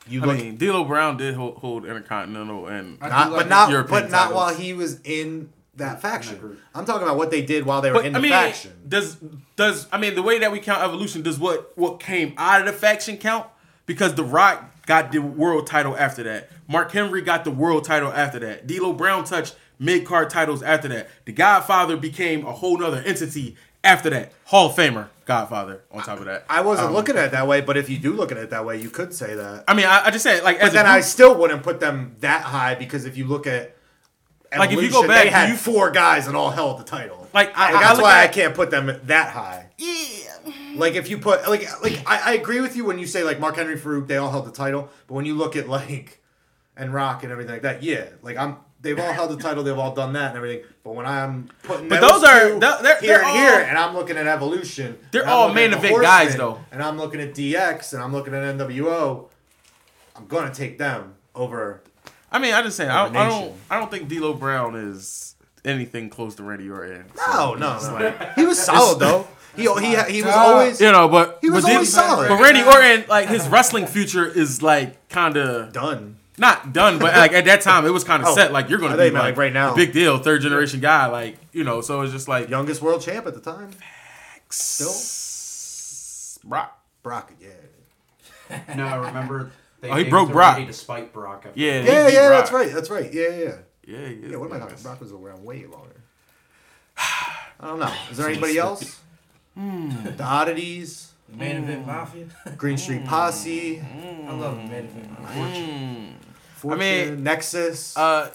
You
I
look
mean, D'Lo Brown did hold, hold Intercontinental, and
I
not,
do
but
like
not,
European
but not
titles.
while he was in that faction.
group.
I'm talking about what they did while they were
but
in
I
the
mean,
faction.
does does I mean the way that we count evolution does what what came out of the faction count because The Rock got the world title after that. Mark Henry got the world title after that. D'Lo Brown touched mid card titles after that. The Godfather became a whole nother entity after that. Hall of Famer Godfather on top of that.
I wasn't looking at it that way, but if you do look at it that way, you could say that.
I mean, I, I just said like as
But then
a group,
I still wouldn't put them that high because if you look at
Like, if you go
Evolution,
back,
they had
you-
four guys and all held the title.
Like, I- I
that's
look at-
why I can't put them that high. Yeah. Like if you put like like I, I agree with you when you say like Mark Henry Farouk, they all held the title, but when you look at like and Rock and everything like that, yeah, like I'm. They've all held the title. They've all done that and everything. But when I'm putting
But
those,
those are-
two
they're- they're-
here
they're
and here,
all-
and I'm looking at Evolution.
They're
and I'm
all
looking
main
at the
event guys,
Horsemen,
though.
And I'm looking at DX, and I'm looking at NWO. I'm gonna take them over
I mean, I just saying, I, don't- I don't,
Combination.
I don't think D'Lo Brown is anything close to Randy Orton.
No, oh, no, no. he was solid though. He he he was
God.
always
you know, but
He was
but
always solid.
But Randy Orton, like his wrestling future is like kind of
done.
not done, but like at that time it was kind of
Oh,
set. Like you're going
I
to
thought
be
you meant,
like
like, right now.
a big deal, third generation guy, like you know. So it's just like
Youngest world champ at the time.
still Brock.
Brock, yeah.
No, I remember. They
Oh, he
gave
broke
it to
Brock.
Randy Despite Brock. after-
Yeah, he
Yeah,
beat
yeah,
Brock.
that's right. That's right. Yeah, yeah, yeah.
Yeah, yeah.
Yeah, what am I talking? Brock was around way longer.
Hmm.
I don't know. Is there anybody else? The oddities.
Man Event Mafia.
Green Street Posse,
I love Man Event Mafia.
Fortune,
mean-
Nexus,
Uh,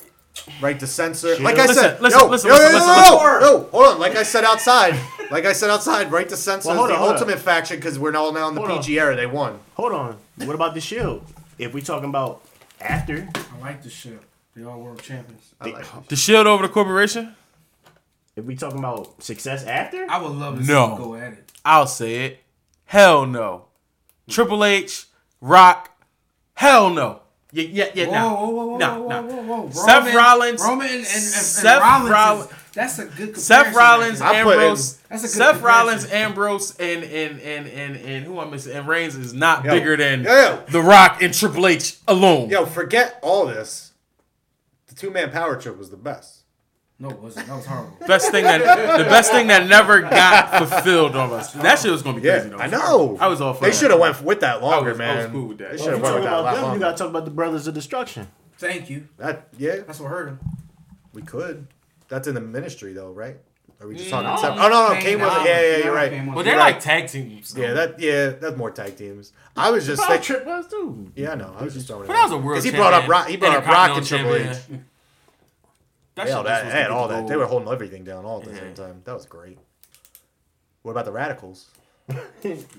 Right to Censor.
Shit.
Like I
Listen,
said,
listen,
yo,
listen,
yo,
listen,
yo,
listen,
yo,
listen.
yo, yo, hold on. Like I said outside, like I said outside, Right to Censor
Well, hold
is
on,
the
hold
ultimate faction because we're all now in the
Hold on.
PG era. They won.
Hold on. What about the Shield? If we talking about after,
I like this shit. They all world champions.
I like
the shield over the corporation.
if we talking about success after,
I would love to
No.
see them go at it.
I'll say it. Hell no. Triple H, Rock. Hell no. Yeah, yeah, yeah.
Whoa,
nah.
whoa, whoa, whoa,
Nah,
whoa,
nah.
whoa, whoa, whoa.
Seth
Roman-
Rollins-
Roman and, and, and, and
Seth
Rollins. is-
Rollins-
that's a good comparison.
Seth Rollins,
right
I put
Ambrose,
in- That's a good
Seth
comparison.
Rollins, Ambrose, and and and and and who I'm missing, and Reigns is not
Yo.
bigger than
Yo, yo.
The Rock and Triple H alone.
Yo, forget all this. The two man power trip was the best.
there. No, it wasn't. That was horrible.
Best thing that the best thing that never got fulfilled on us. That shit was gonna be
Yeah,
crazy though.
I know.
I was all for
They
that.
should have went with that longer,
was- I
man.
was cool with that. Well,
They should
you
have went
talk
with that a
about
lot
them, you
longer.
gotta talk about the Brothers of Destruction.
Thank you.
That, yeah,
That's what hurt him.
we could. That's in the ministry though, right? Are
Mm,
we just talking? separate- Oh no, no,
Kane
Kane was.
Allen.
Yeah, yeah,
No,
you're
Kane
right.
was-
But they're
You're right.
like tag teams. though.
Yeah, that yeah, that's more tag teams. I was just
Power
thinking.
trip was too.
Yeah, I know. I was just throwing it.
But that
out.
was a world.
'Cause he brought up
champion,
Rock. He brought up Rock and Triple
Intercontinental
H.
champion.
They
shit
all
was
that. They had
gonna
all
be
that.
gold.
They were holding everything down all at the
Yeah.
same time. That was great. What about the radicals?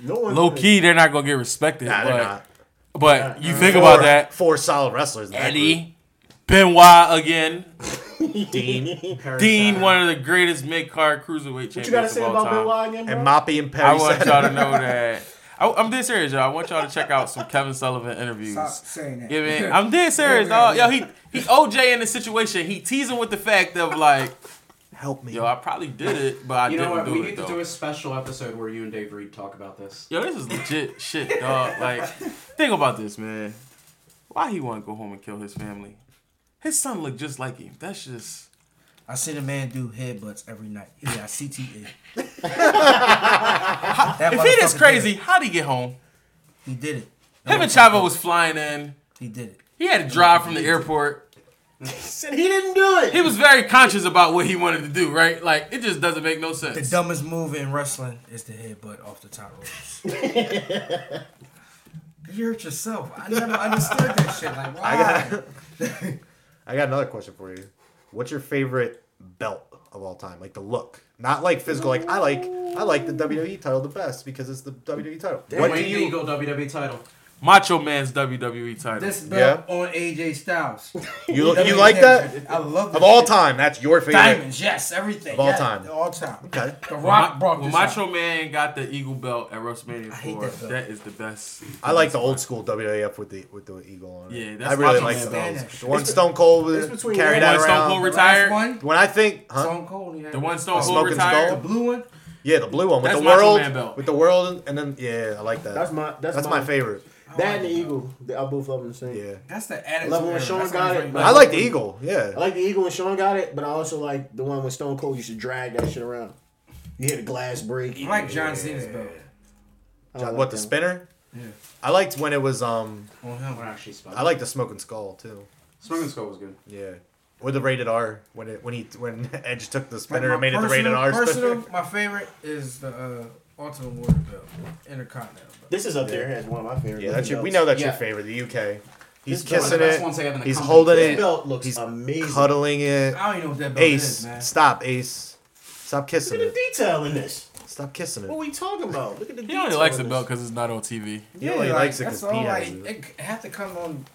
No one
low key. They're not gonna get respected.
Nah,
but
they're not.
but you think
Four-
about that,
Four solid wrestlers. in that group.
Eddie, Benoit again,
Dean,
Dean, one of the greatest mid card cruiserweight champions
What you gotta
of
say
all
about
time.
Bill Lyon again, bro?
and Moppy and Perry.
I want
Saturn.
y'all to know that. I, I'm dead serious, y'all. I want y'all to check out some Kevin Sullivan interviews.
Stop saying that.
Yeah, man. I'm dead serious, dog. Yo, he he OJ in the situation. He teasing with the fact of like,
Help me.
yo, I probably did it, but I
You know
didn't
what?
do
We
it
need
though.
to do a special episode where you and Dave Reed talk about this.
Yo, this is legit shit, dog. Like, think about this, man. Why he want to go home and kill his family? His son looked just like him. That's just.
I seen a man do headbutts every night. He got CTE. That
If he this
motherfucker
crazy,
did it.
how'd he get home?
he did it.
Him and Chavo was flying in.
He did it.
He had to drive
Mm-hmm.
from the airport.
said he didn't do it.
He was very conscious about what he wanted to do, right? Like, it just doesn't make no
The
sense.
dumbest move in wrestling is the headbutt off the top rope. you hurt yourself. I never understood that shit. Like, why?
I got another question for you. What's your favorite belt of all time? Like the look, not like physical. Like I like, I like the WWE title the best because it's the WWE title. What do
Wayne
you?
Eagle WWE title.
Macho Man's WWE title.
This belt on AJ Styles.
You, you like that?
I love that
Of all
shit.
time, that's your favorite.
Diamonds, yes, everything.
Of all
yeah,
time.
All time.
Okay.
The
When Ma-
Rock brought
when
this
Macho
out.
Man got the Eagle belt at WrestMania
hate
4,
that belt.
that is the best.
I like the old school WWF with the with the eagle on it.
Yeah, that's
I really
Macho
like
Man
the old
belt.
school. The one Stone Cold
It's
with
between one
carried that
Stone
around.
Cold
The last
retired.
one,
when I think, huh?
Stone Cold. Yeah.
The one Stone
The
Cold
Smoking Skull?
retired.
The blue one.
Yeah, the blue one with
That's
the
Macho
world,
Man belt.
with the world, and then yeah, I like that.
That's my- that's
my,
my-
favorite.
That and the Eagle, they- I both love them the same.
Yeah,
That's the attitude.
Love when
era.
Sean
That's
got
what
it,
he's
but-
I like the eagle. Yeah,
I like the Eagle when Sean got it, but I also like the one when Stone Cold used to drag that shit around. You hit a glass break.
I like John Cena's belt.
I
John-
like
what the
that.
spinner?
Yeah.
I liked when it was um.
On
I
him.
don't actually spell.
I like the smoking skull too.
Smoking Skull was good.
Yeah, or the rated R when it when he when Edge took the
Like,
spinner
my
and made it the
personal-
rated R.
Personal,
spinner.
my favorite is the uh, Ultimate Warrior belt, Intercontinental. Belt.
This is up there as one of my favorite.
Yeah, that's your, we
belts.
know that's your
Yeah.
favorite. The UK. He's
This is one of the
kissing
best
it.
ones they have in the
He's
company.
holding
This
it.
belt looks
He's
amazing.
cuddling it.
I don't even know what that belt is,
Ace,
man.
stop, Ace. Stop kissing
Look at
it.
the detail in this.
Stop kissing
What
it.
we talking about? Look at the
He
detail.
only likes the
in
belt
this.
because it's not on TV.
He only likes it
that's
because Pete
all,
has
like,
it.
It have to come on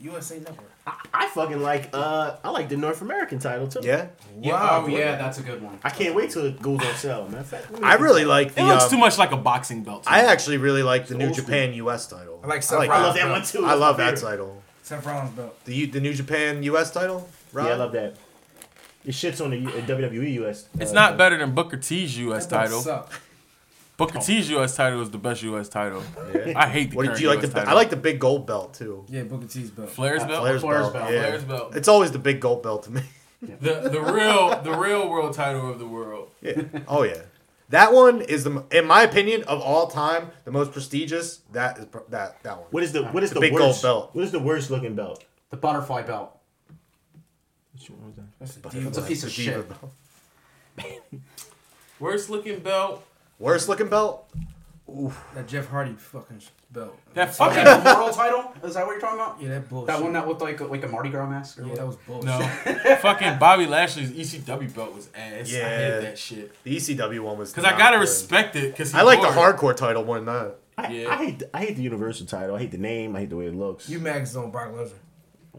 USA Network.
I fucking like. Uh, I like the North American title too.
Yeah,
Yeah, oh yeah, that's a good one.
I can't wait till it goes on sale, man. In fact, let me-
I really like the.
It looks
um,
too much like a boxing belt. to
I
me.
actually really like the New
old school.
Japan US title.
I like
I,
Seth
like
I
Rollins.
love that one too.
I
That's
love
my
that
favorite.
title.
Seth Rollins belt.
The U- the New Japan US title. Rob?
Yeah, I love that. It shits on the U- uh, WWE US. uh,
It's not better than Booker T's U.S.
That belt
title.
suck.
Booker T's U.S. title is the best U.S. title.
Yeah.
I hate the
What did
current
you like?
US
The
title.
I like the big gold belt too.
Yeah, Booker T's belt.
Flair's belt.
Flair's,
Flair's
belt.
belt.
Yeah.
Flair's belt.
It's always the big gold belt to me.
The the real the real world title of the world.
yeah. Oh yeah. That one is the, m- in my opinion, of all time, the most prestigious. That is pr- that that one.
What is the what is
The
the,
big gold
worst
belt.
What is the worst looking belt?
The butterfly belt.
That's a
It's a
diva.
piece of
Diva
shit.
belt.
Worst looking belt.
Worst looking belt.
That Jeff Hardy fucking belt.
That
Okay,
fucking
the world title? Is that what you're talking about?
Yeah, that bullshit.
That one that looked like like a Mardi Gras mask? Or
Yeah, that was bullshit.
no, fucking Bobby Lashley's
E
ECW belt was ass. I
Yeah.
hated that shit.
The ECW one was.
Cause I
not
gotta
good.
respect it. Cause he
I like the
wore it.
hardcore title more than that.
I,
Yeah.
I hate I hate the universal title. I hate the name. I hate the way it looks.
You max on Brock Lesnar.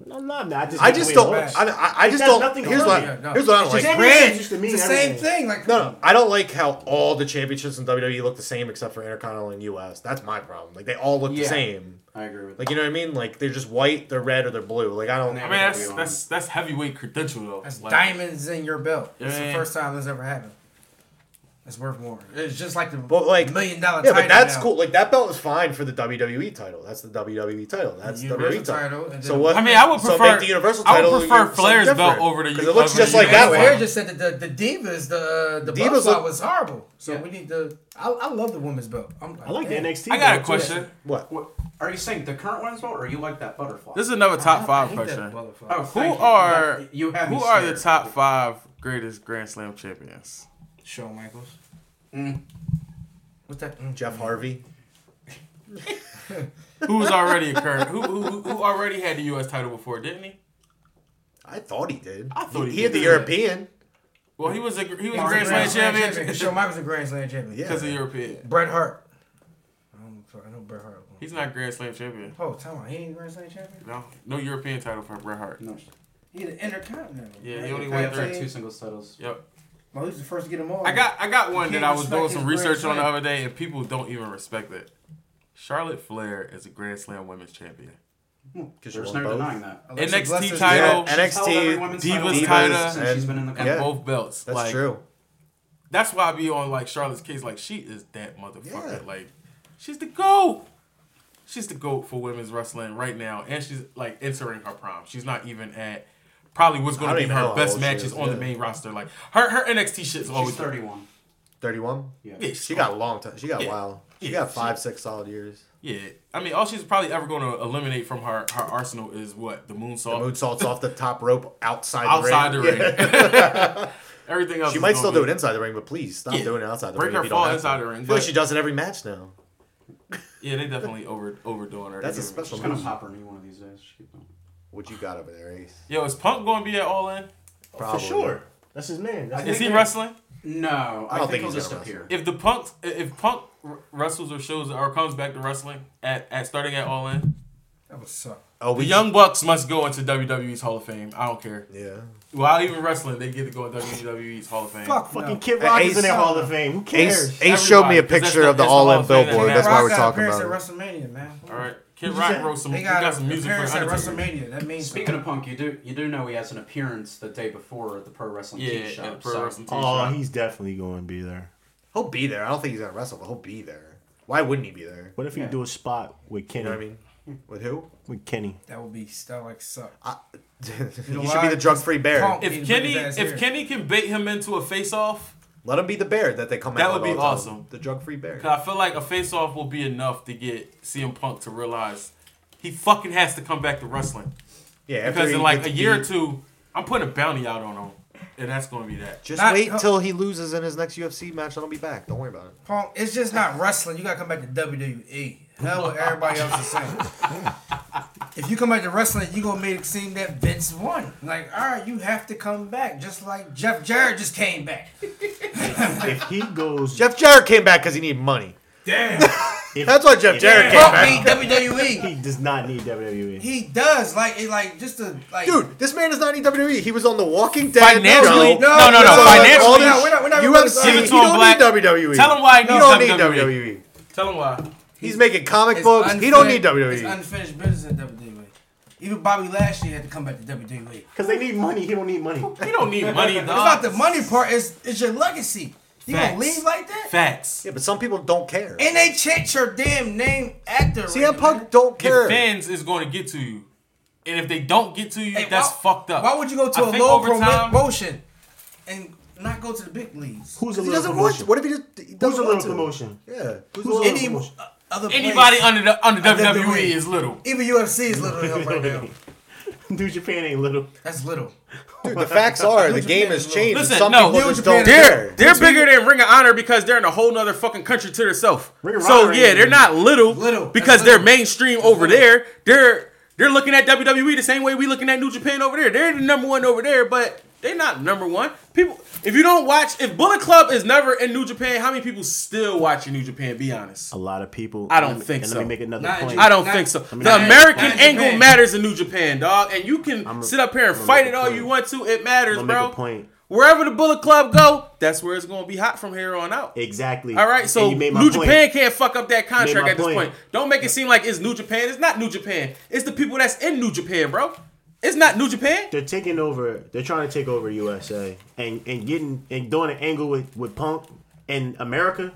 no, no, no, I just,
I
hate the
just
way it
don't.
looks.
I, I, I just
It does
don't.
nothing
Here's
for
what.
me.
Yeah, no.
Here's what I don't
It's
like.
just
brand.
used to mean
It's the same
everything.
thing. Like,
No, no, I don't like how all the championships in WWE look the same except for Intercontinental and US. That's my problem. Like they all look the
Yeah.
same.
I agree with
Like
that.
you know what I mean? Like they're just white, they're red, or they're blue. Like I don't.
I mean, that's that's that's heavyweight credential though.
That's
Like,
diamonds in your belt. It's the
Yeah.
first time that's ever happened. It's worth more. It's just like the
But like
million dollar
Yeah,
title.
but that's
now.
cool. Like that belt is fine for the WWE title. That's the WWE title. That's the WWE
Universal
title.
title, and
So
then-
what?
I mean, I would
so
prefer-
make the Universal
I would
title.
prefer Flair's belt over the
because it looks
over the
just like
US
that
Anyway, Eric
one.
just said that the, the divas, the the
Divas
divas
look-
was horrible. So
Yeah.
we need to. I, I love the women's belt. I'm like,
I like the
damn.
NXT.
I got a
belt, too.
question.
What?
What, are you saying the current women's belt, or you like that butterfly?
This is another top
I
five
hate that
question.
motherfucker.
oh,
Who
thank you.
are
That- you have me
who are the
scared.
top five greatest Grand Slam champions?
Shawn Michaels.
Mm.
What's that? Mm.
Jeff Harvey.
Who's already a current? Who, who who- who already had the U.S. title before, didn't he?
I thought he did.
I thought he
had the
did.
European.
Well, he was a he was a
He's a
Grand Slam champion
Shawn Michaels a Grand Slam champion.
Yeah.
because of European.
Bret Hart. I don't fuck- I know Bret Hart.
He's not Grand Slam champion.
Oh, time out. He ain't Grand Slam champion.
No, no European title for Bret Hart.
No.
He the Intercontinental.
Yeah, he only
I
won
have like
three.
two singles titles.
Yep.
Well, he's the first to get them all.
I got I got one that I was doing
respect
some
his Grand
research on the
Slam.
other day, and people don't even respect it. Charlotte Flair is a Grand Slam women's champion.
Because
There's no denying that.
Alexa
NXT
Bliss is-
title.
Yeah,
She's held every
NXT.
women's
Divas
title
title.
since she's been in the
And
company.
Yeah.
both belts.
That's
like,
true.
That's why I be on like Charlotte's case. Like she is that motherfucker.
Yeah.
Like she's the goat. She's the goat for women's wrestling right now, and she's like entering her prime. She's not even at probably what's
I
going
don't
to be
even know
her
how
best
old she
matches
is,
on the
yeah.
main roster. Like her her NXT shit's always
She's 31.
Thirty-one.
Yeah.
Yeah,
She got a long time. She got a
Yeah.
while. She
Yeah,
got
she-
five, six solid years.
yeah. I mean, all she's probably ever going to eliminate from her her arsenal is what the
The
moonsault
moon salts off the top rope outside the
outside the
ring.
ring.
Yeah.
Everything else.
She
is
might
gonna
still do it
be-
inside the ring, but please stop
Yeah.
doing it outside the
Break
ring.
her
if you don't
fall
have to.
inside the ring,
I feel like
but-
she does it every match now.
Yeah, they definitely over overdoing her.
That's
They
a
giving-
special
She's gonna
move.
pop her knee one of these days. She-
What you got over there, Ace?
Yo, is Punk going to be at All In?
For sure. That's his man. That's
Is
his
he
man.
wrestling?
No, I,
I don't think
think, he'll
he's
just
gonna
appear.
if the punk if punk wrestles or shows or comes back to wrestling at, at starting at all in
That would suck.
Oh,
the
we
young bucks must go into wwe's hall of fame i don't care
Yeah.
without even wrestling they get to go in wwe's hall of fame
Fuck
Fucking
no.
Kid Rock is in their
Ace-
Hall of Fame. Who cares?
Ace, Ace showed me a
Everybody, 'cause
picture
that's the- that's
of the
the
All In
Hall of Fame
billboard.
that
That's why
Rock
we're
got
talking
appearance
about it.
at WrestleMania, man.
all right kid
Who's
rock
that?
wrote some
They
he
got,
got, some music for
appearance at
Undertaker.
WrestleMania. That means
Speaking of Punk, you do you do know he has an appearance the day before at the pro wrestling
yeah
Tees show.
at pro
so-
wrestling TV
Oh,
show.
he's definitely going to be there.
He'll be there. I don't think he's gonna wrestle, but he'll be there. Why wouldn't he be there?
What if he
Yeah.
do a spot with Kenny?
You know what I mean? With who?
With Kenny.
that would be that like suck.
he should
why?
be the drug-free bear.
Punk.
if
He's
kenny
big as
if
here.
kenny can bait him into a face off
Let him be the bear that they come
That
out.
would
with
be
all the time.
awesome.
The drug-free bear.
i feel like a face off will be enough to get cm punk to realize he fucking has to come back to wrestling
Yeah, after
because
he
in like
gets
a year or
beat,
two i'm putting a bounty out on him and that's gonna be that
Just
Not-
wait till he loses in his next UFC match, and I'll be back. Don't worry about it.
Punk, it's just not wrestling. You gotta come back to WWE. Hell, what everybody else is saying. if you come back to wrestling, you gonna make it seem that Vince won. Like, all right, you have to come back, just like Jeff Jarrett just came back.
If he goes,
Jeff Jarrett came back because he needed money.
Damn,
That's why Jeff Jarrett came
Punk
back.
beat E. WWE.
he does not need E. WWE.
He does like it, like just to like.
Dude, this man is not in WWE. He was on The Walking Dead.
Financially,
no,
no, no, no.
no, no, all
financially,
this
we're not- we're not-
UFC.
Give it to
he
him,
don't
Black.
need WWE.
Tell him why he
he
needs E.
don't need
WWE.
WWE.
Tell him why.
He's making comic
it's
books. he don't
unfin-
need
E.
E.
It's
WWE.
unfinished business at WWE. Even Bobby Lashley had to come back to WWE.
Because they need money. He don't need money.
He don't need money, dog.
It's not the money part. It's it's your legacy. You
Facts.
gonna leave like that?
Facts.
yeah, but some people don't care.
And they chant your damn name after.
CM Punk don't
Your
care.
fans is going to get to you, and if they don't get to you,
Hey,
that's
why-
fucked up.
Why would you go to
I
a
think
low
over time-
promotion and not go to the big leagues?
Who's a
He
little
doesn't want
promotion?
to. What if he just? He
Who's
doesn't
a little
want to.
promotion?
Yeah.
Who's a little
Any
promotion?
other place-
Anybody under the under
Under E the
WWE
ring.
is little.
even UFC is little hell right now.
New Japan ain't little.
That's little.
Dude, the facts are the game has changed.
Listen,
Some
no,
people
New
just
Japan
don't
is-
They're
care.
they're bigger than Ring of Honor because they're in a whole nother fucking country to themselves.
Ring of
So
Honor
yeah,
ain't
they're not little,
Little.
because
That's
they're
little.
mainstream over there. They're they're looking at WWE the same way we looking at New Japan over there. They're the number one over there, but they're not number one. People, if you don't watch, if Bullet Club is never in New Japan, how many people still watching New Japan? Be honest.
A lot of people.
I don't
and let me-
think
and
so.
Let me make another
Not in
point.
Japan.
I don't
Not-
think so.
I mean,
the
not in-
American
not in
angle
Japan.
matters in New Japan, dog, and you can
I'm a-
sit up here and
I'm a
fight
make
it
a
all
point.
you want to. It matters,
I'm gonna
bro.
make a point.
Wherever the Bullet Club go, that's where it's gonna be hot from here on out.
Exactly.
All right,
And
so
you
New
made my point.
Japan can't fuck up that contract
my
at this
point.
point. Don't make it seem like it's New Japan. It's not New Japan. It's the people that's in New Japan, bro. It's not New Japan.
They're taking over. They're trying to take over USA and and getting and doing an angle with with Punk and America.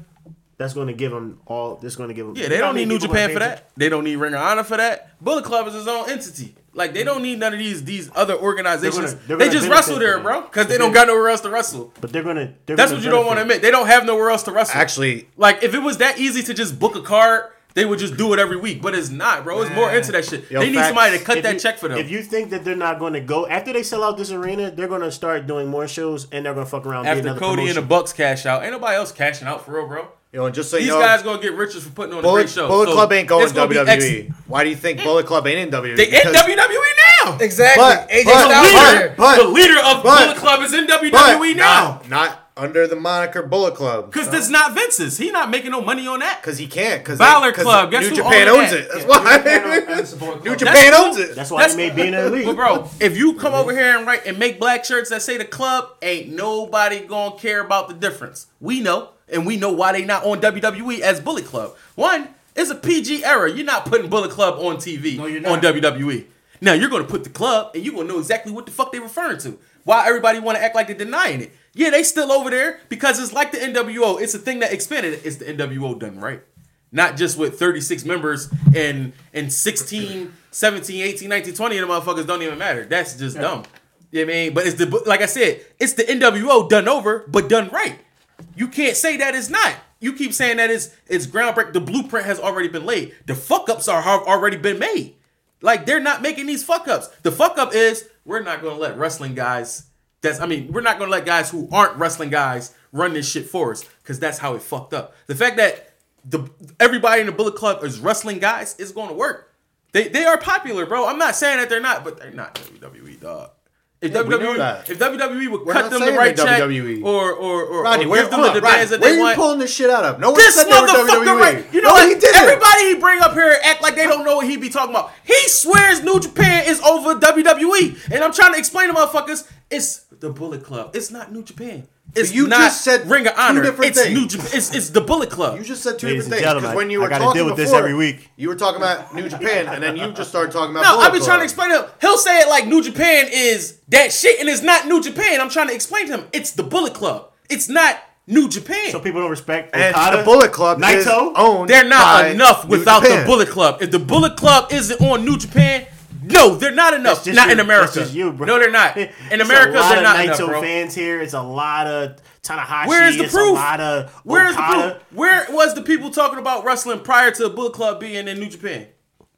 That's going to give them all. That's going to give them.
Yeah, they don't need New Japan for that. They don't need Ring of Honor for that. Bullet Club is its own entity. Like they don't need none of these these other organizations.
They're gonna- they're
they
gonna
just
benefit
wrestle there,
from
bro,
that.
because they don't got nowhere else to wrestle.
But they're going to.
That's what you don't want to admit. They don't have nowhere else to wrestle.
Actually,
Like if it was that easy to just book a card, they would just do it every week. But it's not, bro. It's more into that shit.
Yo,
they need
facts.
somebody to cut
If
that
you-
check for them.
If you think that they're not going to go after they sell out this arena, they're going to start doing more shows and they're going to fuck around. and get
after
another
Cody
promotion.
and the Bucks cash out, ain't nobody else cashing out for real, bro.
you know, and just so
These
you know,
guys gonna get riches for putting on a
Bullet,
great show.
Bullet
So
Club ain't going
it's gonna be
WWE.
ex-
E. Why do you think Bullet Club ain't in WWE?
They in
Because-
WWE now.
Exactly.
But-
AJ
but-
Styles
but-
here.
but-
the leader of
but-
Bullet Club is in WWE
but
now.
Not, not under the moniker Bullet Club.
Cause that's not Vince's. He not making no money on that.
Because he can't. Because
Balor Club, guess
New
who
Japan
owned
owns
that?
it. That's why. New Japan
That's-
owns it.
That's why they may be in the league.
But bro, if you come over here and write and make black shirts that say the club, ain't nobody gonna care about the difference. We know, and we know why they not on WWE as Bullet Club. One, it's a PG era. You're not putting Bullet Club on TV
No, you're
on
not.
WWE. Now you're gonna put the club, and you're gonna know exactly what the fuck they referring to. Why everybody wanna act like they're denying it? Yeah, they still over there because it's like the NWO. It's a thing that expanded. It's the NWO done right not just with 36 members and and 16 17 18 19 20 of the motherfuckers don't even matter that's just dumb you know what i mean but it's the but like i said it's the nwo done over but done right you can't say that it's not you keep saying that it's it's groundbreaking the blueprint has already been laid the fuck ups are have already been made like they're not making these fuck ups the fuck up is we're not gonna let wrestling guys that's I mean, we're not gonna let guys who aren't wrestling guys run this shit for us because that's how it fucked up. The fact that the everybody in the Bullet Club is wrestling guys is gonna work. They they are popular, bro. I'm not saying that they're not, but they're not WWE dog. If
we know
WWE
that.
if WWE would
We're
cut
not
them the
saying
right
they're
check
WWE.
or or or,
Rodney,
or
where,
give them
hold
the
on, Rodney,
demands that
where
they
you
want.
pulling this shit out of? No one
This
said they were WWE.
motherfucker, right? You know
no,
what?
he didn't.
Everybody he bring up here act like they don't know what he be talking about. He swears New Japan is over WWE, and I'm trying to explain to motherfuckers it's the Bullet Club. It's not New Japan. It's
you
not
just said
Ring of
two
Honor.
different
it's
things.
New Japan. It's, it's the Bullet Club.
You just said two
Ladies
different
and
things. Because
gentlemen,
when you
I
were
gotta
talking
deal with this
before,
every week.
you were talking about New Japan, and then you just started talking about.
no,
Bullet
I've been trying
Club.
to explain to him. He'll say it like New Japan is that shit, and it's not New Japan. I'm trying to explain to him it's the Bullet Club. It's not New Japan.
So people don't respect
And
Okada,
the Bullet Club is
Naito.
owned.
They're not
by
enough
New
without the
Japan.
Bullet Club. If the Bullet Club isn't on New Japan, no, they're not
That's
enough.
just
Not
you.
in America.
That's just you, bro.
No, they're not. In
It's
America,
a lot
they're
of
not
Naito
enough, bro.
fans here. It's a lot of Tanahashi.
Where is the
it's A
proof?
lot of
Where is the
Okada.
proof? Where was the people talking about wrestling prior to the Bullet Club being in New Japan?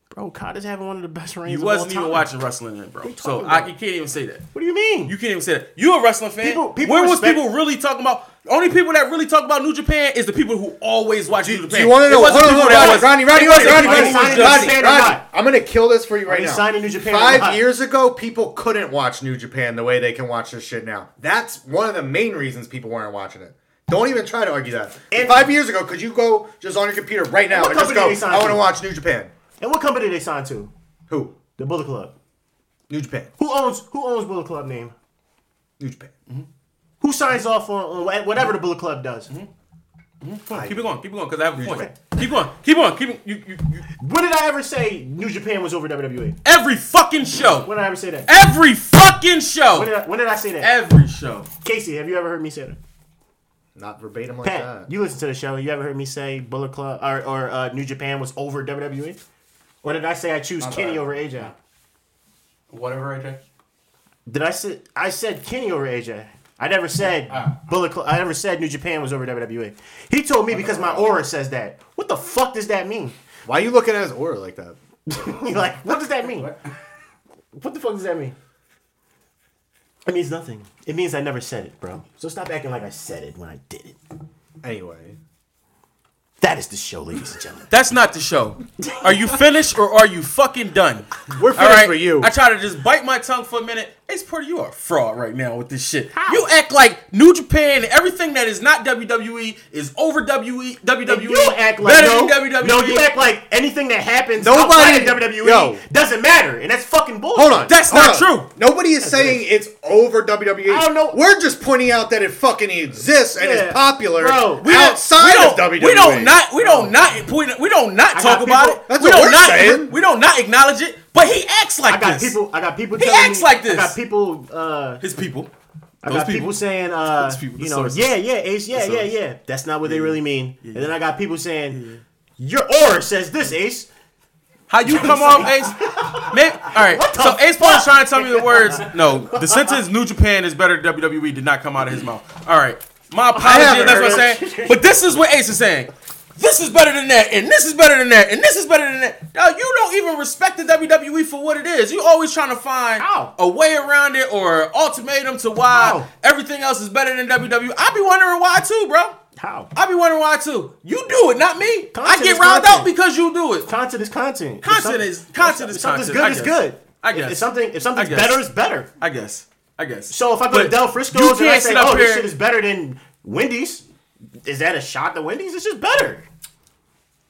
Bro, Okada's having one of the best reigns.
You
of
wasn't
all
even
time.
watching wrestling then, bro.
you
So
talking
I,
about?
you can't even say that.
What do you mean?
You can't even say that. You a wrestling fan.
People- people
Where
respect-
was people really talking about? The only people that really talk about New Japan is the people who always watch New Japan.
Do you want to
It
know? Hold
wasn't
on,
people
hold
that
on,
was-
Rodney, Rodney,
it wasn't
Rodney, Rodney,
people who
Rodney,
signing
was
New
just-
Rodney,
Japan or
Rodney.
not?
I'm gonna kill this for you right
he
now.
signing New Japan or
Five
not?
years ago, people couldn't watch New Japan the way they can watch this shit now. That's one of the main reasons people weren't watching it. Don't even try to argue that.
And-
five years ago, could you go just on your computer right now
What
and just
company
go?
they signed
I want to
to?
watch New Japan.
And what company they signed to?
Who?
The Bullet Club.
New Japan.
Who owns Who owns Bullet Club name?
New Japan.
Who signs off on, on whatever the Bullet Club does?
Mm-hmm. Keep it going, keep it going, because I have a
Japan.
point. Keep going, keep on, keep you, you, you.
When did I ever say New Japan was over WWE?
Every fucking show.
When did I ever say that?
Every fucking
When
show.
did I, when did I say that?
Every show.
Casey, have you ever heard me say that?
Not verbatim like
Pat,
that.
you listen to the show. You ever heard me say Bullet Club or, or uh, New Japan was over WWE? Or did I say I choose Kenny
bad.
over AJ?
Whatever, AJ.
Did I say I said Kenny over AJ? I never said Bullet Club. I never said New Japan was over WWE. He told me because my aura says that. What the fuck does that mean?
Why are you looking at his aura like that?
like, what does that mean? What the fuck does that mean? It means nothing. It means I never said it, bro. So stop acting like I said it when I did it.
Anyway.
That is the show, ladies and gentlemen.
That's not the show. Are you finished or are you fucking done?
We're finished
All right,
for you.
I try to just bite my tongue for a minute. Ace Porter, you are a fraud right now with this shit. You act like New Japan and everything that is not WWE is over E, WWE. WWE
You act like
better
no,
than E. WWE.
no, you act like anything that happens
Nobody-
outside of WWE
Yo.
doesn't matter, and that's fucking bullshit.
Hold on.
That's
hold
not
on.
true.
Nobody is saying it's over WWE.
I don't know-
We're just pointing out that it fucking exists and
Yeah.
is popular
Bro,
We don't-
outside
we don't,
of E. WWE.
We don't not. We don't not. We don't, we don't not talk
E. people-
about it.
that's
we
what
don't
we're
not.
saying.
We don't not acknowledge it. But he acts like
I got
this.
people. I got people.
He
telling
acts
me-
like this.
I got people. Uh,
His people.
I
Those
got people,
people.
saying, uh,
Those people, the
you know,
sources.
yeah, yeah, Ace, yeah,
The
yeah,
sources.
yeah. That's not what they really mean. And then I got people saying, your aura says this, Ace.
How you come off Ace? Maybe, all right. So Ace Paul is trying to tell me the words. No, the sentence "New Japan is better than WWE" did not come out of his mouth. All right, my apologies.
haven't
That's what
heard
I'm saying. But this is what Ace is saying. This is better than that, and this is better than that, and this is better than that. Now you don't even respect the WWE for what it is. You always trying to find
How?
a way around it or ultimatum to why
How?
everything else is better than WWE. I be wondering why too, bro.
How?
I be wondering why too. You do it, not me.
Content
I get
is
riled
content.
out because you do it.
Content is content. If
Content
something-
is- content
if
is
something's
content,
good.
I
It's
guess.
good.
I
If,
guess.
if something if something's
I guess.
better, it's better.
I guess. I guess.
So if I go to
But
Del Frisco's
you
and
can't
I say,
sit up
oh, this
here-
shit is better than Wendy's, is that a shot to Wendy's? It's just better.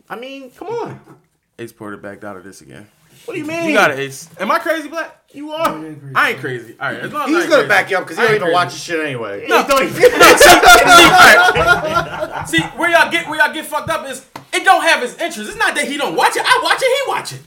I mean, come on.
Ace Porter backed out of this again.
What do you mean?
You got it, Ace. Am I crazy, Black?
You are.
I ain't crazy. All right, as long as I
He's
ain't
gonna
crazy.
back you up because he
I
don't
ain't
even
crazy.
watch this shit anyway.
You don't even-
All right. See where y'all get where y'all get fucked up is it don't have his interest. It's not that he don't watch it. I watch it. He watch it.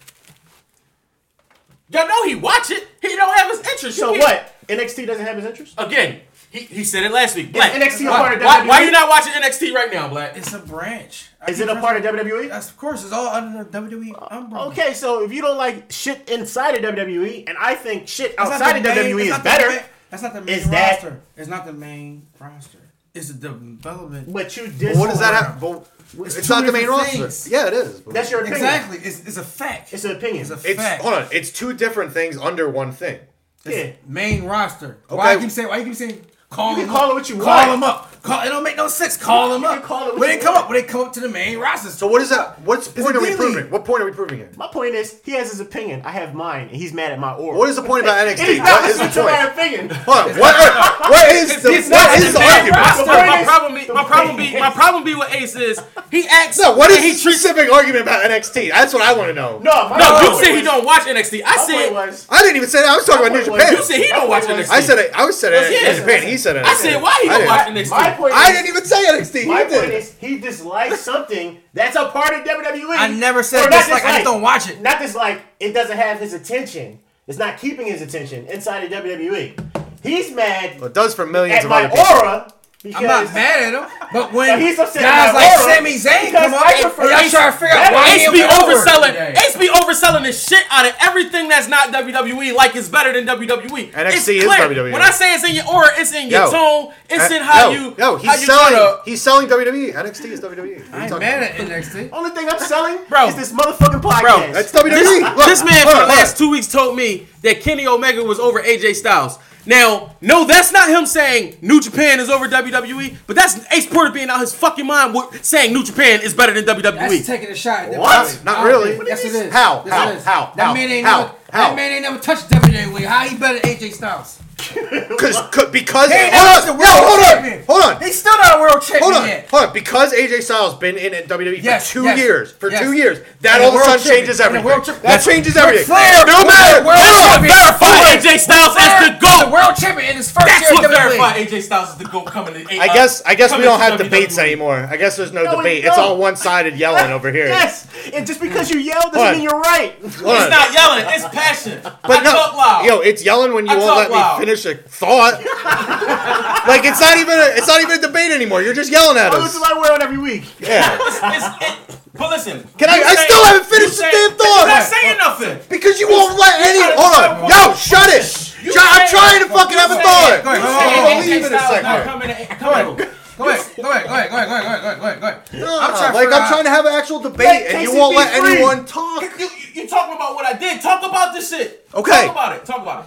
Y'all know he watch it. He don't have his interest. You
so
can't-
what? NXT doesn't have his interest?
Again, he, he said it last week. Black.
NXT a
why,
part of E?
why,
WWE?
why you not watching NXT right now, Black?
It's a branch. I
Is
keep
it a part of
trying-
WWE?
That's of course. It's all under the WWE umbrella.
Okay, so if you don't like shit inside of WWE, and I think shit
That's not
outside of
the main-
WWE
that's
is
not the
better,
main- That's not the main
Is that-
roster. it's not the main roster. It's the development.
but you just
What does that have? but
It's
It's,
two
not the main
different
roster.
things.
Yeah, it is. but-
That's your opinion.
Exactly. It's, it's a fact.
It's an opinion.
It's a
It's
fact.
hold on. It's two different things under one thing.
yeah.
Main roster. Why you
Okay.
keep saying? Why you keep saying? Call
You can
them
call
up.
it what you
call
want.
them up. Call. It don't make no sense. Call them
you
up.
can call it what
when
you
they come
want.
up, when they come up to the main roster.
So what is that? What's point are we
daily.
proving? What point are we proving here?
My point is, he has his opinion. I have mine, and he's mad at my aura.
What is the point about
It is
NXT?
not
What is the
listening to my
point?
opinion.
Hold on. What, are- what is the
It's
what
not
is
his
the
main
argument?
roster.
The point
My
is-
problem be
the
my problem be
point
my
is-
problem be with Ace is he acts.
No, what is
and
the specific argument about NXT? That's what I want to know.
No, my
No, you
point
said he
was-
don't watch NXT. I
My point
said
was,
I didn't even say that. I was talking about New
My point
Japan.
you said he don't watch NXT.
I said it. I was said
Well,
it.
yeah.
New Japan. He said it.
I said why he
I
don't
didn't.
watch NXT.
my point
I
is-
didn't even say NXT. He
My
did.
point is, he dislikes something that's a part of WWE.
I never said
Or not
dislike, I just don't watch it.
Not dislike. It doesn't have his attention. It's not keeping his attention inside of WWE. He's mad
Well, it does for millions
at
of
my
other people.
aura because
I'm not mad at him, but when
But he's upset
guys
about
like
Laura
Sami Zayn
because
come up,
I
and-
prefer
and y'all
Ace-
trying to figure out
that
why
Ace
he
be
ain't over
overselling.
today.
Ace be overselling the shit out of everything that's not WWE. Like it's better than WWE.
NXT
It's
is
clear.
WWE.
When I say it's in your aura, it's in your
Yo.
tone. It's
Uh,
in how
no,
you. how
No, he's
you
selling.
tryna-
He's selling E. WWE. NXT is WWE. What are you
I ain't
talking
mad
about?
at NXT.
only thing I'm selling
Bro.
is this motherfucking podcast.
That's WWE.
This,
Look,
this man
hold
for the
on, hold
last
on.
two weeks told me that Kenny Omega was over AJ Styles. Now, no, that's not him saying New Japan is over WWE, but that's Ace Porter being out his fucking mind with saying New Japan is better than E.
That's
WWE.
taking a shot. at
What?
WWE.
Not
I don't
really.
think-
What
Yes,
do you
it
mean?
is.
How?
Yes,
How?
it is.
How?
That
How?
man ain't
How?
never.
How?
That man ain't never touched WWE. How he better than AJ Styles?
Cause, 'cause- because
Hey, that was
hold
the
on,
world
no, hold on,
champion.
hold on,
He's still not a world champion
hold on,
yet.
hold on. Because AJ Styles been in at WWE
Yes,
for two
yes,
years, for
yes.
two years, that
And a
all of a
world
sudden
champion,
changes
and a
everything.
world champ-
that changes
Ric
everything.
Flair
no
was
matter.
a world
hold on.
champion.
Verify AJ Styles as the
He's a
GOAT.
world champion in his first
That's
year
what
in WWE.
verified AJ Styles is the GOAT coming to
I guess I guess we
coming
don't
to
have
WWE.
debates anymore. I guess there's no,
No, we
debate. It's
don't.
all one sided yelling over here.
Yes, and just because you yell doesn't
What?
mean you're right.
Hold
It's
on.
not yelling, it's passion.
But
I
no,
talk loud.
yo, it's yelling when you
I
won't
talk
let
loud.
me finish a thought. like it's not even a, it's not even a debate anymore. You're just yelling at
Oh, this
us.
is what I wear on every week.
Yeah.
It's- it's- it- but listen,
Can I-
you
I still haven't
you
finished the
say-
damn
You're not
thought.
saying nothing.
Because you won't let any. Hold on. No, shut it. Shut- I'm trying to fucking have a thought.
Go ahead.
I'll leave in a
Not
second.
coming to come on.
Go ahead, go ahead, go ahead, go ahead, go ahead, go ahead, go ahead, go ahead.
Like I'm trying to have an actual debate, and you
Casey
won't
be
let
free.
anyone talk.
You, you, you talking about what I then talk about this shit.
Okay.
Talk about it. Talk about it.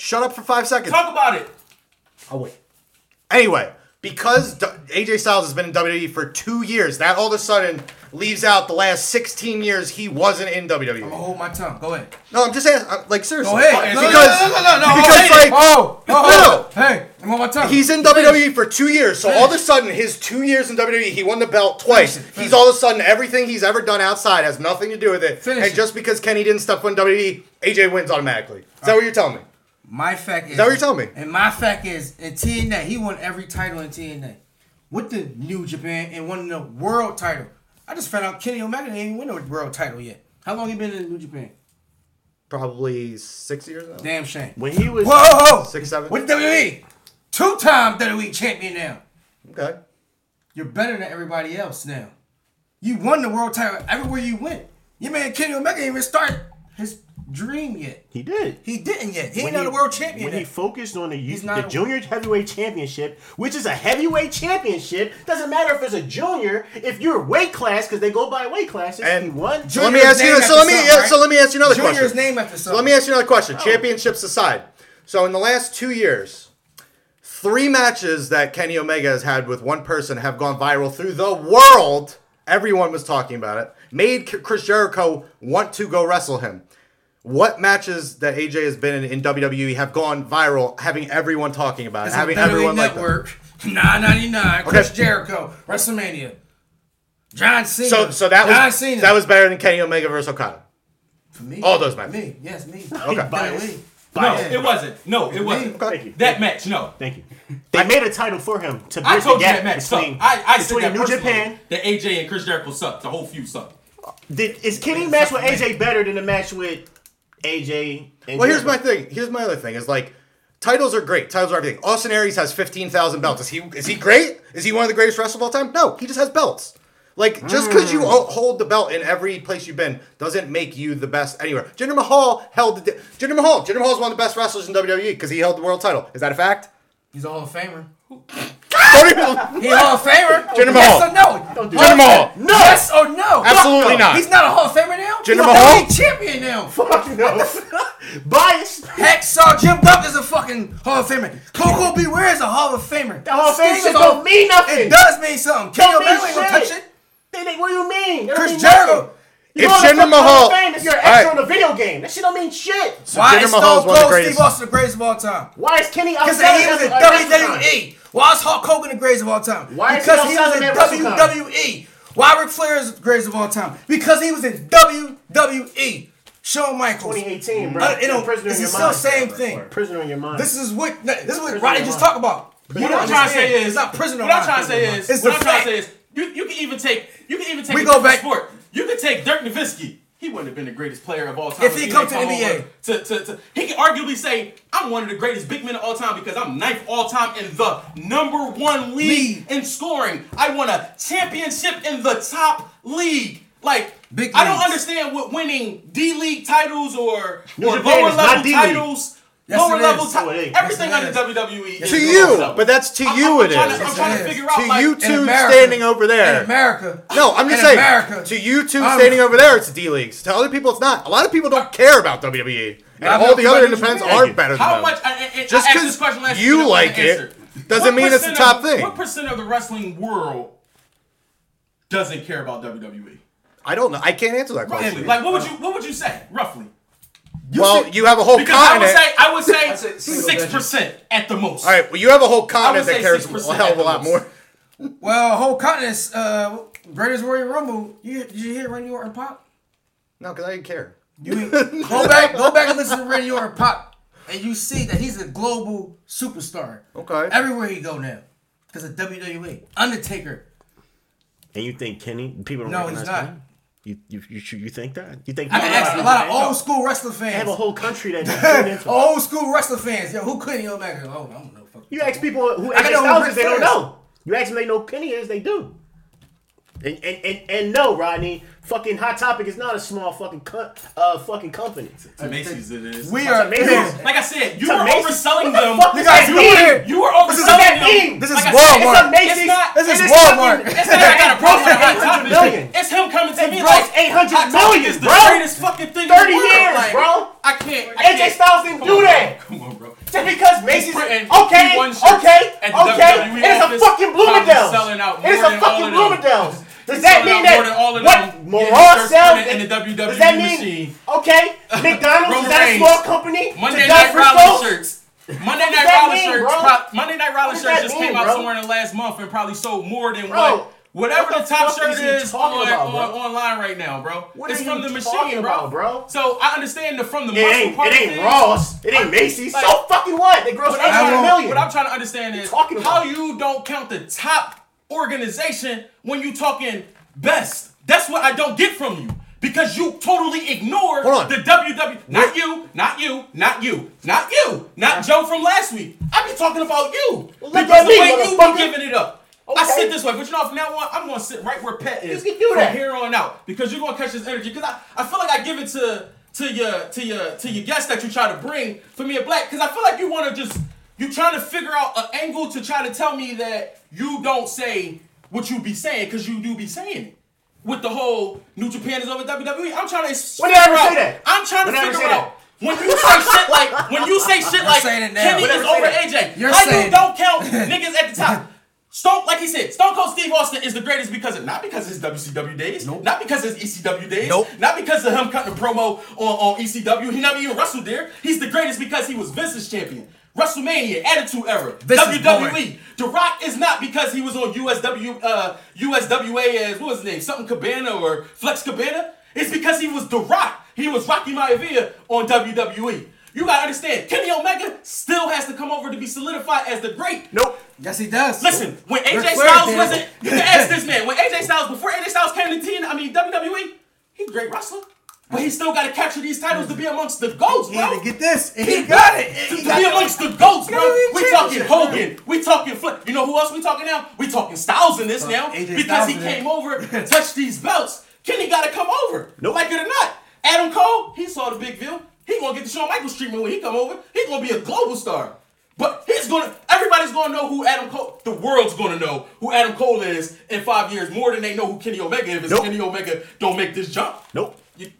Shut up for five seconds.
Talk about it.
I'll wait. Anyway, because D- AJ Styles has been in WWE for two years, that all of a sudden leaves out the last 16 years he wasn't in WWE.
I'ma hold Oh, my tongue. Go ahead.
No, I'm just asking. I'm- Like, seriously.
Go ahead.
Because,
no, no, no, no, no,
because
hold it.
like,
oh, oh,
No.
hey, I'm on my tongue.
He's in E. WWE for two years, so all of a sudden, his two years in WWE, he won the belt twice.
Finish it, finish
He's all of a sudden everything he's ever done outside has nothing to do with it.
Finish
and
it.
just because Kenny didn't step on WWE, AJ wins automatically. Is
Uh,
that what you're telling me?
My fact is,
that what you're telling me?
And my fact is, in TNA, he won every title in TNA with the New Japan and won the world title. I just found out Kenny Omega didn't even win the world title yet. How long he been in New Japan?
Probably six years now,
Damn shame.
When he was
Whoa!
six, seven.
With WWE, two-time WWE champion now.
Okay.
You're better than everybody else now. You won the world title everywhere you went. Your man Kenny Omega didn't even start his dream yet.
he did.
He didn't yet. He
When
ain't not
he-
a world champion.
When
yet.
he focused on the, U-
He's
the
not-
junior heavyweight championship, which is a heavyweight championship, doesn't matter if it's a junior, if you're weight class, because they go by weight classes.
And
he won.
So let me
Junior's
ask you.
name
So
after
let me.
some,
yeah,
right?
So let me ask you another
Junior's
question.
name after
So let me ask you another question. Championships aside, so in the last two years, three matches that Kenny Omega has had with one person have gone viral through the world. Everyone was talking about it. Made K- Chris Jericho want to go wrestle him. What matches that AJ has been in, in WWE have gone viral, having everyone talking about it,
It's
having
on WWE
everyone like that.
Network, 999, Chris Jericho, WrestleMania, John Cena.
So, so that
John
was
Cena.
that was better than Kenny Omega versus Okada.
For me.
all those matches.
Me, yes, me.
Okay.
Biased.
No,
Biased.
it wasn't. No, it wasn't.
Thank you.
That match, no.
Thank you. They made a title for him to bridge
I told
the
you
gap
that match
between,
sucked. I, I said
between
that
New
personally,
Japan.
That AJ and Chris Jericho sucked. The whole feud sucked.
Did, is Kenny match with AJ better than the match with AJ? And
Well, here's my
Jericho?
thing. Here's my other thing is like titles are great. Titles are everything. Austin Aries has 15,000 belts. Is he is he great? Is he one of the greatest wrestlers of all time? No, he just has belts. Like just because you o- hold the belt in every place you've been doesn't make you the best anywhere. Jinder Mahal held the Jinder Mahal. Jinder Mahal is one of the best wrestlers in WWE because he held the world title. Is that a fact?
He's a Hall of Famer.
Don't even-
He's a Hall of Famer.
Jinder
Yes
Mahal.
or no?
Don't do
Jinder Mahal.
No. Yes or no?
Absolutely
Fuck
not.
He's not a Hall of Famer now. He's
Jinder
a
Mahal?
WWE champion now.
Fuck no. Biased.
Hacksaw Jim Dunk is a fucking Hall of Famer. Coco Beware is a Hall of Famer.
The Hall of Fame
Sting
shit
is a-
don't mean nothing.
It does mean something. Kenny
Don't mean
Omega ain't gonna touch
shit.
it.
They- they- what do you mean? That don't
Chris
mean nothing.
Jericho.
You
If
go on the
Jinder
fucking Hall of
Mahal-
Fame if you're an
All
extra
right.
on a video game. That shit don't mean shit.
Why
Jinder Mahal
is
is
Stone
one of the
Cold Steve
greatest.
Austin the greatest of all time?
Why is Kenny
Because
outside?
he was in E.
of every-
WWE. Why is Hulk Hogan the greatest of all time?
Why is he
because he was
outside
in
of that WrestleCon?
WWE. Why Ric Flair is the greatest of all time? Because he was in WWE. Shawn Michaels.
2018, bro.
Uh, you know,
prisoner
it's
in
the
your
still
mind.
same thing.
Prisoner in your mind.
This is what this is what
Prisoner
Rodney
of
just
mine.
talked about. You
What
don't
I'm trying to
understand.
say is,
it's not prisoner.
What I'm
of
trying
mine.
to say is, what
it's the
I'm trying
fact.
to say is, you, you can even take, you can even take.
We
a
go
different
back-
Sport. You can take Dirk Nowitzki. He wouldn't have been the greatest player of all time
If he
didn't
come to NBA.
over To, to, to, he can arguably say, "I'm one of the greatest big men of all time because I'm ninth all time in the number one league
League.
in scoring. I won a championship in the top league." Like,
Big
I don't
leagues.
understand what winning D league titles or,
New
or
Japan
lower
is not
level
D-League.
titles.
Yes,
lower
it
level
is.
ti-
No, it ain't.
everything
Yes, it
under E WWE. is
to
lower
you,
level.
but that's to
I'm-
you
I'm
it
trying to-
is.
I'm trying to
Yes, it
figure
is.
out
to
like,
you two
America.
standing over there.
In America.
No, I'm just
In
saying.
America.
To you two
I'm-
standing over there, it's D leagues. To other people, it's not. A lot of people don't care about WWE, and
Not
all the
about
other
New
independents
Japan.
are better than
How
them.
much? I, I, I
Just
asked
'cause
this question last week,
you
no one
like it
answered.
doesn't mean it's the
percent
top
of-
thing.
What percent of the wrestling world doesn't care about WWE?
I don't know. I can't answer that
Roughly,
question.
like what would you what would you say roughly?
well, you have a whole
Because I would
continent.
say I would
I'd
say
say single
six percent at the most.
all right, well, you have a whole
I would
continent that
say
cares a
6%
hell of a
at
lot
the
more.
Well, whole continent's uh, greatest Royal Rumble. You did you hear Randy Orton pop?
No, because I didn't care.
You ain't- go back, go back and listen to Randy Orton pop, and you see that he's a global superstar.
Okay.
Everywhere he go now, because of WWE, Undertaker.
and you think Kenny? People don't
No,
recognize
he's not.
Kenny? You, you, you, you- you think that? You think
I can
No, no,
ask
no,
a lot of
no, no.
old school wrestling
They have
fans.
a whole country that you tune into.
Old school wrestling fans. Yo, who couldn't Yo Omega? Oh, I don't know. Fuck.
You ask people who
I
AJ
gotta know
Styles
who
is, they don't
first.
know. You ask them they know who Kenny is, they do. And and, and and no, Rodney, fucking Hot Topic is not a small fucking co- uh fucking company.
To Macy's it is.
We are.
Amazing.
like I said, you
To
were
Macy's-
overselling
What the
them.
fuck does
guys
that
go
mean?
here.
You were
What does that
overselling
mean?
them
This is
Like I said,
Walmart.
It's, a, it's not.
this
it
is
is
Walmart.
fucking- It's not. I got a problem with hot topic.
million.
It's him coming to me
grossed
like
800
Hot Topic
million,
is the
bro.
greatest fucking thing. in the
30
world.
years,
Like,
bro.
I can't. I
AJ
can't.
Styles didn't
Come
do
on,
that.
bro. Come on, bro.
Just because Macy's okay,
Printing
okay,
P1 shirts
okay,
at the
okay. It
WWE
is a
office,
fucking Bloomingdale's.
probably selling out
It is
more
a
than
fucking
all of them.
Bloomingdale's. Does
He's
that
selling
mean
out more than all
that
of
what
them
Moran
shirts
sells
printed in the WWE
Does that mean
machine.
okay? McDonald's is
Roman
that a
Reigns.
small company?
Monday
to
Night
Don
Raw
Frisco?
shirts. Monday Night
that
Raw
mean,
shirts.
bro?
Pro- Monday Night Raw
What does
shirts
that
just
mean,
came out
bro?
somewhere in the last month and probably sold more than
Bro,
what. Whatever
what the
the top
fuck
shirt
is he
is
talking
on,
about,
on,
bro?
online right now, bro.
What
it's
are
from
you
the
talking
machine, bro.
about, bro?
So I understand the from the
It
muscle
ain't,
part
it
of
ain't
things.
Ross. It ain't Macy's.
like-
so fucking what? They grossed
What I'm, trying,
800 million.
what I'm trying to understand is
talking about?
how you don't count the top organization when you talking best. That's what I don't get from you. Because you totally ignore
Hold on.
the WW. Not you, not you, not you, not you, not Joe from last week. I be talking about you.
Well, look
because
at
the
me,
way you
motherfucker.
be giving it up. I
Okay.
sit this way, but you know, from now on, I'm gonna sit right where Pet is
can do
from
that.
here on out because you're gonna catch this energy. Because I, I feel like I give it to to your to your to your guests that you try to bring for me a black. Because I feel like you want to just you trying to figure out an angle to try to tell me that you don't say what you be saying because you do be saying it. With the whole New Japan is over WWE, I'm trying
When
to figure
did I ever
out.
say that?
I'm trying to
When did I ever
figure
say that?
out when you say shit like when you say shit like
saying it now.
Kenny
When
did I
is
say
over
that?
AJ.
You're
how
saying
you
it.
don't count niggas at the top? Stone, like he said, Stone Cold Steve Austin is the greatest because of not because of his WCW days, not because of his ECW days,
Nope.
not because of him cutting a promo on, on ECW. He never even wrestled there. He's the greatest because he was Vince's champion. WrestleMania, Attitude Era,
This is
WWE. E. The Rock is not because he was on USW, uh, USWA as what was his name, something Cabana or Flex Cabana. It's because he was The Rock. He was Rocky Maivia on WWE. You gotta understand, Kenny Omega still has to come over to be solidified as the great.
Nope.
Yes, he does.
Listen, when AJ
Ric Flair
Styles
did.
wasn't, you can ask this man. When AJ Styles, before AJ Styles came to TN, I mean WWE, he a great wrestler, but he still got to capture these titles to be amongst the goats,
He had
bro.
to get this. and
He
He got it.
To,
He
to
got
be
it.
amongst the goats, bro.
WWE
We talking
championship,
Hogan. We talking Flip. You know who else we talking now? We talking Styles in this now
AJ
because
Styles
he
in it.
came over, touched these belts. Kenny got to come over, like it or not. Adam Cole, he saw the big deal. He gonna get the Shawn Michaels treatment when he come over. He gonna be a global star. But he's gonna. Everybody's gonna know who Adam Cole. The world's gonna know who Adam Cole is in five years more than they know who Kenny Omega is. If
Nope.
Kenny Omega don't make this jump.
Nope.
You,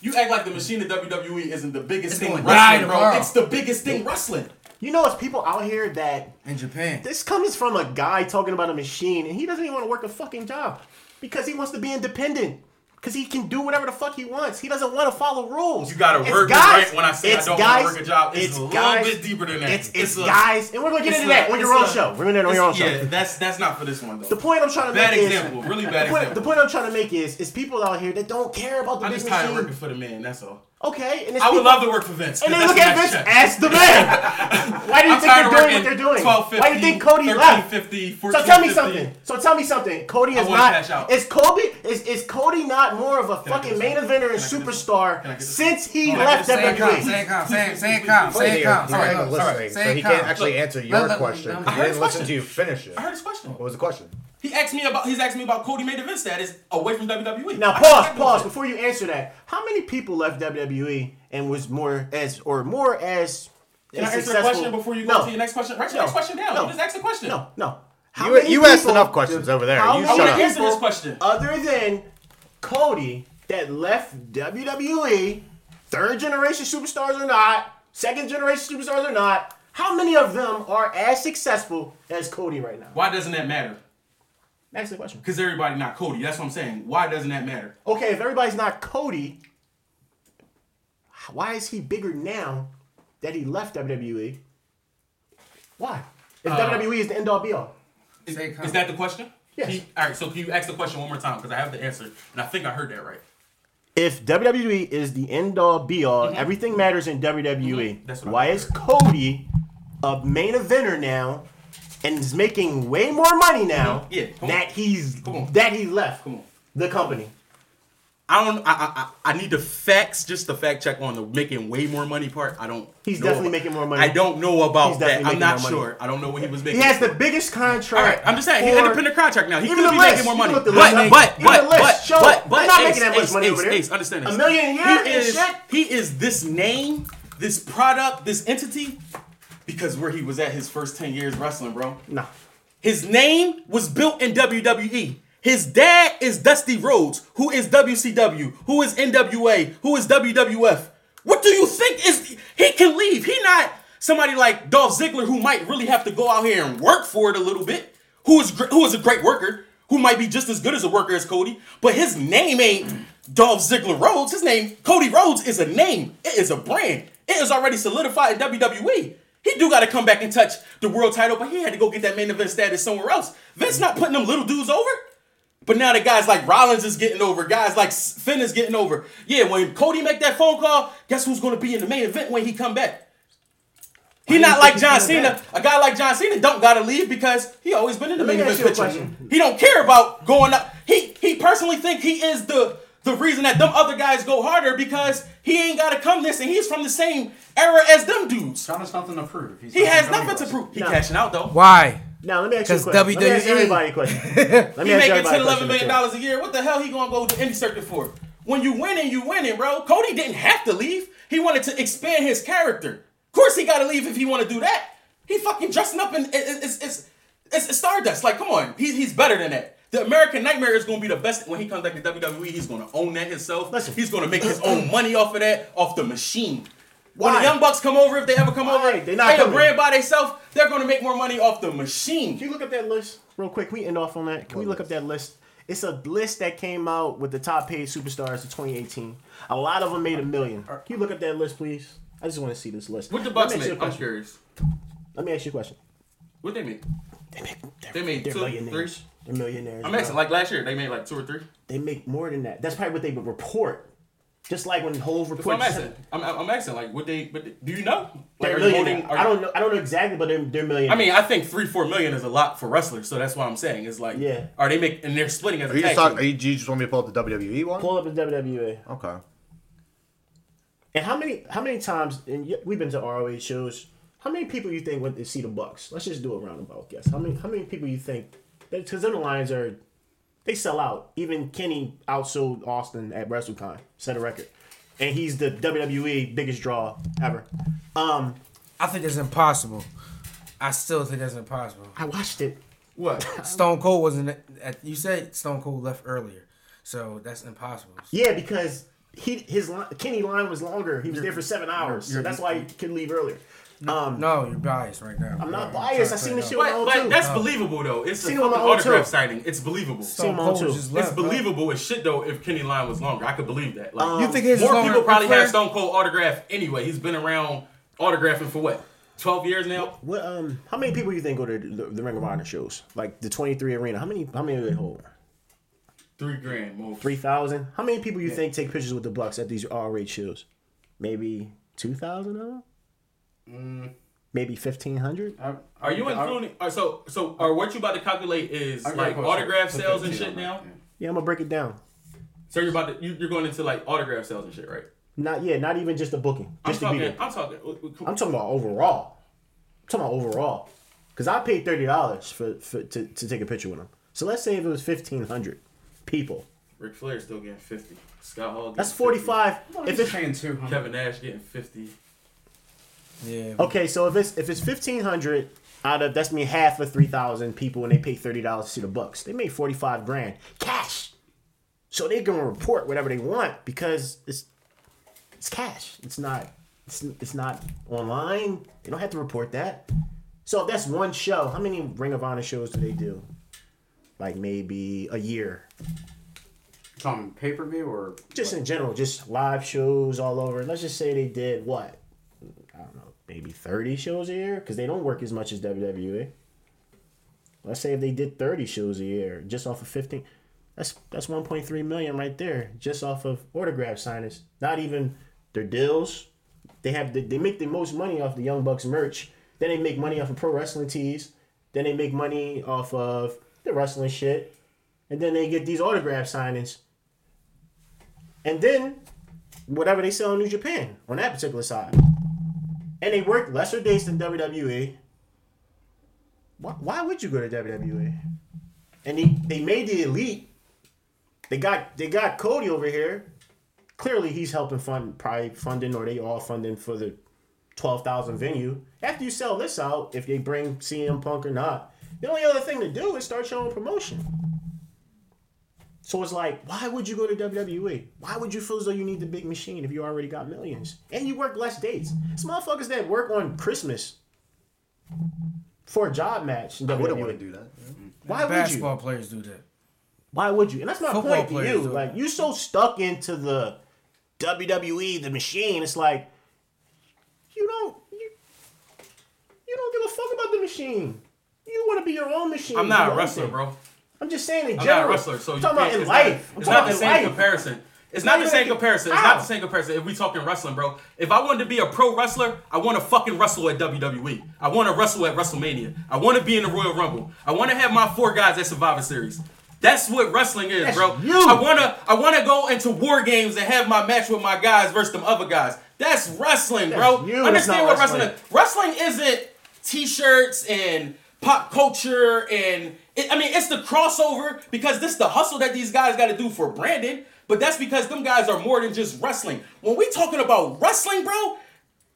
you act like the machine of WWE E isn't the biggest thing
gonna
wrestling,
die
bro.
tomorrow.
It's the biggest thing wrestling.
You know, it's people out here that
in Japan.
this comes from a guy talking about a machine, and he doesn't even want to work a fucking job because he wants to be independent. Because he can do whatever the fuck he wants. He doesn't want to follow rules.
You gotta
It's
work it
guys-
right when I say I
it's
don't wanna
guys-
work a job. It's a little bit deeper than that.
It's, it's,
It's a-
guys, and we're gonna get
It's
into
a-
that on your
it's
own
a-
show. We're gonna get on
it's-
your own show.
Yeah, that's that's not for this one though.
The point I'm trying to
Bad
make
example,
is
really
the
bad
point,
example.
The point I'm trying to make is is people out here that don't care about the
I'm
big
just tired of working
machine.
for the man. That's all.
Okay, and it's
I would
people-
love to work for Vince. 'cause
And they
that's
look
the
at
next
Vince
check.
as the man. Why do you
I'm
think they're
tired of
doing
working
what they're doing?
12, 50,
Why do you think Cody
13,
left?
50, 14,
So tell me
50.
something. So tell me something. Cody is
I wanna cash
not.
out.
Is Kobe? Is is Cody not more of a
I
fucking
get
main
this
eventer
one?
and
Can I get this
superstar
Can I get this
since he
Can I get
left E?
this
Same com,
WWE?
same com, same, same com,
Wait,
same
you're-
com.
you're
All right,
not
all
listening,
right,
so
same
he
com.
can't actually
Look,
answer your
let- let-
question.
let-
He
heard
didn't
his
listen
question.
to you finish it.
I heard
What
his question.
was the question?
He asked me about he's asked me about Cody made event status away from WWE.
Now
I
pause,
can't do
pause
that.
before you answer that. How many people left WWE and was more as or more as?
Can I
as
answer
successful?
a question before you go
no.
to your next question? Write your
No.
next question down.
No.
Just ask the question.
No, no. How
You-
many
you asked
people-
enough questions over there.
How
You
many
shut up.
I wanna answer this
people
question.
Other than Cody that left WWE, third generation superstars or not, second generation superstars or not, how many of them are as successful as Cody right now?
Why doesn't that matter?
That's the question.
Because everybody not Cody. That's what I'm saying. Why doesn't that matter?
Okay, if everybody's not Cody, why is he bigger now that he left WWE? Why?
Uh,
If WWE is the end all be all.
Is,
Say come.
is that the question?
Yes.
Can you- all right. So can you ask the question one more time? Because I have the answer, and I think I heard that right.
if WWE is the end all be all, everything matters in WWE.
Mm-hmm. That's what I
Why is Cody a main eventer now and is making way more money now
Mm-hmm. Yeah, come
that
on.
he's
Come on.
that he left
Come on.
the company?
I don't. I, I I I need the facts. Just the fact check on the making way more money part. I don't.
He's
know
definitely
about-
making more money.
I don't know about
He's
that.
definitely
I'm
making
not
more money.
sure. I don't know what he was
He
making.
has the biggest contract.
All right, I'm just saying he's
for-
independent contract now. He
Even
could
the
be
list.
making more
You
money.
look at the list.
but, but
Even
but
the list.
but
Show
but
it.
but
We're not
Ace,
making that much
Ace,
money
Ace,
over there.
Ace, understand this.
A million a year
He
and
is
shit.
he is this name, this product, this entity, because where he was at his first ten years wrestling, bro.
No.
His name was built in WWE. His dad is Dusty Rhodes, who is WCW, who is NWA, who is WWF. What do you think is he can leave? He not somebody like Dolph Ziggler who might really have to go out here and work for it a little bit. Who is gr- who is a great worker, who might be just as good as a worker as Cody, but his name ain't Dolph Ziggler Rhodes. His name Cody Rhodes is a name. It is a brand. It is already solidified in E. WWE. He do got to come back and touch the world title, but he had to go get that main event status somewhere else. Vince not putting them little dudes over. But now the guys like Rollins is getting over, guys like Finn is getting over. Yeah, when Cody make that phone call, guess who's going to be in the main event when he come back? He not like John Cena. A guy like John Cena don't gotta leave because he always been in the
Let
main
me
event
ask you a
picture.
question.
He don't care about going up. He he personally think he is the the reason that them other guys go harder because he ain't gotta come this and he's from the same era as them dudes.
John has nothing to prove. He's
He
not
has
WWE
nothing to
wrestler.
prove. He
No.
cashing out though.
Why?
Now let me ask you a
'Cause
question. Let me ask
WWE
everybody a question. Let me
He
ask
making
everybody
ten,
a
eleven
question.
million dollars a year. What the hell he gonna go to indie circuit for? When you winning, you winning, bro. Cody didn't have to leave. He wanted to expand his character. Of course, he gotta leave if he want to do that. He fucking dressing up in it- it- it's it's it's, it's Stardust. Like, come on, he's he's better than that. The American Nightmare is gonna be the best when he comes back to WWE. He's gonna own that himself.
Listen.
He's gonna make his own money off of that, off the machine. When
Why?
the Young Bucks come over, if they ever come
Why?
over,
They not
they the
coming.
brand by themselves. They're gonna make more money off the machine.
Can you look up that list real quick? Can we end off on that. Can we look up that list? It's a list that came out with the top paid superstars of 2018. A lot of them made a million. Can you look up that list, please? I just want to see this list.
What the Bucks
Let me ask you a
make? I'm
question.
curious.
Let me ask you a question.
What they make?
They make they're,
They made
they're
two,
millionaires.
three.
They're millionaires.
I'm
bro.
asking. Like last year, they made like two or three.
they make more than that. That's probably what they would report. Just like when Hove
That's what I'm
reports.
asking. I'm, I'm I'm asking. Like, what they? But they- do you know? Like,
They're
are you
millionaires.
holding? Are,
I don't know. I don't know exactly, but they're they're millionaires.
I mean, I think three, four million is a lot for wrestlers, so that's what I'm saying. Is like,
Yeah.
are they make and they're splitting as
Are
a
you just
tag
talking? Are
team.
you, do you just want me to pull up the WWE one?
pull up the WWE.
Okay.
And how many how many times and y- we've been to ROH shows? How many people you think went to see the Bucks? Let's just do a roundabout guess. How many how many people you think? Because them Lions are they sell out. Even Kenny outsold Austin at WrestleCon, set a record, and he's the WWE biggest draw ever. Um,
I think that's impossible. I still think that's impossible.
I watched it.
What?
Stone Cold wasn't. at- You said Stone Cold left earlier, so that's impossible.
Yeah, because he his li- Kenny line was longer. He was there for seven hours, so that's why he could leave earlier. Um,
No, you're biased right now.
I'm not
Bro, trying
biased.
to
I seen
clear
the
it
shit
up.
But,
on my
but
own too. Oh.
that's believable though. It's a
See,
fucking
on my own,
autograph
too. uh,
signing. It's believable.
Stone
Same on
Cold
too.
just left.
It's
bro.
believable as shit though. If Kenny Line was longer, I could believe that.
Uh,
Like,
You think his is
more
longer
people
than
probably
Flair?
have Stone Cold autograph anyway. He's been around autographing for what, twelve years now.
What um? How many people you think go to the, the Ring of
Mm-hmm.
Honor shows? Like the twenty three arena? How many? How many do they hold?
Three grand more.
Three thousand? How many people you think take pictures with the Bucks at these R rate shows? Maybe two thousand of them.
Mm.
Maybe fifteen hundred.
I- I-
Are you
I-
including? Are, so so are what you about to calculate is
I got a
like
question.
autograph
Put
sales
that
and
shit
shit
on
now.
that, yeah.
Yeah, I'm gonna break it down.
So you're about to you, you're going into like autograph sales and shit, right?
Not yeah, not even just the booking.
I'm
Just the
talking.
beating.
I'm talking. oh,
I'm talking about overall. I'm talking about overall. Cause I paid thirty dollars for, for to, to take a picture with him. So let's say if it was fifteen hundred people.
Ric Flair still getting fifty. Scott Hall. Getting
That's
50.
forty five.
Well,
If
he's
it's
paying two hundred.
Kevin Nash getting fifty.
Yeah.
Okay, so if it's if it's fifteen hundred out of that's me half of three thousand people and they pay thirty dollars to see the Bucks, they made forty five grand cash. So they're gonna report whatever they want because it's it's cash. It's not it's, it's not online. They don't have to report that. So if that's one show, how many Ring of Honor shows do they do? Like maybe a year.
Some pay per view or
Just in general, just live shows all over. Let's just say they did what? I don't know, maybe 30 shows a year? Because they don't work as much as WWE. Let's say if they did 30 shows a year, just off of 15. That's that's 1.3 million right there, just off of autograph signings. Not even their deals. They have the, they make the most money off the Young Bucks merch. Then they make money off of pro wrestling tees. Then they make money off of the wrestling shit. And then they get these autograph signings. And then whatever they sell in New Japan on that particular side. And they work lesser dates than WWE. Why, why would you go to E? WWE? And they, they made the elite. They got they got Cody over here. Clearly he's helping fund probably funding or they all funding for the twelve thousand venue. After you sell this out, if they bring CM Punk or not, The only other thing to do is start your own promotion. So it's like, why would you go to WWE? Why would you feel as though you need the big machine if you already got millions? And you work less days. It's motherfuckers that work on Christmas for a job match. in
I wouldn't
WWE.
want to do that.
Why would you?
Basketball players do that.
Why would you? And that's my
Football
point to
players
you.
do
Like you so stuck into the WWE, the machine. It's like you don't you, you don't give a fuck about the machine. You want to be your own machine.
I'm not
Your
a
own
wrestler,
thing.
bro.
I'm just saying in
I'm
general.
not a wrestler, so
I'm
you
talking about
can't-
in
it's
life.
Not,
I'm
it's not
talking
the
about
same
in life.
comparison. It's not the
even
same
like-
comparison. It's not
How?
the same comparison. If we talking wrestling, bro, if I wanted to be a pro wrestler, I want to fucking wrestle at WWE. I want to wrestle at WrestleMania. I want to be in the Royal Rumble. I want to have my four guys at Survivor Series. That's what wrestling is, bro.
you.
I wanna, I wanna go into war games and have my match with my guys versus them other guys. That's wrestling, bro.
you. It's
Understand
not
what
wrestling.
wrestling is. Wrestling isn't t-shirts and pop culture and it, I mean it's the crossover because this the hustle that these guys got to do for branding. But that's because them guys are more than just wrestling. When we talking about wrestling, bro,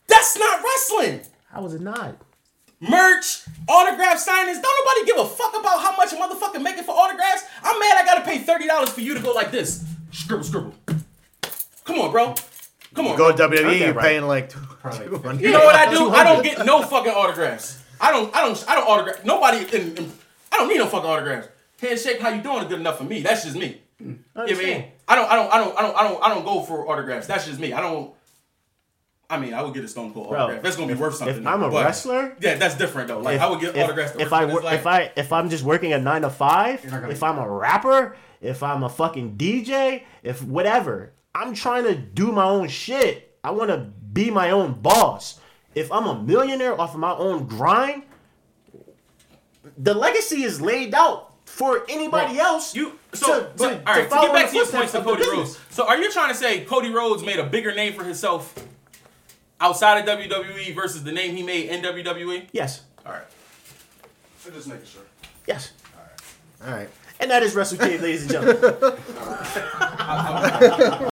that's not wrestling.
How is it not?
Merch, autograph signings. Don't nobody give a fuck about how much a motherfucker making for autographs. I'm mad I gotta pay thirty dollars for you to go like this. Scribble, scribble. Come on, bro. Come on.
Go
bro.
to WWE, you're
right.
paying like 200.
You know what I do? I don't get no fucking autographs. I don't. I don't. I don't autograph. Nobody. In, in- I don't need no fucking autographs. Handshake, how you doing? Is good enough for me. That's just me. You know what I mean?
understand.
I don't. I don't. I don't. I don't. I don't. I don't go for autographs. That's just me. I don't. I mean, I would get a Stone Cold autograph. That's gonna be worth something.
if I'm a
but-
wrestler-
yeah, that's different though. Like I would get
if,
autographs. to
if
work.
I
It's
work,
like-
if I if I'm just working a nine to five, if I'm a rapper, if I'm a fucking DJ, if whatever, I'm trying to do my own shit. I want to be my own boss. If I'm a millionaire off of my own grind, the legacy is laid out for anybody else.
You so
to-
but,
to-
all right. To,
follow
get
in
back
the
to your
footsteps
points to
of the
Cody
business.
Rhodes. So are you trying to say Cody Rhodes made a bigger name for himself outside of WWE versus the name he made in E? WWE?
Yes,
All right.
just making sure.
yes,
All right.
and that is Wrestle Kid, ladies and gentlemen.